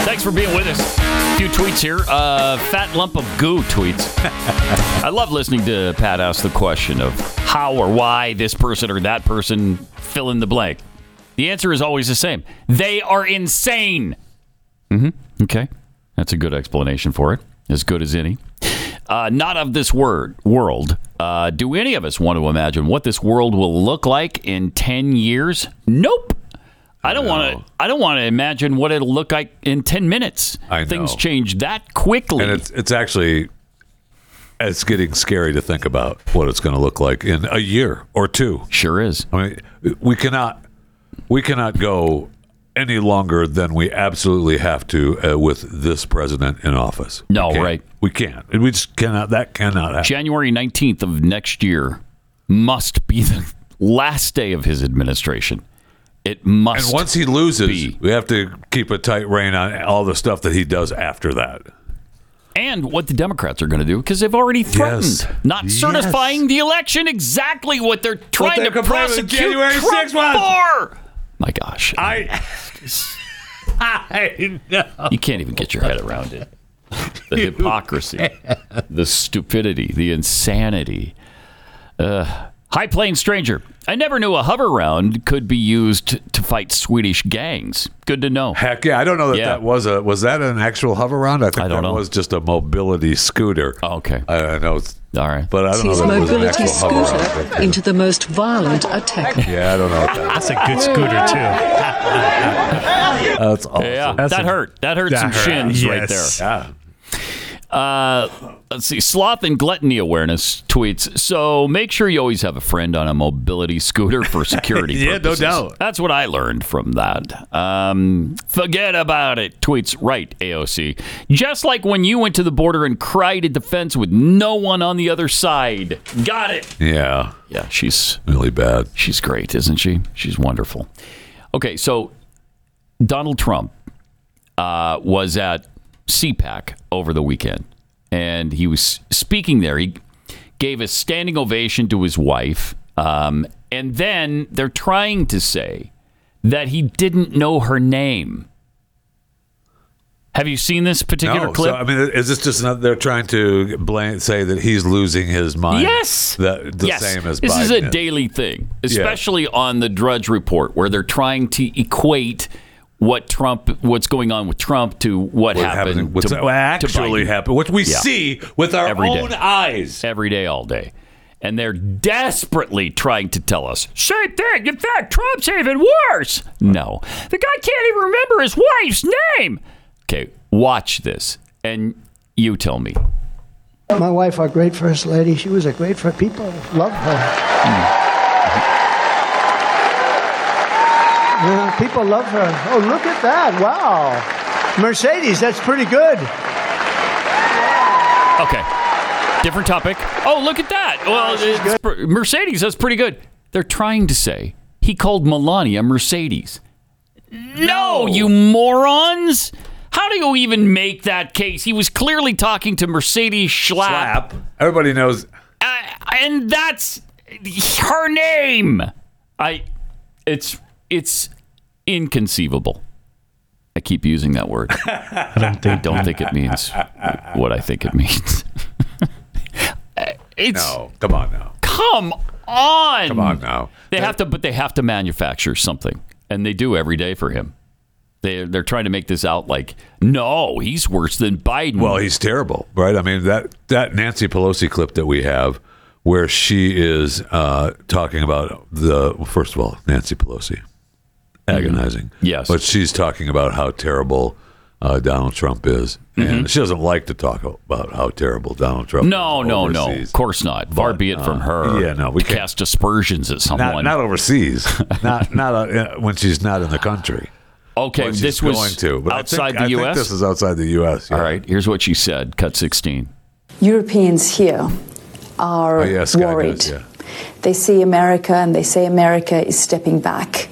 [SPEAKER 2] Thanks for being with us. A few tweets here. Uh, fat lump of goo tweets. I love listening to Pat ask the question of how or why this person or that person fill in the blank. The answer is always the same. They are insane. Mm-hmm. Okay. That's a good explanation for it. As good as any. Uh, not of this word world. Uh, do any of us want to imagine what this world will look like in ten years? Nope. I don't want to. I don't want to imagine what it'll look like in ten minutes.
[SPEAKER 3] I
[SPEAKER 2] Things
[SPEAKER 3] know.
[SPEAKER 2] change that quickly.
[SPEAKER 3] And it's it's actually it's getting scary to think about what it's going to look like in a year or two.
[SPEAKER 2] Sure is.
[SPEAKER 3] I mean, we cannot we cannot go any longer than we absolutely have to uh, with this president in office.
[SPEAKER 2] No,
[SPEAKER 3] We can't.
[SPEAKER 2] right.
[SPEAKER 3] We can't. We just cannot. That cannot happen.
[SPEAKER 2] January 19th of next year must be the last day of his administration. It must.
[SPEAKER 3] And once he loses, we have to keep a tight rein on all the stuff that he does after that.
[SPEAKER 2] And what the Democrats are going to do, because they've already threatened
[SPEAKER 3] Yes.
[SPEAKER 2] not
[SPEAKER 3] Yes.
[SPEAKER 2] certifying the election, exactly what they're trying
[SPEAKER 3] they
[SPEAKER 2] to
[SPEAKER 3] complained about the
[SPEAKER 2] prosecute
[SPEAKER 3] January
[SPEAKER 2] Trump
[SPEAKER 3] 6th one.
[SPEAKER 2] for. My gosh.
[SPEAKER 3] I. I know.
[SPEAKER 2] You can't even get your head around it. The hypocrisy, the stupidity, the insanity. Ugh. High Plains Stranger. I never knew a hover round could be used to fight Swedish gangs. Good to know.
[SPEAKER 3] Heck yeah! I don't know that that was a was that an actual hover round? I think that was just a mobility scooter.
[SPEAKER 2] Oh, okay,
[SPEAKER 3] I, I know. It's,
[SPEAKER 2] All right,
[SPEAKER 3] but I don't know
[SPEAKER 20] his
[SPEAKER 3] that it was an
[SPEAKER 20] mobility
[SPEAKER 3] actual hover round.
[SPEAKER 20] scooter into the most violent attack.
[SPEAKER 3] Yeah, I don't know. What that
[SPEAKER 5] That's a good scooter too.
[SPEAKER 3] That's awesome.
[SPEAKER 2] Yeah, that hurt. That hurt some shins right there. Uh, let's see. Sloth and gluttony awareness tweets. So make sure you always have a friend on a mobility scooter for security.
[SPEAKER 6] Yeah, no
[SPEAKER 2] purposes.
[SPEAKER 6] doubt.
[SPEAKER 2] That's what I learned from that. Um, forget about it. Tweets right. AOC. Just like when you went to the border and cried at the fence with no one on the other side. Got it.
[SPEAKER 3] Yeah.
[SPEAKER 2] Yeah, she's
[SPEAKER 3] really bad.
[SPEAKER 2] She's great, isn't she? She's wonderful. Okay, so Donald Trump uh, was at CPAC over the weekend, and he was speaking there. He gave a standing ovation to his wife, um, and then they're trying to say that he didn't know her name. Have you seen this particular
[SPEAKER 3] No,
[SPEAKER 2] clip?
[SPEAKER 3] So, I mean, is this just not, they're trying to blame, say that he's losing his mind?
[SPEAKER 2] Yes.
[SPEAKER 3] That, the
[SPEAKER 2] yes.
[SPEAKER 3] same as
[SPEAKER 2] this
[SPEAKER 3] Biden
[SPEAKER 2] is a daily thing, especially on the Drudge Report, where they're trying to equate what Trump, what's going on with Trump, to what,
[SPEAKER 3] What
[SPEAKER 2] happened,
[SPEAKER 3] happened- what's
[SPEAKER 2] to,
[SPEAKER 3] that- what actually
[SPEAKER 2] to Biden.
[SPEAKER 3] happened, what we see with our
[SPEAKER 2] Every
[SPEAKER 3] own eyes
[SPEAKER 2] every day, all day, and they're desperately trying to tell us. Same thing. In fact, Trump's even worse. No, the guy can't even remember his wife's name. Okay, watch this, and you tell me.
[SPEAKER 4] My wife, our great first lady, she was a great first. People loved her.
[SPEAKER 2] Hmm.
[SPEAKER 4] You know, people love her. Oh, look at that! Wow, Mercedes, that's pretty good.
[SPEAKER 2] Okay. Different topic. Oh, look at that. Well, it's pr- Mercedes, that's pretty good. They're trying to say he called Melania Mercedes. No, you morons. How do you even make that case? He was clearly talking to Mercedes Schlapp. Uh,
[SPEAKER 3] Slap. Everybody knows.
[SPEAKER 2] And that's her name. I it's it's inconceivable. I keep using that word. I don't think, it means what I think it means. it's
[SPEAKER 3] no. Come on now.
[SPEAKER 2] Come on.
[SPEAKER 3] Come on now.
[SPEAKER 2] They have to, but they have to manufacture something, and they do every day for him. They they're trying to make this out like no, he's worse than Biden.
[SPEAKER 3] Well, he's terrible, right? I mean that that Nancy Pelosi clip that we have, where she is uh, talking about the well, first of all Nancy Pelosi, agonizing.
[SPEAKER 2] Mm-hmm. Yes,
[SPEAKER 3] but she's talking about how terrible uh, Donald Trump is, and she doesn't like to talk about how terrible Donald Trump.
[SPEAKER 2] Mm-hmm. No,
[SPEAKER 3] is
[SPEAKER 2] no, no.
[SPEAKER 3] overseas.
[SPEAKER 2] Of course not. Far be it from
[SPEAKER 3] uh,
[SPEAKER 2] her.
[SPEAKER 3] yeah, no, we
[SPEAKER 2] to cast aspersions at someone.
[SPEAKER 3] Not, not overseas. not not uh, when she's not in the country.
[SPEAKER 2] okay,
[SPEAKER 3] When she's
[SPEAKER 2] this was
[SPEAKER 3] going to, but I think-
[SPEAKER 2] outside
[SPEAKER 3] I
[SPEAKER 2] the
[SPEAKER 3] think
[SPEAKER 2] U.S.
[SPEAKER 3] this is outside the U.S.
[SPEAKER 2] All right, here's what she said. Cut sixteen.
[SPEAKER 8] Europeans here are
[SPEAKER 3] Oh, yeah, Sky
[SPEAKER 8] worried.
[SPEAKER 3] does, yeah.
[SPEAKER 8] They see America and they say America is stepping back.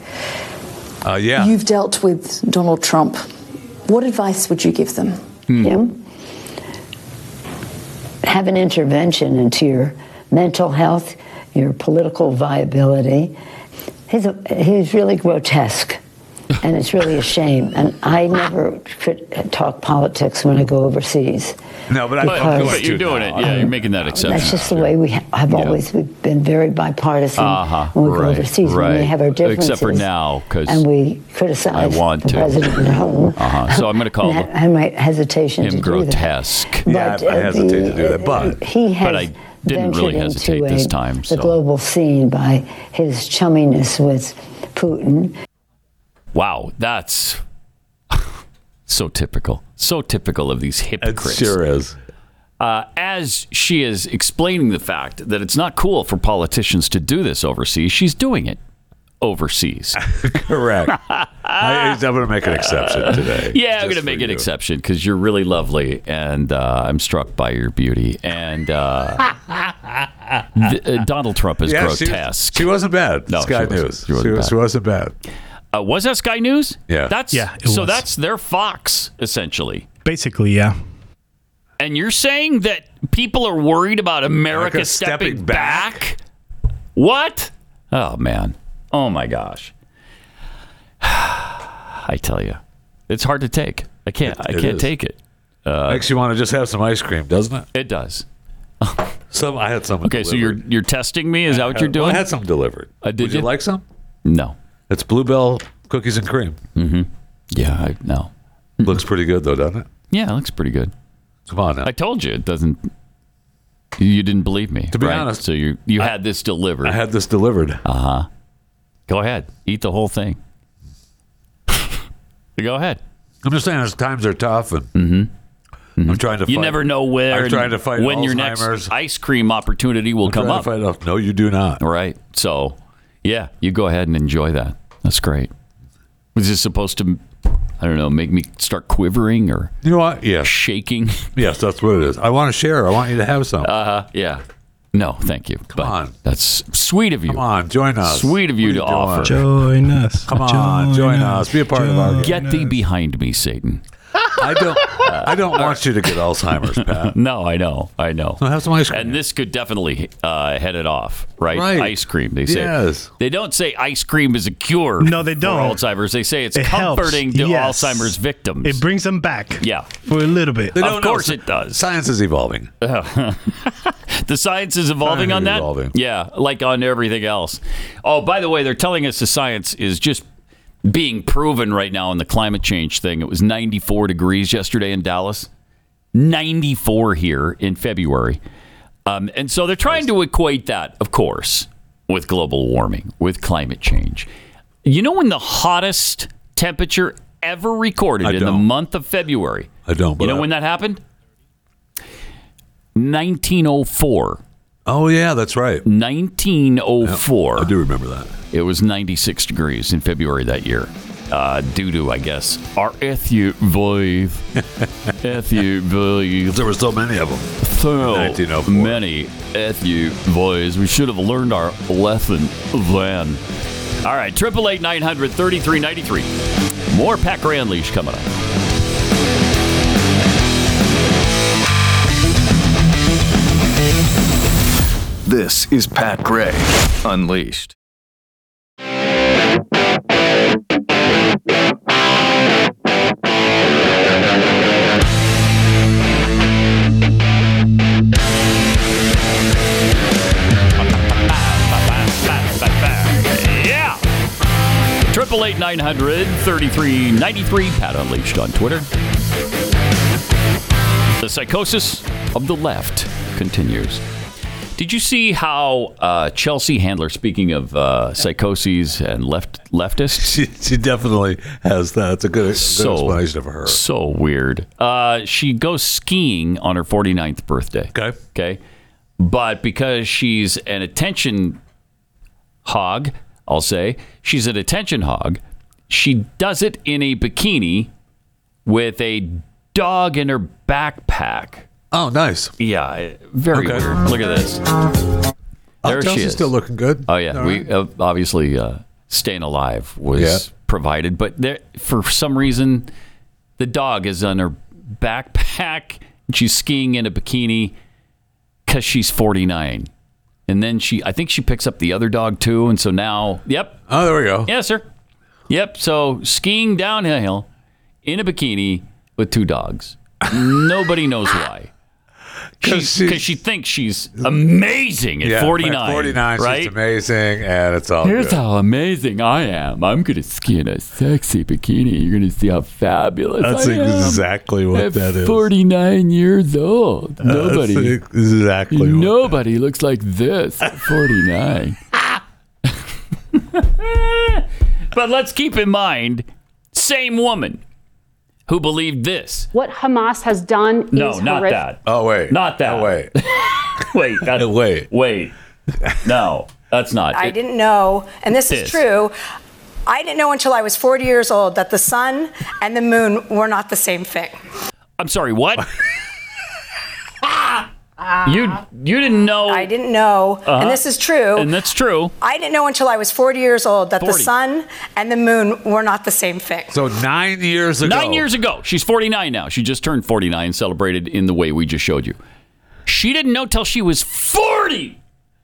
[SPEAKER 3] Uh, yeah.
[SPEAKER 8] You've dealt with Donald Trump. What advice would you give them?
[SPEAKER 2] Hmm.
[SPEAKER 11] him. Have an intervention into your mental health, your political viability. He's, a, he's really grotesque, and it's really a shame. And I never could talk politics when I go overseas.
[SPEAKER 3] No, but I
[SPEAKER 2] but,
[SPEAKER 11] Because-
[SPEAKER 2] but you're doing it. Yeah, you're making that exception.
[SPEAKER 11] That's just the way we ha- have always we've been very bipartisan
[SPEAKER 2] Uh-huh,
[SPEAKER 11] when we go
[SPEAKER 2] right,
[SPEAKER 11] overseas. When
[SPEAKER 2] right.
[SPEAKER 11] we have our
[SPEAKER 2] Except for
[SPEAKER 11] differences,
[SPEAKER 2] now, 'cause
[SPEAKER 11] and we
[SPEAKER 2] I
[SPEAKER 11] criticize
[SPEAKER 2] want
[SPEAKER 11] the
[SPEAKER 2] to.
[SPEAKER 11] president at home.
[SPEAKER 2] Uh-huh. So I'm gonna call
[SPEAKER 11] and I, I might hesitation to
[SPEAKER 2] him
[SPEAKER 11] do that.
[SPEAKER 2] grotesque.
[SPEAKER 11] Yeah, But, I- I uh, hesitate the- to do that,
[SPEAKER 3] but
[SPEAKER 11] he has
[SPEAKER 2] but I didn't
[SPEAKER 11] ventured
[SPEAKER 2] really hesitate
[SPEAKER 11] into
[SPEAKER 2] this
[SPEAKER 11] a-
[SPEAKER 2] time.
[SPEAKER 11] the
[SPEAKER 2] So
[SPEAKER 11] global scene by his chumminess with Putin.
[SPEAKER 2] wow, that's so typical, so typical of these hypocrites.
[SPEAKER 3] sure is.
[SPEAKER 2] Uh, as she is explaining the fact that it's not cool for politicians to do this overseas, she's doing it overseas.
[SPEAKER 3] Correct. I, I'm going to make an exception today.
[SPEAKER 2] Yeah, I'm going to make an exception because you're really lovely, and uh, I'm struck by your beauty. And uh, th- uh, Donald Trump is
[SPEAKER 3] Yeah, she was-
[SPEAKER 2] grotesque.
[SPEAKER 3] She wasn't bad.
[SPEAKER 2] No,
[SPEAKER 3] Sky
[SPEAKER 2] she wasn't.
[SPEAKER 3] News.
[SPEAKER 2] She wasn't
[SPEAKER 3] was-
[SPEAKER 2] bad.
[SPEAKER 3] she wasn't bad.
[SPEAKER 2] Uh, was that Sky News?
[SPEAKER 3] Yeah.
[SPEAKER 2] That's
[SPEAKER 3] Yeah, it
[SPEAKER 2] so
[SPEAKER 3] was.
[SPEAKER 2] that's their Fox essentially.
[SPEAKER 5] Basically, yeah.
[SPEAKER 2] And you're saying that people are worried about America,
[SPEAKER 5] America
[SPEAKER 2] stepping,
[SPEAKER 5] stepping
[SPEAKER 2] back? What? Oh man. Oh my gosh. I tell you, it's hard to take. I can't. I
[SPEAKER 3] it
[SPEAKER 2] can't
[SPEAKER 3] is.
[SPEAKER 2] take it. Uh,
[SPEAKER 3] Makes you want to just have some ice cream, doesn't it?
[SPEAKER 2] It does.
[SPEAKER 3] Some I had some.
[SPEAKER 2] Okay, so you're you're testing me. Is that what you're doing?
[SPEAKER 3] I had some delivered.
[SPEAKER 2] Uh, did
[SPEAKER 3] Would you
[SPEAKER 2] you?
[SPEAKER 3] like some?
[SPEAKER 2] No.
[SPEAKER 3] It's bluebell cookies and cream.
[SPEAKER 2] Mm-hmm. Yeah, I know.
[SPEAKER 3] Looks pretty good though, doesn't it?
[SPEAKER 2] Yeah, it looks pretty good.
[SPEAKER 3] Come on now.
[SPEAKER 2] I told you it doesn't. You didn't believe me.
[SPEAKER 3] To be
[SPEAKER 2] right?
[SPEAKER 3] honest,
[SPEAKER 2] so you you had this delivered.
[SPEAKER 3] I had this delivered.
[SPEAKER 2] Uh huh. Go ahead, eat the whole thing. Go ahead. Mm-hmm.
[SPEAKER 3] I'm just saying, as times are tough, and I'm trying to.
[SPEAKER 2] You
[SPEAKER 3] fight-
[SPEAKER 2] never know where
[SPEAKER 3] I'm
[SPEAKER 2] and
[SPEAKER 3] trying to fight
[SPEAKER 2] when your next
[SPEAKER 3] Alzheimer's.
[SPEAKER 2] ice cream opportunity will
[SPEAKER 3] I'm
[SPEAKER 2] come
[SPEAKER 3] trying to
[SPEAKER 2] up.
[SPEAKER 3] fight off- No, you do not.
[SPEAKER 2] Right. So, yeah, you go ahead and enjoy that. That's great. Was this supposed to, I don't know, make me start quivering or
[SPEAKER 3] You know what? Yes.
[SPEAKER 2] shaking?
[SPEAKER 3] Yes, that's what it is. I want to share. I want you to have some.
[SPEAKER 2] Uh huh. Yeah. No, thank you. Come
[SPEAKER 3] on.
[SPEAKER 2] That's sweet of you. Come
[SPEAKER 3] on, join us.
[SPEAKER 2] Sweet of
[SPEAKER 3] What
[SPEAKER 2] you to
[SPEAKER 3] are you doing?
[SPEAKER 2] offer.
[SPEAKER 5] Join us.
[SPEAKER 3] Come on, join us. Be a part of our.
[SPEAKER 2] Get thee behind me, Satan.
[SPEAKER 3] I don't. I don't want you to get Alzheimer's, Pat.
[SPEAKER 2] No, I know, I know.
[SPEAKER 3] So have some ice cream.
[SPEAKER 2] And this could definitely uh, head it off, right?
[SPEAKER 3] Right.
[SPEAKER 2] Ice cream. They say.
[SPEAKER 3] Yes.
[SPEAKER 2] They don't say ice cream is a cure.
[SPEAKER 5] No, they don't.
[SPEAKER 2] For Alzheimer's, they say it's
[SPEAKER 5] It helps.
[SPEAKER 2] comforting to
[SPEAKER 5] Yes.
[SPEAKER 2] Alzheimer's victims.
[SPEAKER 5] It brings them back
[SPEAKER 2] yeah.
[SPEAKER 5] for a little bit.
[SPEAKER 3] They
[SPEAKER 2] Of
[SPEAKER 3] don't know.
[SPEAKER 2] course it does.
[SPEAKER 3] Science is evolving.
[SPEAKER 2] The science is evolving
[SPEAKER 3] Science
[SPEAKER 2] on
[SPEAKER 3] is
[SPEAKER 2] that.
[SPEAKER 3] evolving.
[SPEAKER 2] Yeah, like on everything else. Oh, by the way, they're telling us the science is just being proven right now on the climate change thing. It was 94 degrees yesterday in Dallas, 94 here in February. Um, and so they're trying to equate that, of course, with global warming, with climate change. You know when the hottest temperature ever recorded
[SPEAKER 3] I
[SPEAKER 2] in the
[SPEAKER 3] don't.
[SPEAKER 2] month of February?
[SPEAKER 3] I don't. But
[SPEAKER 2] You know
[SPEAKER 3] I-
[SPEAKER 2] when that happened? 1904.
[SPEAKER 3] Oh yeah, that's right.
[SPEAKER 2] 1904.
[SPEAKER 3] I do remember that.
[SPEAKER 2] It was 96 degrees in February that year. Uh, due to, I guess, our ethuvive, ethuvive,
[SPEAKER 3] There were so many of oh them.
[SPEAKER 2] so
[SPEAKER 3] 1904.
[SPEAKER 2] many ethuvives. We should have learned our lesson then. All right, triple eight nine hundred thirty three ninety three. More Pat Gray Unleashed coming up.
[SPEAKER 18] This is Pat Gray Unleashed.
[SPEAKER 2] Yeah. Triple eight nine hundred thirty three ninety three. Pat unleashed on Twitter. The psychosis of the left continues. Did you see how uh, Chelsea Handler, speaking of uh, psychoses and left leftists,
[SPEAKER 3] She, she definitely has that. It's a good, good
[SPEAKER 2] So-
[SPEAKER 3] explanation of her.
[SPEAKER 2] so weird. Uh, she goes skiing on her 49th birthday.
[SPEAKER 3] Okay.
[SPEAKER 2] Okay. But because she's an attention hog, I'll say, she's an attention hog, she does it in a bikini with a dog in her backpack.
[SPEAKER 3] Oh, nice.
[SPEAKER 2] Yeah, very
[SPEAKER 3] Okay.
[SPEAKER 2] weird. Look at this.
[SPEAKER 3] Oh,
[SPEAKER 2] There she
[SPEAKER 3] Chelsea's
[SPEAKER 2] is.
[SPEAKER 3] still looking good.
[SPEAKER 2] Oh yeah,
[SPEAKER 3] All
[SPEAKER 2] we
[SPEAKER 3] right.
[SPEAKER 2] uh, obviously uh, staying alive was
[SPEAKER 3] Yeah.
[SPEAKER 2] provided, but there for some reason the dog is on her backpack. And she's skiing in a bikini because she's 49, and then she I think she picks up the other dog too, and so now yep,
[SPEAKER 3] Oh, there we go.
[SPEAKER 2] yes sir, yep. So skiing downhill in a bikini with two dogs. Nobody knows why. Because
[SPEAKER 3] she's-
[SPEAKER 2] she thinks she's amazing at
[SPEAKER 3] Yeah,
[SPEAKER 2] 49.
[SPEAKER 3] 49.
[SPEAKER 2] right?
[SPEAKER 3] She's amazing, and it's all
[SPEAKER 6] Here's
[SPEAKER 3] good.
[SPEAKER 6] how amazing I am. I'm going to ski in a sexy bikini. You're going to see how fabulous
[SPEAKER 3] That's
[SPEAKER 6] I am.
[SPEAKER 3] exactly
[SPEAKER 6] At
[SPEAKER 3] what that is.
[SPEAKER 6] 49 years old. Nobody,
[SPEAKER 3] That's exactly. what-
[SPEAKER 6] nobody looks like this at 49.
[SPEAKER 2] But let's keep in mind, same woman who believed this.
[SPEAKER 9] What Hamas has done
[SPEAKER 2] No,
[SPEAKER 9] is
[SPEAKER 2] not
[SPEAKER 9] horrific.
[SPEAKER 2] that.
[SPEAKER 3] Oh wait.
[SPEAKER 2] Not that.
[SPEAKER 3] Oh wait.
[SPEAKER 2] Wait, that,
[SPEAKER 3] Wait.
[SPEAKER 2] wait. No, that's not.
[SPEAKER 12] I
[SPEAKER 2] it.
[SPEAKER 12] didn't know, and this
[SPEAKER 2] This.
[SPEAKER 12] is true. I didn't know until I was 40 years old that the sun and the moon were not the same thing.
[SPEAKER 2] I'm sorry. What? you you didn't know, uh-huh.
[SPEAKER 12] I didn't know, and this is true.
[SPEAKER 2] and that's true.
[SPEAKER 12] I didn't know until I was 40 years old that
[SPEAKER 2] 40.
[SPEAKER 12] the sun and the moon were not the same thing.
[SPEAKER 3] So nine years ago.
[SPEAKER 2] Nine years ago, she's 49 now. She just turned 49, celebrated in the way we just showed you. She didn't know till she was 40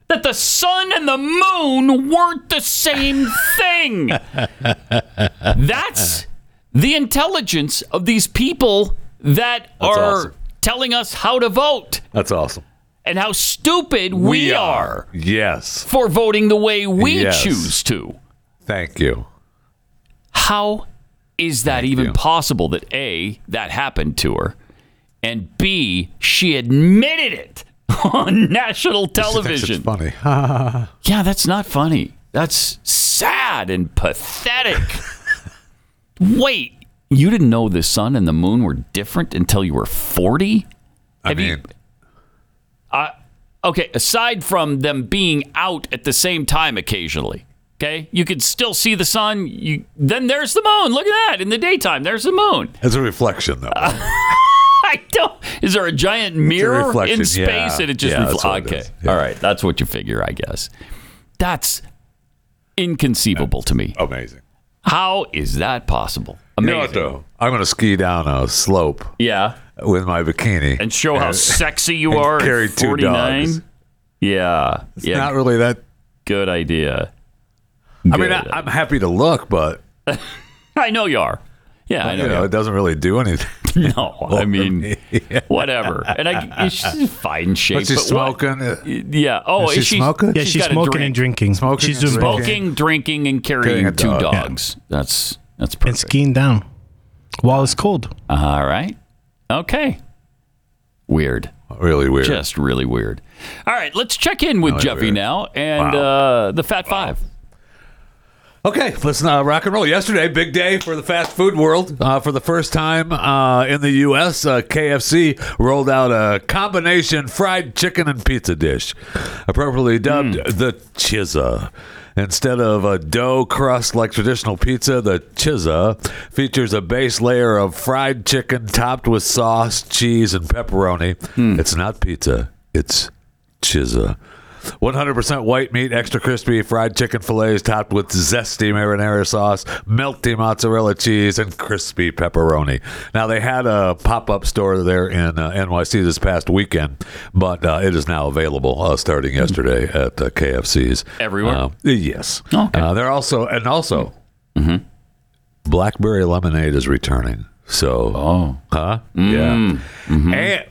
[SPEAKER 2] that the sun and the moon weren't the same thing. That's the intelligence of these people that
[SPEAKER 3] That's
[SPEAKER 2] are
[SPEAKER 3] awesome.
[SPEAKER 2] telling us how to vote.
[SPEAKER 3] That's awesome.
[SPEAKER 2] and how stupid we,
[SPEAKER 3] We
[SPEAKER 2] are.
[SPEAKER 3] Yes.
[SPEAKER 2] for voting the way we
[SPEAKER 3] Yes.
[SPEAKER 2] choose to.
[SPEAKER 3] Thank you.
[SPEAKER 2] How is that even possible that A, that happened to her, and B, she admitted it on national television?
[SPEAKER 3] funny.
[SPEAKER 2] yeah, that's not funny. That's sad and pathetic. Wait, you didn't know the sun and the moon were different until you were 40? I mean, you, uh, okay, aside from them being out at the same time occasionally, okay, you could still see the sun. You, then there's the moon. Look at that. In the daytime, there's the moon.
[SPEAKER 3] It's a reflection, though.
[SPEAKER 2] I don't. Is there a giant mirror
[SPEAKER 3] reflection,
[SPEAKER 2] in space
[SPEAKER 3] yeah.
[SPEAKER 2] and it just
[SPEAKER 3] Yeah, that's
[SPEAKER 2] reflects?
[SPEAKER 3] what it
[SPEAKER 2] Okay.
[SPEAKER 3] is.
[SPEAKER 2] All right. That's what you figure, I guess. That's inconceivable to me.
[SPEAKER 3] Amazing.
[SPEAKER 2] How is that possible?
[SPEAKER 3] You
[SPEAKER 2] Amazing.
[SPEAKER 3] know what, though? I'm going to ski down a slope.
[SPEAKER 2] Yeah.
[SPEAKER 3] With my bikini.
[SPEAKER 2] And show how sexy you
[SPEAKER 3] and
[SPEAKER 2] are at
[SPEAKER 3] Carry two
[SPEAKER 2] 49?
[SPEAKER 3] dogs.
[SPEAKER 2] Yeah.
[SPEAKER 3] It's
[SPEAKER 2] yeah.
[SPEAKER 3] not really that.
[SPEAKER 2] Good idea.
[SPEAKER 3] I mean,
[SPEAKER 2] Good
[SPEAKER 3] I, I'm happy to look, but
[SPEAKER 2] I know you are. Yeah, I know.
[SPEAKER 3] you
[SPEAKER 2] you
[SPEAKER 3] know,
[SPEAKER 2] are.
[SPEAKER 3] it doesn't really do anything.
[SPEAKER 2] No, I mean, whatever. And I, it's she's in fine shape.
[SPEAKER 3] But she's
[SPEAKER 2] what-
[SPEAKER 3] smoking.
[SPEAKER 2] Yeah. Oh,
[SPEAKER 3] Is
[SPEAKER 2] is
[SPEAKER 3] she smoking?
[SPEAKER 5] Yeah, she's
[SPEAKER 2] got a
[SPEAKER 5] smoking
[SPEAKER 2] drink.
[SPEAKER 5] and drinking.
[SPEAKER 3] Smoking
[SPEAKER 5] she's
[SPEAKER 3] and
[SPEAKER 5] doing both.
[SPEAKER 2] Smoking, drinking, and carrying
[SPEAKER 5] Carrying a
[SPEAKER 2] two
[SPEAKER 5] dog, yeah.
[SPEAKER 2] dogs. That's that's
[SPEAKER 5] and skiing down while it's cold.
[SPEAKER 2] all right. Okay. Weird.
[SPEAKER 3] Really weird.
[SPEAKER 2] Just really weird. All right, let's check in with
[SPEAKER 3] Really
[SPEAKER 2] Jeffy
[SPEAKER 3] weird.
[SPEAKER 2] now and uh, the Fat Five.
[SPEAKER 3] Okay, let's uh, rock and roll. Yesterday, big day for the fast food world. Uh, for the first time uh, in the U.S., uh, KFC rolled out a combination fried chicken and pizza dish, appropriately dubbed the Chizza. Instead of a dough crust like traditional pizza, the Chizza features a base layer of fried chicken topped with sauce, cheese, and pepperoni. It's not pizza, it's Chizza. 100% white meat, extra crispy fried chicken fillets topped with zesty marinara sauce, melty mozzarella cheese, and crispy pepperoni. Now, they had a pop up store there in uh, NYC this past weekend, but uh, it is now available uh, starting yesterday at uh, KFC's.
[SPEAKER 2] Everywhere?
[SPEAKER 3] Uh, yes. Uh, they're also, and also, blackberry lemonade is returning. So, oh. huh? Yeah. Mm-hmm. And,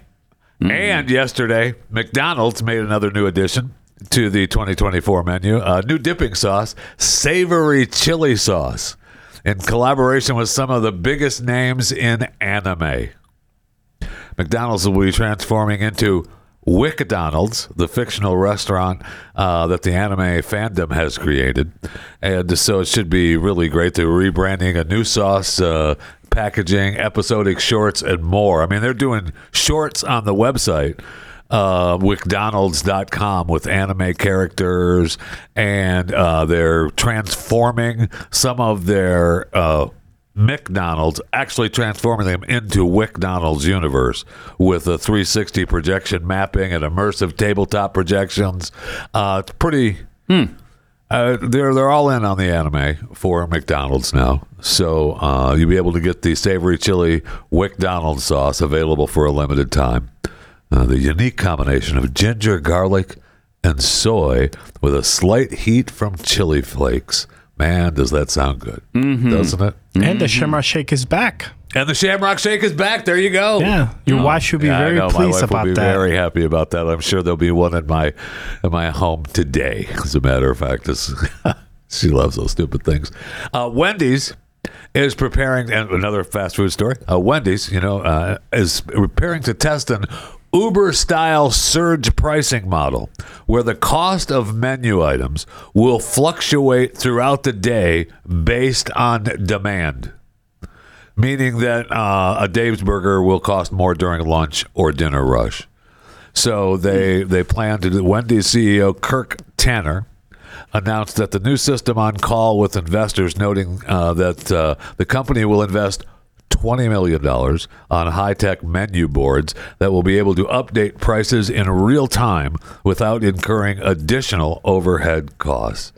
[SPEAKER 3] and yesterday, McDonald's made another new addition to the 2024 menu a new dipping sauce, savory chili sauce, in collaboration with some of the biggest names in anime. McDonald's will be transforming into Wickedonald's, the fictional restaurant uh, that the anime fandom has created. And so it should be really great. They're rebranding a new sauce, uh, packaging, episodic shorts, and more. I mean, they're doing shorts on the website. Uh, wickedonalds.com with anime characters, and uh, they're transforming some of their uh, McDonald's actually transforming them into McDonald's universe with a 360 projection mapping and immersive tabletop projections. Uh, it's pretty. Uh, they're they're all in on the anime for McDonald's now, so uh, you'll be able to get the savory chili McDonald's sauce available for a limited time. Uh, the unique combination of ginger, garlic, and soy with a slight heat from chili flakes. Man, does that sound good, doesn't it?
[SPEAKER 2] Mm-hmm.
[SPEAKER 5] And the Shamrock Shake is back.
[SPEAKER 3] And the Shamrock Shake is back. There you go.
[SPEAKER 5] Yeah,
[SPEAKER 2] Oh.
[SPEAKER 5] your wife should be
[SPEAKER 3] Yeah,
[SPEAKER 5] very
[SPEAKER 3] I know.
[SPEAKER 5] pleased
[SPEAKER 3] My wife
[SPEAKER 5] about
[SPEAKER 3] will be
[SPEAKER 5] that.
[SPEAKER 3] Very happy about that. I'm sure there'll be one in my in my home today. As a matter of fact, It's- she loves those stupid things. Uh, Wendy's is preparing and another fast food story. Uh, Wendy's, you know, uh, is preparing to test an Uber style surge pricing model where the cost of menu items will fluctuate throughout the day based on demand meaning that uh, a Dave's burger will cost more during lunch or dinner rush. So they they plan to. do Wendy's CEO Kirk Tanner announced that the new system on call with investors, noting uh, that uh, the company will invest. $20 million on high tech menu boards that will be able to update prices in real time without incurring additional overhead costs.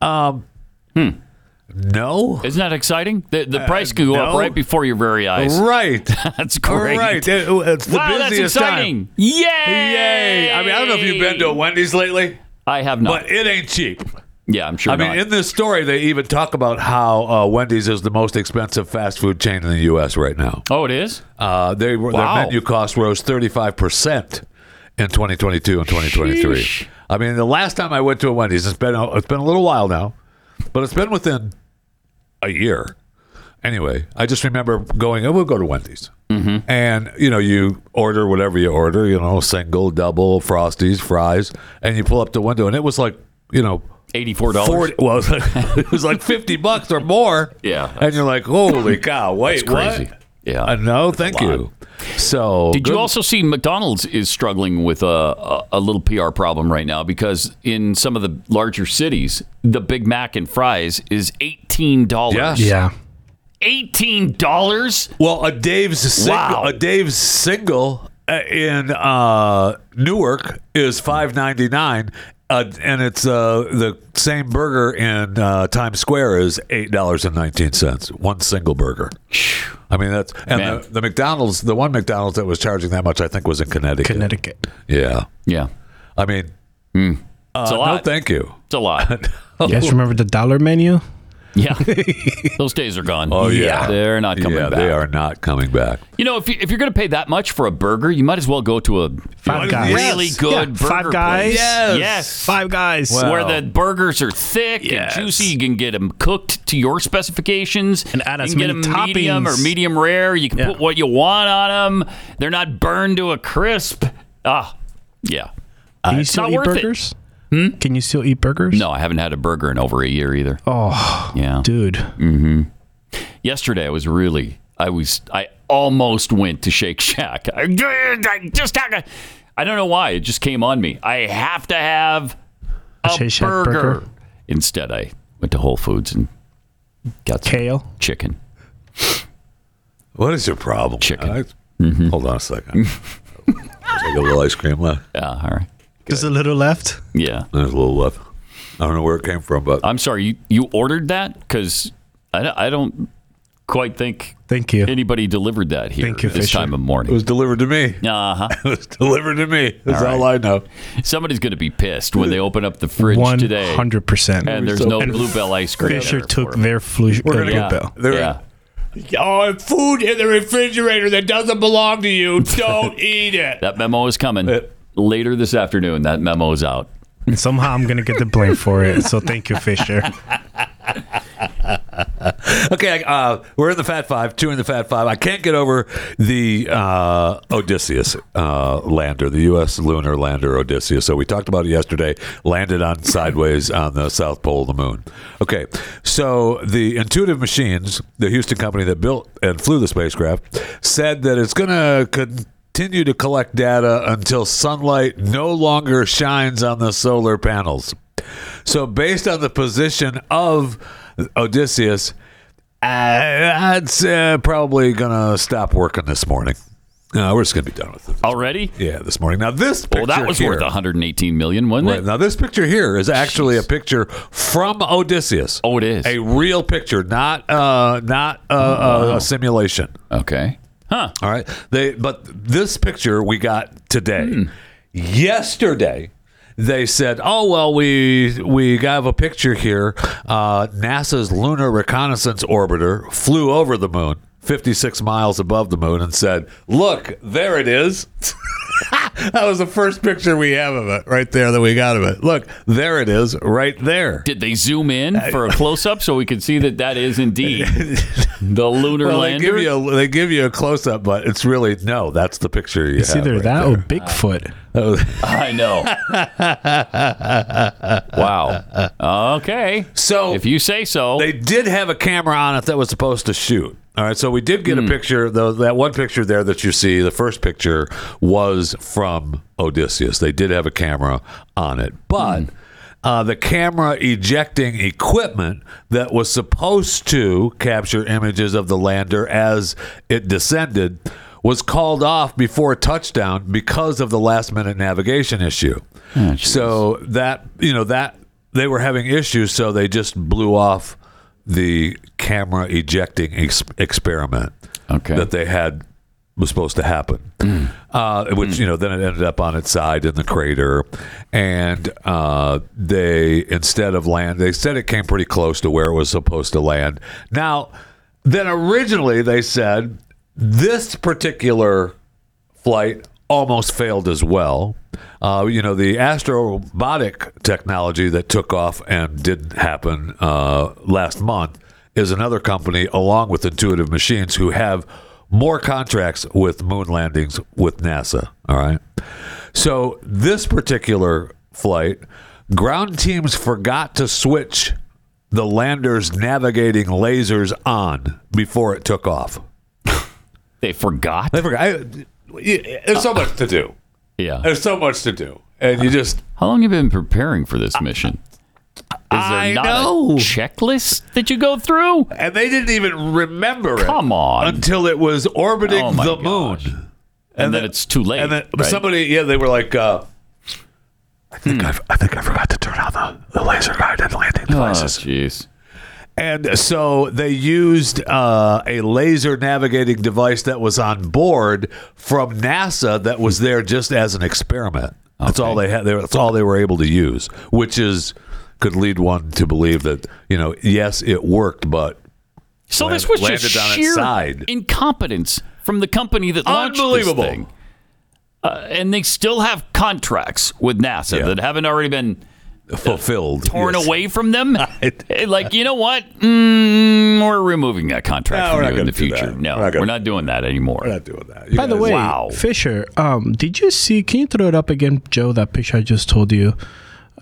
[SPEAKER 3] Um, No.
[SPEAKER 2] Isn't that exciting? The, the
[SPEAKER 3] Uh,
[SPEAKER 2] price could go up
[SPEAKER 3] no.
[SPEAKER 2] right before your very eyes.
[SPEAKER 3] Right.
[SPEAKER 2] that's great.
[SPEAKER 3] Right. It- it's the
[SPEAKER 2] wow, that's
[SPEAKER 3] busiest
[SPEAKER 2] exciting.
[SPEAKER 3] time.
[SPEAKER 2] Yay!
[SPEAKER 3] Yay! I mean, I don't know if you've been to a Wendy's lately.
[SPEAKER 2] I have not.
[SPEAKER 3] But it ain't cheap.
[SPEAKER 2] Yeah, I'm sure
[SPEAKER 3] I mean,
[SPEAKER 2] not.
[SPEAKER 3] in this story, they even talk about how uh, Wendy's is the most expensive fast food chain in the U.S. right now.
[SPEAKER 2] oh, it is?
[SPEAKER 3] Uh, they were
[SPEAKER 2] Wow.
[SPEAKER 3] their menu cost rose 35 percent in 2022 and 2023.
[SPEAKER 2] Sheesh.
[SPEAKER 3] I mean, the last time I went to a Wendy's, it's been a, it's been a little while now, but it's been within a year. Anyway, I just remember going, oh, we'll go to Wendy's. Mm-hmm. And, you know, you order whatever you order, you know, single, double, Frosties, fries, and you pull up the window, and it was like, you know,
[SPEAKER 2] $84.
[SPEAKER 3] 40 well, it was, like, it was like 50 bucks or more.
[SPEAKER 2] Yeah.
[SPEAKER 3] And you're like, holy cow, wait,
[SPEAKER 2] That's crazy.
[SPEAKER 3] what?
[SPEAKER 2] Yeah.
[SPEAKER 3] Uh, no, thank you. So,
[SPEAKER 2] Did
[SPEAKER 3] good-
[SPEAKER 2] you also see McDonald's is struggling with a, a, a little PR problem right now because in some of the larger cities, the Big Mac and fries is eighteen dollars.
[SPEAKER 5] Yeah.
[SPEAKER 2] eighteen dollars.
[SPEAKER 3] Well, a Dave's single,
[SPEAKER 2] Wow.
[SPEAKER 3] a Dave's single uh, in uh, Newark is five ninety nine, uh, and it's uh, the same burger in uh, Times Square is eight dollars and nineteen cents. One single burger. I mean that's
[SPEAKER 2] Man.
[SPEAKER 3] and the, the McDonald's, the one McDonald's that was charging that much, I think was in Connecticut.
[SPEAKER 5] Connecticut.
[SPEAKER 3] Yeah,
[SPEAKER 2] yeah. Mm.
[SPEAKER 3] I mean, uh,
[SPEAKER 2] It's a
[SPEAKER 3] no,
[SPEAKER 2] lot.
[SPEAKER 3] thank you.
[SPEAKER 2] It's a lot.
[SPEAKER 3] No.
[SPEAKER 5] You guys remember the dollar menu?
[SPEAKER 2] yeah, those days are gone.
[SPEAKER 3] Oh yeah,
[SPEAKER 2] they're not coming
[SPEAKER 3] Yeah,
[SPEAKER 2] back.
[SPEAKER 3] they are not coming back.
[SPEAKER 2] You know, if, you, if you're going to pay that much for a burger, you might as well go to a
[SPEAKER 5] Five
[SPEAKER 2] really
[SPEAKER 5] Guys.
[SPEAKER 2] really
[SPEAKER 5] Yes.
[SPEAKER 2] good
[SPEAKER 5] Yeah,
[SPEAKER 2] burger
[SPEAKER 5] Five Guys.
[SPEAKER 2] place.
[SPEAKER 5] Yes.
[SPEAKER 2] yes,
[SPEAKER 5] Five Guys. Wow.
[SPEAKER 2] where the burgers are thick
[SPEAKER 5] Yes.
[SPEAKER 2] and juicy. You can get them cooked to your specifications, and
[SPEAKER 5] add
[SPEAKER 2] you
[SPEAKER 5] as many
[SPEAKER 2] can get 'em medium or
[SPEAKER 5] toppings.
[SPEAKER 2] medium rare. You can
[SPEAKER 5] Yeah.
[SPEAKER 2] put what you want on them. They're not burned to a crisp. Ah, yeah.
[SPEAKER 5] Can you
[SPEAKER 2] it's
[SPEAKER 5] still
[SPEAKER 2] not
[SPEAKER 5] eat
[SPEAKER 2] worth it. Hmm?
[SPEAKER 5] burgers? Can you still eat burgers?
[SPEAKER 2] No, I haven't had a burger in over a year either.
[SPEAKER 5] Oh,
[SPEAKER 2] Yeah.
[SPEAKER 5] dude.
[SPEAKER 2] hmm Yesterday, I was really, I was, I almost went to Shake Shack. I, I just had to, I don't know why. It just came on me. I have to have
[SPEAKER 5] A
[SPEAKER 2] a,
[SPEAKER 5] Shake Shack
[SPEAKER 2] burger.
[SPEAKER 5] burger?
[SPEAKER 2] Instead, I went to Whole Foods and got some
[SPEAKER 5] Kale.
[SPEAKER 2] chicken.
[SPEAKER 3] What is your problem? Chicken.
[SPEAKER 2] Mm-hmm.
[SPEAKER 3] Hold on a second. There's like a little ice cream left.
[SPEAKER 2] Yeah, all right.
[SPEAKER 5] There's a little left.
[SPEAKER 2] Yeah.
[SPEAKER 3] There's a little left. I don't know where it came from, but
[SPEAKER 2] I'm sorry, you, you ordered that? Because I, don't- I don't quite think
[SPEAKER 5] Thank you.
[SPEAKER 2] anybody delivered that here
[SPEAKER 5] Thank you,
[SPEAKER 2] this
[SPEAKER 5] Fisher.
[SPEAKER 2] time of
[SPEAKER 3] it
[SPEAKER 2] morning.
[SPEAKER 3] was delivered to me.
[SPEAKER 2] Uh huh.
[SPEAKER 3] It was delivered to me. That's
[SPEAKER 2] All right.
[SPEAKER 3] all I know.
[SPEAKER 2] Somebody's going to be pissed when they open up the fridge today.
[SPEAKER 5] 100%.
[SPEAKER 2] And there's no Bluebell ice cream.
[SPEAKER 5] Fisher
[SPEAKER 2] there
[SPEAKER 5] took
[SPEAKER 2] for it.
[SPEAKER 5] their flu- uh,
[SPEAKER 2] gonna get-
[SPEAKER 5] Bluebell.
[SPEAKER 2] There- Yeah.
[SPEAKER 3] Oh, food in the refrigerator that doesn't belong to you. Don't eat it.
[SPEAKER 2] That memo is coming later this afternoon. That memo is out.
[SPEAKER 5] And somehow I'm going to get the blame for it. So thank you, Fisher.
[SPEAKER 3] Okay, uh, we're in the Fat Five, two in the Fat Five. I can't get over the uh, Odysseus uh, lander, the U.S. lunar lander Odysseus. So we talked about it yesterday. Landed on sideways on the south pole of the moon. Okay, so the Intuitive Machines, the Houston company that built and flew the spacecraft, said that it's going to continue to collect data until sunlight no longer shines on the solar panels. So, based on the position of Odysseus, I, I'd uh, probably gonna stop working this morning. No, we're just gonna be done with it.
[SPEAKER 2] Already?
[SPEAKER 3] Yeah, this morning. Now this picture
[SPEAKER 2] Well, that was
[SPEAKER 3] here,
[SPEAKER 2] worth 118 million, wasn't
[SPEAKER 3] Right,
[SPEAKER 2] it?
[SPEAKER 3] now this picture here is actually a picture from Odysseus.
[SPEAKER 2] Oh, it is.
[SPEAKER 3] A real picture, not uh, not uh, uh, a simulation.
[SPEAKER 2] Okay. Huh.
[SPEAKER 3] All right. They but this picture we got today. Yesterday they said, "Oh well, we we have a picture here. Uh, NASA's Lunar Reconnaissance Orbiter flew over the moon, 56 miles above the moon, and said, "Look, there it is." that was the first picture we have of it, right there that we got of it. Look, there it is, right there.
[SPEAKER 2] Did they zoom in for a close up so we could see that that is indeed the lunar
[SPEAKER 3] Well, they
[SPEAKER 2] lander?
[SPEAKER 3] give you a, they give you a close up, but it's really no. That's the picture you
[SPEAKER 5] It's
[SPEAKER 3] have
[SPEAKER 5] either
[SPEAKER 3] right
[SPEAKER 5] that
[SPEAKER 3] there.
[SPEAKER 5] or Bigfoot.
[SPEAKER 3] That was-
[SPEAKER 2] I know. wow. Okay.
[SPEAKER 3] So
[SPEAKER 2] If you say so.
[SPEAKER 3] they did have a camera on it that was supposed to shoot. All right, so we did
[SPEAKER 2] Hmm.
[SPEAKER 3] get a picture. Though that one picture there that you see, the first picture was from Odysseus. They did have a camera on it, but
[SPEAKER 2] Hmm.
[SPEAKER 3] uh, the camera ejecting equipment that was supposed to capture images of the lander as it descended was called off before touchdown because of the last minute navigation issue. so that you know that they were having issues, so they just blew off the camera ejecting ex- experiment
[SPEAKER 2] Okay.
[SPEAKER 3] that they had was supposed to happen, uh, which you know then it ended up on its side in the crater, and uh, they instead of land, they said it came pretty close to where it was supposed to land. Now, then originally they said this particular flight almost failed as well. Uh, you know, the astrobotic technology that took off and didn't happen uh, last month is another company, along with Intuitive Machines, who have more contracts with moon landings with NASA. All right. So this particular flight, ground teams forgot to switch the lander's navigating lasers on before it took off.
[SPEAKER 2] they forgot.
[SPEAKER 3] They forgot. I- y- there's so much to do.
[SPEAKER 2] Yeah.
[SPEAKER 3] There's so much to do, and you just
[SPEAKER 2] How long have you been preparing for this mission? Is there
[SPEAKER 3] I
[SPEAKER 2] not
[SPEAKER 3] know.
[SPEAKER 2] a checklist that you go through?
[SPEAKER 3] And they didn't even remember it.
[SPEAKER 2] Come on.
[SPEAKER 3] Until it was orbiting
[SPEAKER 2] Oh my
[SPEAKER 3] the
[SPEAKER 2] gosh.
[SPEAKER 3] moon.
[SPEAKER 2] And, then, it's too late.
[SPEAKER 3] And then
[SPEAKER 2] right? Hmm.
[SPEAKER 3] somebody, yeah, they were like, uh, I think I've, I think I forgot to turn on the, the laser guided landing
[SPEAKER 2] Oh,
[SPEAKER 3] devices.
[SPEAKER 2] jeez.
[SPEAKER 3] And so they used uh, a laser navigating device that was on board from NASA that was there just as an experiment. That's all they had. They, that's all they were able to use, which is could lead one to believe that you know, yes, it worked, but
[SPEAKER 2] So
[SPEAKER 3] land-
[SPEAKER 2] this was
[SPEAKER 3] landed
[SPEAKER 2] just
[SPEAKER 3] on
[SPEAKER 2] sheer
[SPEAKER 3] its side.
[SPEAKER 2] incompetence from the company that launched
[SPEAKER 3] Unbelievable.
[SPEAKER 2] this thing. Uh, and they still have contracts with NASA that haven't already been uh,
[SPEAKER 3] fulfilled,
[SPEAKER 2] torn
[SPEAKER 3] yes.
[SPEAKER 2] away from them. Eh, like you know what? Mm, we're removing that contract
[SPEAKER 3] No,
[SPEAKER 2] from
[SPEAKER 3] we're not
[SPEAKER 2] you in
[SPEAKER 3] gonna
[SPEAKER 2] the
[SPEAKER 3] do
[SPEAKER 2] future.
[SPEAKER 3] that.
[SPEAKER 2] No,
[SPEAKER 3] We're
[SPEAKER 2] we're
[SPEAKER 3] not
[SPEAKER 2] not,
[SPEAKER 3] gonna-
[SPEAKER 2] doing that anymore.
[SPEAKER 3] We're not doing that.
[SPEAKER 5] By the way,
[SPEAKER 2] wow.
[SPEAKER 5] Fisher, um, did you see? Can you throw it up again, Joe? That picture I just told you.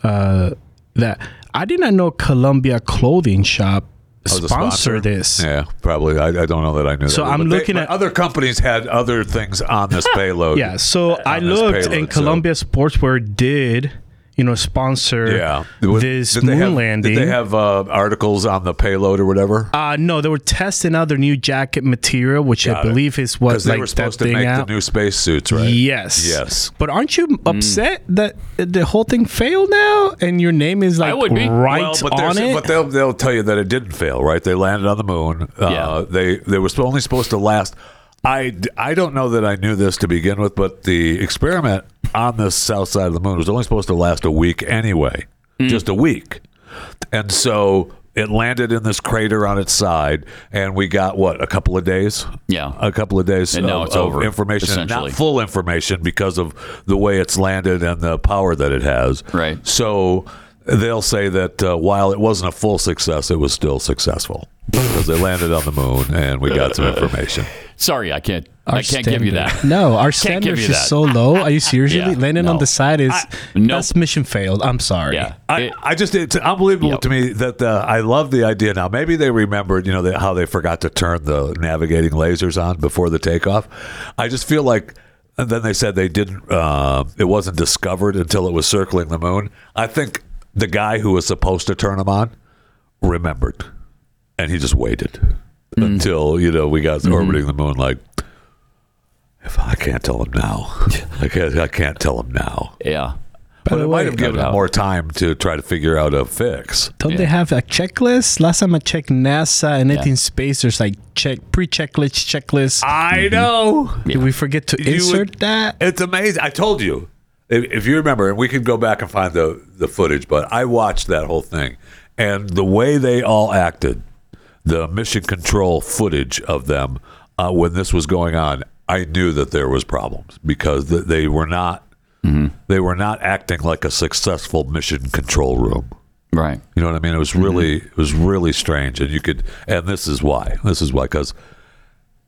[SPEAKER 5] Uh, that I did not know Columbia Clothing Shop
[SPEAKER 2] Oh,
[SPEAKER 3] As a
[SPEAKER 5] sponsored this.
[SPEAKER 3] Yeah, probably. I, I don't know that I knew.
[SPEAKER 5] So
[SPEAKER 3] that,
[SPEAKER 5] I'm
[SPEAKER 3] But they-
[SPEAKER 5] looking
[SPEAKER 3] but
[SPEAKER 5] at-
[SPEAKER 3] other companies had other things on this
[SPEAKER 2] Oh,
[SPEAKER 3] payload.
[SPEAKER 5] Yeah, so I
[SPEAKER 3] this
[SPEAKER 5] looked,
[SPEAKER 3] payload,
[SPEAKER 5] and
[SPEAKER 3] so-
[SPEAKER 5] Columbia Sportswear did, you know, sponsor
[SPEAKER 3] Yeah,
[SPEAKER 5] this
[SPEAKER 3] did they
[SPEAKER 5] moon
[SPEAKER 3] have,
[SPEAKER 5] landing.
[SPEAKER 3] Did they have uh, articles on the payload or whatever?
[SPEAKER 5] uh, no, they were testing out their new jacket material, which I
[SPEAKER 3] Got it.
[SPEAKER 5] believe is what
[SPEAKER 3] Because
[SPEAKER 5] like
[SPEAKER 3] they were supposed
[SPEAKER 5] that
[SPEAKER 3] to
[SPEAKER 5] thing
[SPEAKER 3] make
[SPEAKER 5] out.
[SPEAKER 3] the new spacesuits, right?
[SPEAKER 5] Yes.
[SPEAKER 3] Yes. Mm.
[SPEAKER 5] But aren't you upset that the whole thing failed now, and your name is like right
[SPEAKER 3] Well, but
[SPEAKER 5] on
[SPEAKER 3] there's-
[SPEAKER 5] it?
[SPEAKER 3] But they'll they'll tell you that it didn't fail, right? They landed on the moon. Uh,
[SPEAKER 2] Yeah.
[SPEAKER 3] They they were only supposed to last. I, I don't know that I knew this to begin with, but the experiment on the south side of the moon was only supposed to last a week anyway,
[SPEAKER 2] Mm.
[SPEAKER 3] just a week, and so it landed in this crater on its side, and we got what a couple of days,
[SPEAKER 2] Yeah.
[SPEAKER 3] a couple of days
[SPEAKER 2] And now
[SPEAKER 3] of-
[SPEAKER 2] it's
[SPEAKER 3] of
[SPEAKER 2] over,
[SPEAKER 3] information, and
[SPEAKER 2] essentially.
[SPEAKER 3] not full information because of the way it's landed and the power that it has. Right. So they'll say that uh, while it wasn't a full success, it was still successful because they landed on the moon and we got some information.
[SPEAKER 2] Sorry, I can't. I can't give you that.
[SPEAKER 5] No, our
[SPEAKER 2] Can't give
[SPEAKER 5] standards
[SPEAKER 2] you
[SPEAKER 5] is
[SPEAKER 2] that.
[SPEAKER 5] so low. Are you serious?
[SPEAKER 2] Yeah,
[SPEAKER 5] Landing on
[SPEAKER 2] no.
[SPEAKER 5] the side is
[SPEAKER 2] nope.
[SPEAKER 5] that's mission failed. I'm sorry.
[SPEAKER 3] I, I just it's unbelievable to me that uh, I love the idea now. Maybe they remembered, you know, that how they forgot to turn the navigating lasers on before the takeoff. I just feel like and then they said they didn't. Uh, it wasn't discovered until it was circling the moon. I think the guy who was supposed to turn them on remembered, and he just waited until you know we got orbiting the moon. Like, if I can't tell him now, I can't. I can't tell him now.
[SPEAKER 2] Yeah.
[SPEAKER 5] By
[SPEAKER 3] But
[SPEAKER 5] the
[SPEAKER 3] it
[SPEAKER 5] way-
[SPEAKER 3] might have
[SPEAKER 5] No
[SPEAKER 3] given him
[SPEAKER 5] doubt.
[SPEAKER 3] more time to try to figure out a fix.
[SPEAKER 5] Don't they have a checklist? Last time I checked NASA and anything space, there's like check pre-checklist checklist.
[SPEAKER 2] Mm-hmm.
[SPEAKER 3] I know.
[SPEAKER 5] Did we forget to
[SPEAKER 3] You
[SPEAKER 5] insert
[SPEAKER 3] would-
[SPEAKER 5] that?
[SPEAKER 3] It's amazing. I told you. If, if you remember, and we could go back and find the, the footage, but I watched that whole thing. And the way they all acted, the mission control footage of them uh, when this was going on, I knew that there was problems because th- they were not
[SPEAKER 5] Mm-hmm.
[SPEAKER 3] they were not acting like a successful mission control room.
[SPEAKER 2] Right.
[SPEAKER 3] You know what I mean? It was really
[SPEAKER 5] Mm-hmm.
[SPEAKER 3] it was really strange, and you could and this is why this is why because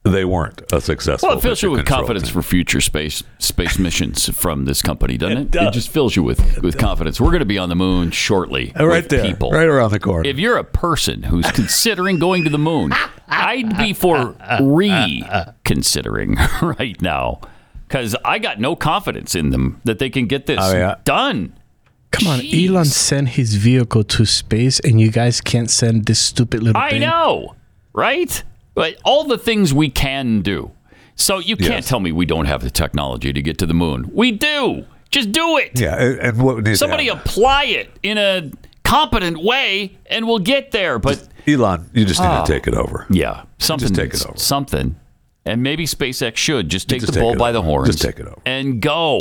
[SPEAKER 3] they weren't a successful.
[SPEAKER 2] Well, it fills you
[SPEAKER 3] mission
[SPEAKER 2] with
[SPEAKER 3] control
[SPEAKER 2] confidence
[SPEAKER 3] team.
[SPEAKER 2] for future space space missions from this company, doesn't it? It,
[SPEAKER 3] does.
[SPEAKER 2] just fills you with, with confidence. We're going to be on the moon shortly.
[SPEAKER 3] Uh, right
[SPEAKER 2] with
[SPEAKER 3] there,
[SPEAKER 2] people.
[SPEAKER 3] right around the corner.
[SPEAKER 2] If you're a person who's considering going to the moon, I'd be for reconsidering right now because I got no confidence in them that they can get this
[SPEAKER 5] Oh, yeah.
[SPEAKER 2] done.
[SPEAKER 5] Come on, Elon sent his vehicle to space, and you guys can't send this stupid little
[SPEAKER 2] I
[SPEAKER 5] thing.
[SPEAKER 2] know, right? But all the things we can do. So you can't
[SPEAKER 3] Yes.
[SPEAKER 2] tell me we don't have the technology to get to the moon. We do. Just do it.
[SPEAKER 3] Yeah, and, and what needs
[SPEAKER 2] Somebody
[SPEAKER 3] to
[SPEAKER 2] apply it in a competent way, and we'll get there. But
[SPEAKER 3] happen- Elon, you just need
[SPEAKER 2] Ah.
[SPEAKER 3] to take it over.
[SPEAKER 2] yeah, something.
[SPEAKER 3] just take it over.
[SPEAKER 2] Something, and maybe SpaceX should just take
[SPEAKER 3] Just
[SPEAKER 2] the
[SPEAKER 3] take
[SPEAKER 2] bull
[SPEAKER 3] it
[SPEAKER 2] by the
[SPEAKER 3] over.
[SPEAKER 2] horns.
[SPEAKER 3] Just take it over.
[SPEAKER 2] and go.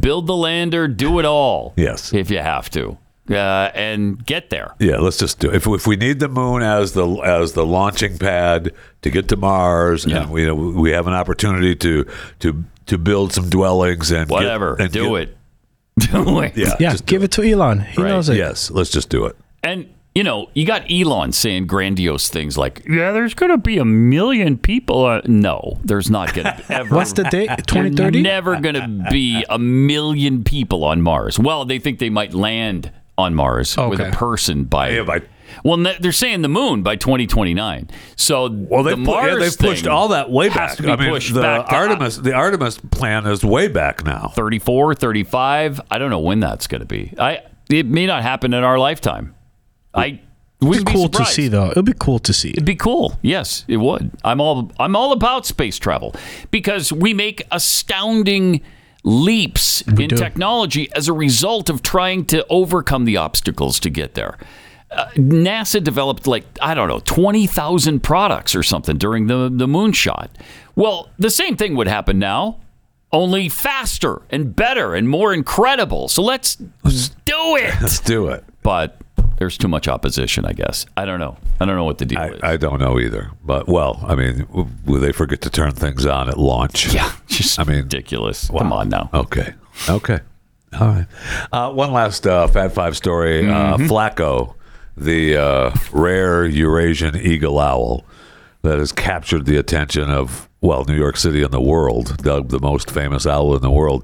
[SPEAKER 2] Build the lander. Do it all.
[SPEAKER 3] Yes.
[SPEAKER 2] if you have to, uh, and get there.
[SPEAKER 3] Yeah, let's just do it. If, if we need the moon as the as the launching pad to get to Mars, and we we have an opportunity to to to build some dwellings and
[SPEAKER 2] Whatever. Do it.
[SPEAKER 3] Do it. Yeah.
[SPEAKER 5] yeah, give it to Elon. He knows it.
[SPEAKER 3] Yes. Let's just do it.
[SPEAKER 2] And you know, you got Elon saying grandiose things like, "Yeah, there's going to be a million people." Uh, no, there's not going to ever.
[SPEAKER 5] What's the date?
[SPEAKER 2] There's
[SPEAKER 5] 2030?
[SPEAKER 2] Never going to be a million people on Mars. Well, they think they might land on Mars with a
[SPEAKER 6] Okay.
[SPEAKER 2] person by. well, ne- they're saying the moon by 2029. So well,
[SPEAKER 3] They
[SPEAKER 2] the
[SPEAKER 3] pu-
[SPEAKER 2] Mars
[SPEAKER 3] yeah, they've pushed
[SPEAKER 2] thing
[SPEAKER 3] all that way
[SPEAKER 2] has
[SPEAKER 3] back.
[SPEAKER 2] to be
[SPEAKER 3] I mean,
[SPEAKER 2] pushed
[SPEAKER 3] the
[SPEAKER 2] back to-
[SPEAKER 3] Artemis, the Artemis plan is way back now.
[SPEAKER 2] 34, 35. I don't know when that's going to be. I it may not happen in our lifetime. I
[SPEAKER 5] It'd
[SPEAKER 2] wouldn't
[SPEAKER 5] be cool
[SPEAKER 2] be
[SPEAKER 5] to
[SPEAKER 2] surprised.
[SPEAKER 5] see, though. It'd be cool to see.
[SPEAKER 2] It'd be cool. Yes, it would. I'm all I'm all about space travel because we make astounding leaps in technology as a result of trying to overcome the obstacles to get there. Uh, NASA developed like I don't know 20,000 products or something during the the moonshot. Well, the same thing would happen now, only faster and better and more incredible. So let's do it.
[SPEAKER 3] Let's do it.
[SPEAKER 2] But there's too much opposition, I guess. I don't know. I don't know what the deal is.
[SPEAKER 3] I don't know either. But well, I mean, w- will they forget to turn things on at launch?
[SPEAKER 2] Yeah, just
[SPEAKER 3] I mean,
[SPEAKER 2] ridiculous. Come on now.
[SPEAKER 3] Okay, okay, all right. Uh, one last uh, Fat Five story:
[SPEAKER 2] Mhm.
[SPEAKER 3] uh, Flacco, the uh, rare Eurasian eagle owl that has captured the attention of well, New York City and the world, dubbed the most famous owl in the world,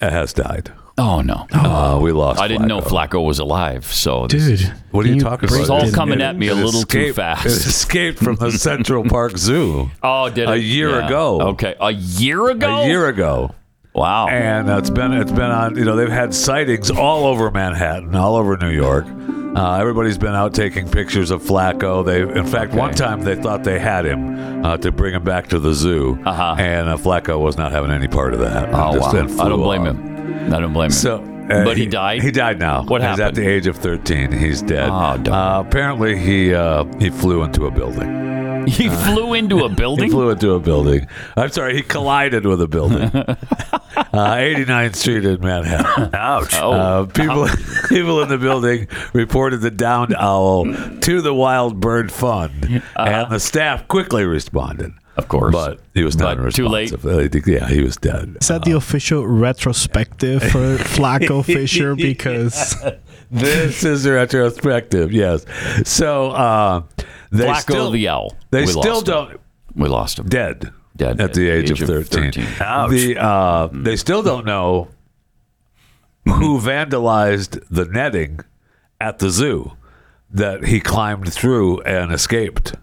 [SPEAKER 3] has died.
[SPEAKER 2] Oh no!
[SPEAKER 3] Uh, we lost.
[SPEAKER 2] I didn't know Flacco was alive. So, this
[SPEAKER 5] dude,
[SPEAKER 2] is-
[SPEAKER 3] What are you, talking about?
[SPEAKER 2] It's all coming at me a
[SPEAKER 3] It
[SPEAKER 2] little too
[SPEAKER 3] escaped-
[SPEAKER 2] fast.
[SPEAKER 3] It escaped from the Central Park Zoo.
[SPEAKER 2] Oh, did
[SPEAKER 3] a
[SPEAKER 2] it?
[SPEAKER 3] year
[SPEAKER 2] Yeah.
[SPEAKER 3] ago.
[SPEAKER 2] Okay, a year ago.
[SPEAKER 3] A year ago.
[SPEAKER 2] Wow.
[SPEAKER 3] And uh, it's been it's been on. You know, they've had sightings all over Manhattan, all over New York. Uh, everybody's been out taking pictures of Flacco. They, in fact, one time they thought they had him uh, to bring him back to the zoo, uh-huh. and uh, Flacco was not having any part of that.
[SPEAKER 2] Oh
[SPEAKER 3] Just
[SPEAKER 2] wow!
[SPEAKER 3] then flew
[SPEAKER 2] I don't blame
[SPEAKER 3] off.
[SPEAKER 2] him. I don't blame him.
[SPEAKER 3] So, uh,
[SPEAKER 2] but he, died.
[SPEAKER 3] He died now.
[SPEAKER 2] What
[SPEAKER 3] He's at
[SPEAKER 2] happened? Oh,
[SPEAKER 3] the age of thirteen. He's dead. uh, apparently, he uh, he flew into a building. Uh,
[SPEAKER 2] He flew into a building.
[SPEAKER 3] He flew into a building. I'm sorry, he collided with a building. uh, 89th Street in Manhattan. Ouch. Uh, people, people in the building reported the downed owl to the Wild Bird Fund, and the staff quickly responded.
[SPEAKER 2] Uh-huh. Of course.
[SPEAKER 3] But he was not
[SPEAKER 2] too late.
[SPEAKER 3] responsive. They think, Yeah, he was dead.
[SPEAKER 5] Is
[SPEAKER 2] Uh-huh.
[SPEAKER 5] that the official retrospective for Flacco Fisher? Because
[SPEAKER 3] this is a retrospective, yes. So uh, they
[SPEAKER 2] Flacco
[SPEAKER 3] still,
[SPEAKER 2] the owl.
[SPEAKER 3] They
[SPEAKER 2] We
[SPEAKER 3] still
[SPEAKER 2] lost him.
[SPEAKER 3] don't.
[SPEAKER 2] We lost him.
[SPEAKER 3] Dead.
[SPEAKER 2] Dead
[SPEAKER 3] at the age, of 13. The, uh, they still don't know who vandalized the netting at the zoo that he climbed through and escaped.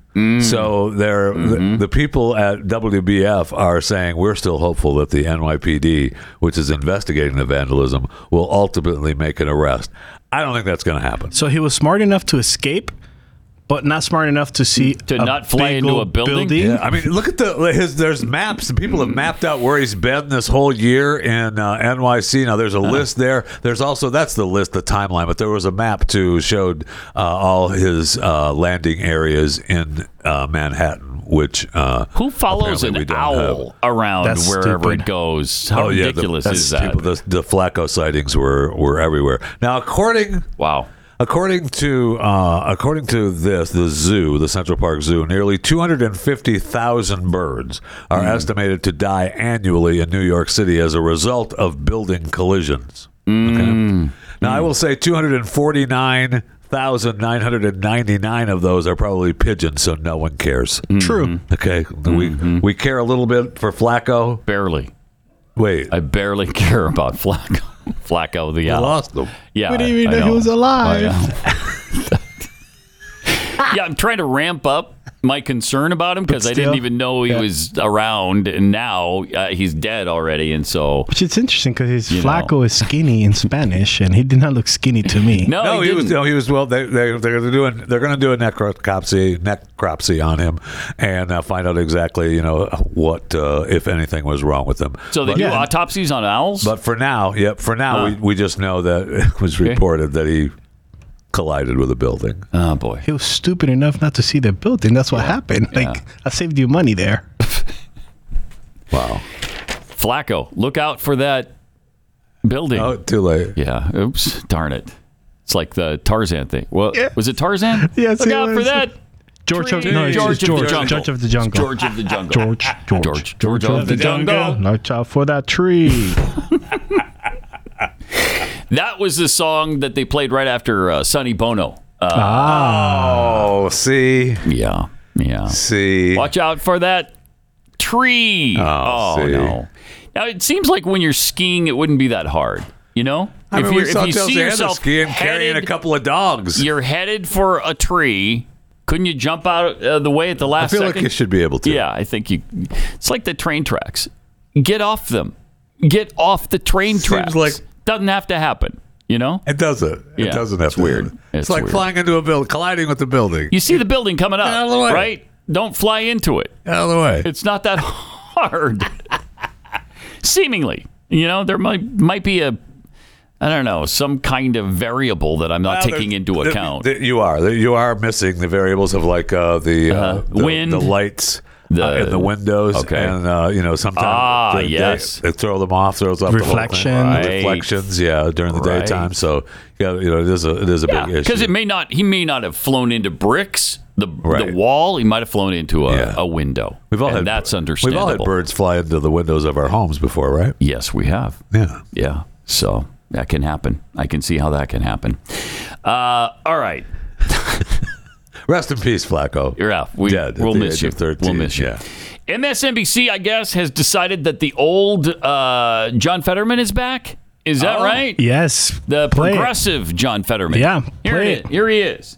[SPEAKER 3] So they're, the, the people at WBF are saying we're still hopeful that the NYPD, which is investigating the vandalism, will ultimately make an arrest. I don't think that's going to happen.
[SPEAKER 5] so he was smart enough to escape, but not smart enough to see
[SPEAKER 2] To not fly
[SPEAKER 5] big
[SPEAKER 2] into a
[SPEAKER 5] old
[SPEAKER 2] building?
[SPEAKER 3] Yeah, I mean, look at the his. There's maps. and People have mapped out where he's been this whole year in uh, NYC. Now there's a
[SPEAKER 2] Uh-huh.
[SPEAKER 3] list there. There's also that's the list, the timeline. But there was a map too showed uh, all his uh, landing areas in uh, Manhattan, which uh,
[SPEAKER 2] Who follows
[SPEAKER 3] apparently we
[SPEAKER 2] an
[SPEAKER 3] don't
[SPEAKER 2] owl around
[SPEAKER 3] That's
[SPEAKER 2] wherever
[SPEAKER 3] stupid.
[SPEAKER 2] it goes? How
[SPEAKER 3] yeah, the-
[SPEAKER 2] ridiculous
[SPEAKER 3] that's
[SPEAKER 2] is that?
[SPEAKER 3] stupid. The, the Flacco sightings were were everywhere. Now, according
[SPEAKER 2] wow,
[SPEAKER 3] according to uh, according to this, the zoo, the Central Park Zoo, nearly two hundred and fifty thousand birds are
[SPEAKER 2] Hmm.
[SPEAKER 3] estimated to die annually in New York City as a result of building collisions.
[SPEAKER 2] Hmm.
[SPEAKER 3] Okay? Now, I will say two hundred and forty nine thousand nine hundred and ninety nine of those are probably pigeons, so no one cares.
[SPEAKER 2] Hmm.
[SPEAKER 5] True.
[SPEAKER 3] Okay, we we care a little bit for Flacco.
[SPEAKER 2] Barely.
[SPEAKER 3] Wait,
[SPEAKER 2] I barely care about Flacco. Flacco the owl.
[SPEAKER 3] lost them.
[SPEAKER 2] Yeah,
[SPEAKER 5] We didn't
[SPEAKER 2] I-
[SPEAKER 5] even
[SPEAKER 2] I
[SPEAKER 5] know he was alive.
[SPEAKER 2] I know. yeah, I'm trying to ramp up my concern about him because
[SPEAKER 5] But
[SPEAKER 2] I didn't
[SPEAKER 5] still,
[SPEAKER 2] even know he
[SPEAKER 5] yeah.
[SPEAKER 2] was around, and now uh, he's dead already, and so.
[SPEAKER 5] Which is interesting because his
[SPEAKER 2] You know.
[SPEAKER 5] Flacco is skinny in Spanish, and he did not look skinny to me.
[SPEAKER 2] No,
[SPEAKER 3] No,
[SPEAKER 2] he,
[SPEAKER 3] he, was.
[SPEAKER 2] didn't.
[SPEAKER 3] No, he was. Well, they they they're doing they're going to do a necropsy necropsy on him and uh, find out exactly you know what uh, if anything was wrong with him.
[SPEAKER 2] So they
[SPEAKER 3] but,
[SPEAKER 2] do autopsies on owls.
[SPEAKER 3] but for now, yep. For now, we,
[SPEAKER 2] Huh.
[SPEAKER 3] we just know that it was reported that he collided with a building.
[SPEAKER 2] oh boy,
[SPEAKER 5] He was stupid enough not to see the building. That's what happened. Like I saved you money there.
[SPEAKER 3] Wow.
[SPEAKER 2] Flacco, look out for that building.
[SPEAKER 3] Oh, too late.
[SPEAKER 2] Yeah. Oops. Darn it. It's like the Tarzan thing. Well, was it Tarzan?
[SPEAKER 5] Yes,
[SPEAKER 2] Look
[SPEAKER 5] it
[SPEAKER 2] out for
[SPEAKER 5] was.
[SPEAKER 2] that
[SPEAKER 5] George of, no, it's
[SPEAKER 2] George
[SPEAKER 5] just
[SPEAKER 2] of the
[SPEAKER 5] George.
[SPEAKER 2] Jungle.
[SPEAKER 5] George of the Jungle.
[SPEAKER 2] George of the Jungle. Ah,
[SPEAKER 5] George. George.
[SPEAKER 2] George. George of the Jungle.
[SPEAKER 5] Watch out for that tree.
[SPEAKER 2] That was the song that they played right after uh, Sonny Bono.
[SPEAKER 5] Ah.
[SPEAKER 2] Uh,
[SPEAKER 3] Oh, see.
[SPEAKER 2] Yeah. Yeah.
[SPEAKER 3] See.
[SPEAKER 2] Watch out for that tree.
[SPEAKER 3] Oh, see.
[SPEAKER 2] no. Now it seems like when you're skiing, it wouldn't be that hard. You know,
[SPEAKER 3] I mean,
[SPEAKER 2] you're-
[SPEAKER 3] we saw Chelsea Handler skiing, carrying a couple of dogs,
[SPEAKER 2] you're headed for a tree. Couldn't you jump out uh, the way at the
[SPEAKER 3] I
[SPEAKER 2] last?
[SPEAKER 3] feel like
[SPEAKER 2] second?
[SPEAKER 3] you should be able to.
[SPEAKER 2] Yeah, I think you. It's like the train tracks. Get off them. Get off the train tracks.
[SPEAKER 3] like-
[SPEAKER 2] doesn't have to happen. You know,
[SPEAKER 3] It doesn't.
[SPEAKER 2] Yeah.
[SPEAKER 3] It doesn't have
[SPEAKER 2] It's
[SPEAKER 3] to.
[SPEAKER 2] weird.
[SPEAKER 3] It's,
[SPEAKER 2] It's
[SPEAKER 3] like
[SPEAKER 2] weird.
[SPEAKER 3] flying into a building, colliding with the building.
[SPEAKER 2] you see the building coming up,
[SPEAKER 3] Out of the way.
[SPEAKER 2] right? Don't fly into it.
[SPEAKER 3] Out of the way.
[SPEAKER 2] It's not that hard. Seemingly, you know, there might might be a. I don't know, some kind of variable that I'm not
[SPEAKER 3] Well,
[SPEAKER 2] taking
[SPEAKER 3] there's-
[SPEAKER 2] into
[SPEAKER 3] there-
[SPEAKER 2] account.
[SPEAKER 3] there- you are. There- You are missing the variables of like uh, the, uh, the
[SPEAKER 2] Uh-huh. wind.
[SPEAKER 3] the lights. The, uh, and the windows,
[SPEAKER 2] Okay.
[SPEAKER 3] and uh, you know, sometimes
[SPEAKER 2] Ah,
[SPEAKER 3] during the
[SPEAKER 2] yes.
[SPEAKER 3] day, they throw them off, throws off the
[SPEAKER 5] Reflection.
[SPEAKER 3] whole
[SPEAKER 2] Right.
[SPEAKER 3] thing. reflections, yeah, during the
[SPEAKER 2] Right.
[SPEAKER 3] daytime. So, yeah, you know, it is a it is a
[SPEAKER 2] Yeah,
[SPEAKER 3] big issue.
[SPEAKER 2] because it may not. He may not have flown into bricks, the the
[SPEAKER 3] Right.
[SPEAKER 2] wall. He might have flown into a,
[SPEAKER 3] Yeah.
[SPEAKER 2] a window.
[SPEAKER 3] We've all
[SPEAKER 2] and
[SPEAKER 3] had
[SPEAKER 2] that's
[SPEAKER 3] We've
[SPEAKER 2] understandable.
[SPEAKER 3] all had birds fly into the windows of our homes before, right?
[SPEAKER 2] Yes, we have.
[SPEAKER 3] Yeah.
[SPEAKER 2] Yeah, so that can happen. I can see how that can happen. Uh, all right,
[SPEAKER 3] Rest in peace, Flacco.
[SPEAKER 2] you're out. We,
[SPEAKER 3] Dead at
[SPEAKER 2] we'll
[SPEAKER 3] the
[SPEAKER 2] miss
[SPEAKER 3] age
[SPEAKER 2] you.
[SPEAKER 3] of 13,
[SPEAKER 2] We'll miss you.
[SPEAKER 3] yeah.
[SPEAKER 2] MSNBC, I guess, has decided that the old uh, John Fetterman is back. Is that
[SPEAKER 5] Oh.
[SPEAKER 2] right?
[SPEAKER 5] yes.
[SPEAKER 2] The
[SPEAKER 5] Play it.
[SPEAKER 2] progressive John Fetterman.
[SPEAKER 5] Yeah,
[SPEAKER 2] Here,
[SPEAKER 5] play
[SPEAKER 2] it is.
[SPEAKER 5] it.
[SPEAKER 2] Here he is.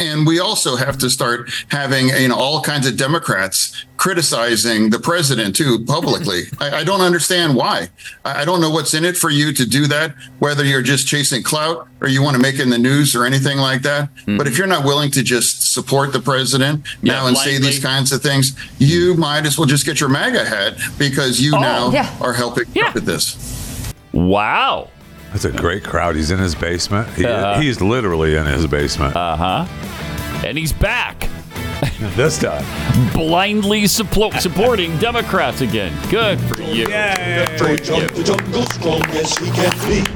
[SPEAKER 22] And we also have to start having you know all kinds of Democrats criticizing the president too publicly. I, I don't understand why. I, I don't know what's in it for you to do that. Whether you're just chasing clout or you want to make it in the news or anything like that. But if you're not willing to just support the president now and say these kinds of things, you might as well just get your MAGA hat because you now Oh, yeah. are helping with this.
[SPEAKER 2] Wow.
[SPEAKER 3] That's a great crowd. He's in his basement. He, he's literally in his basement.
[SPEAKER 2] Uh huh. And he's back.
[SPEAKER 3] this time.
[SPEAKER 2] blindly supplo- supporting Democrats again. Good for you. Good for you.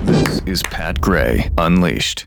[SPEAKER 18] This is Pat Gray Unleashed.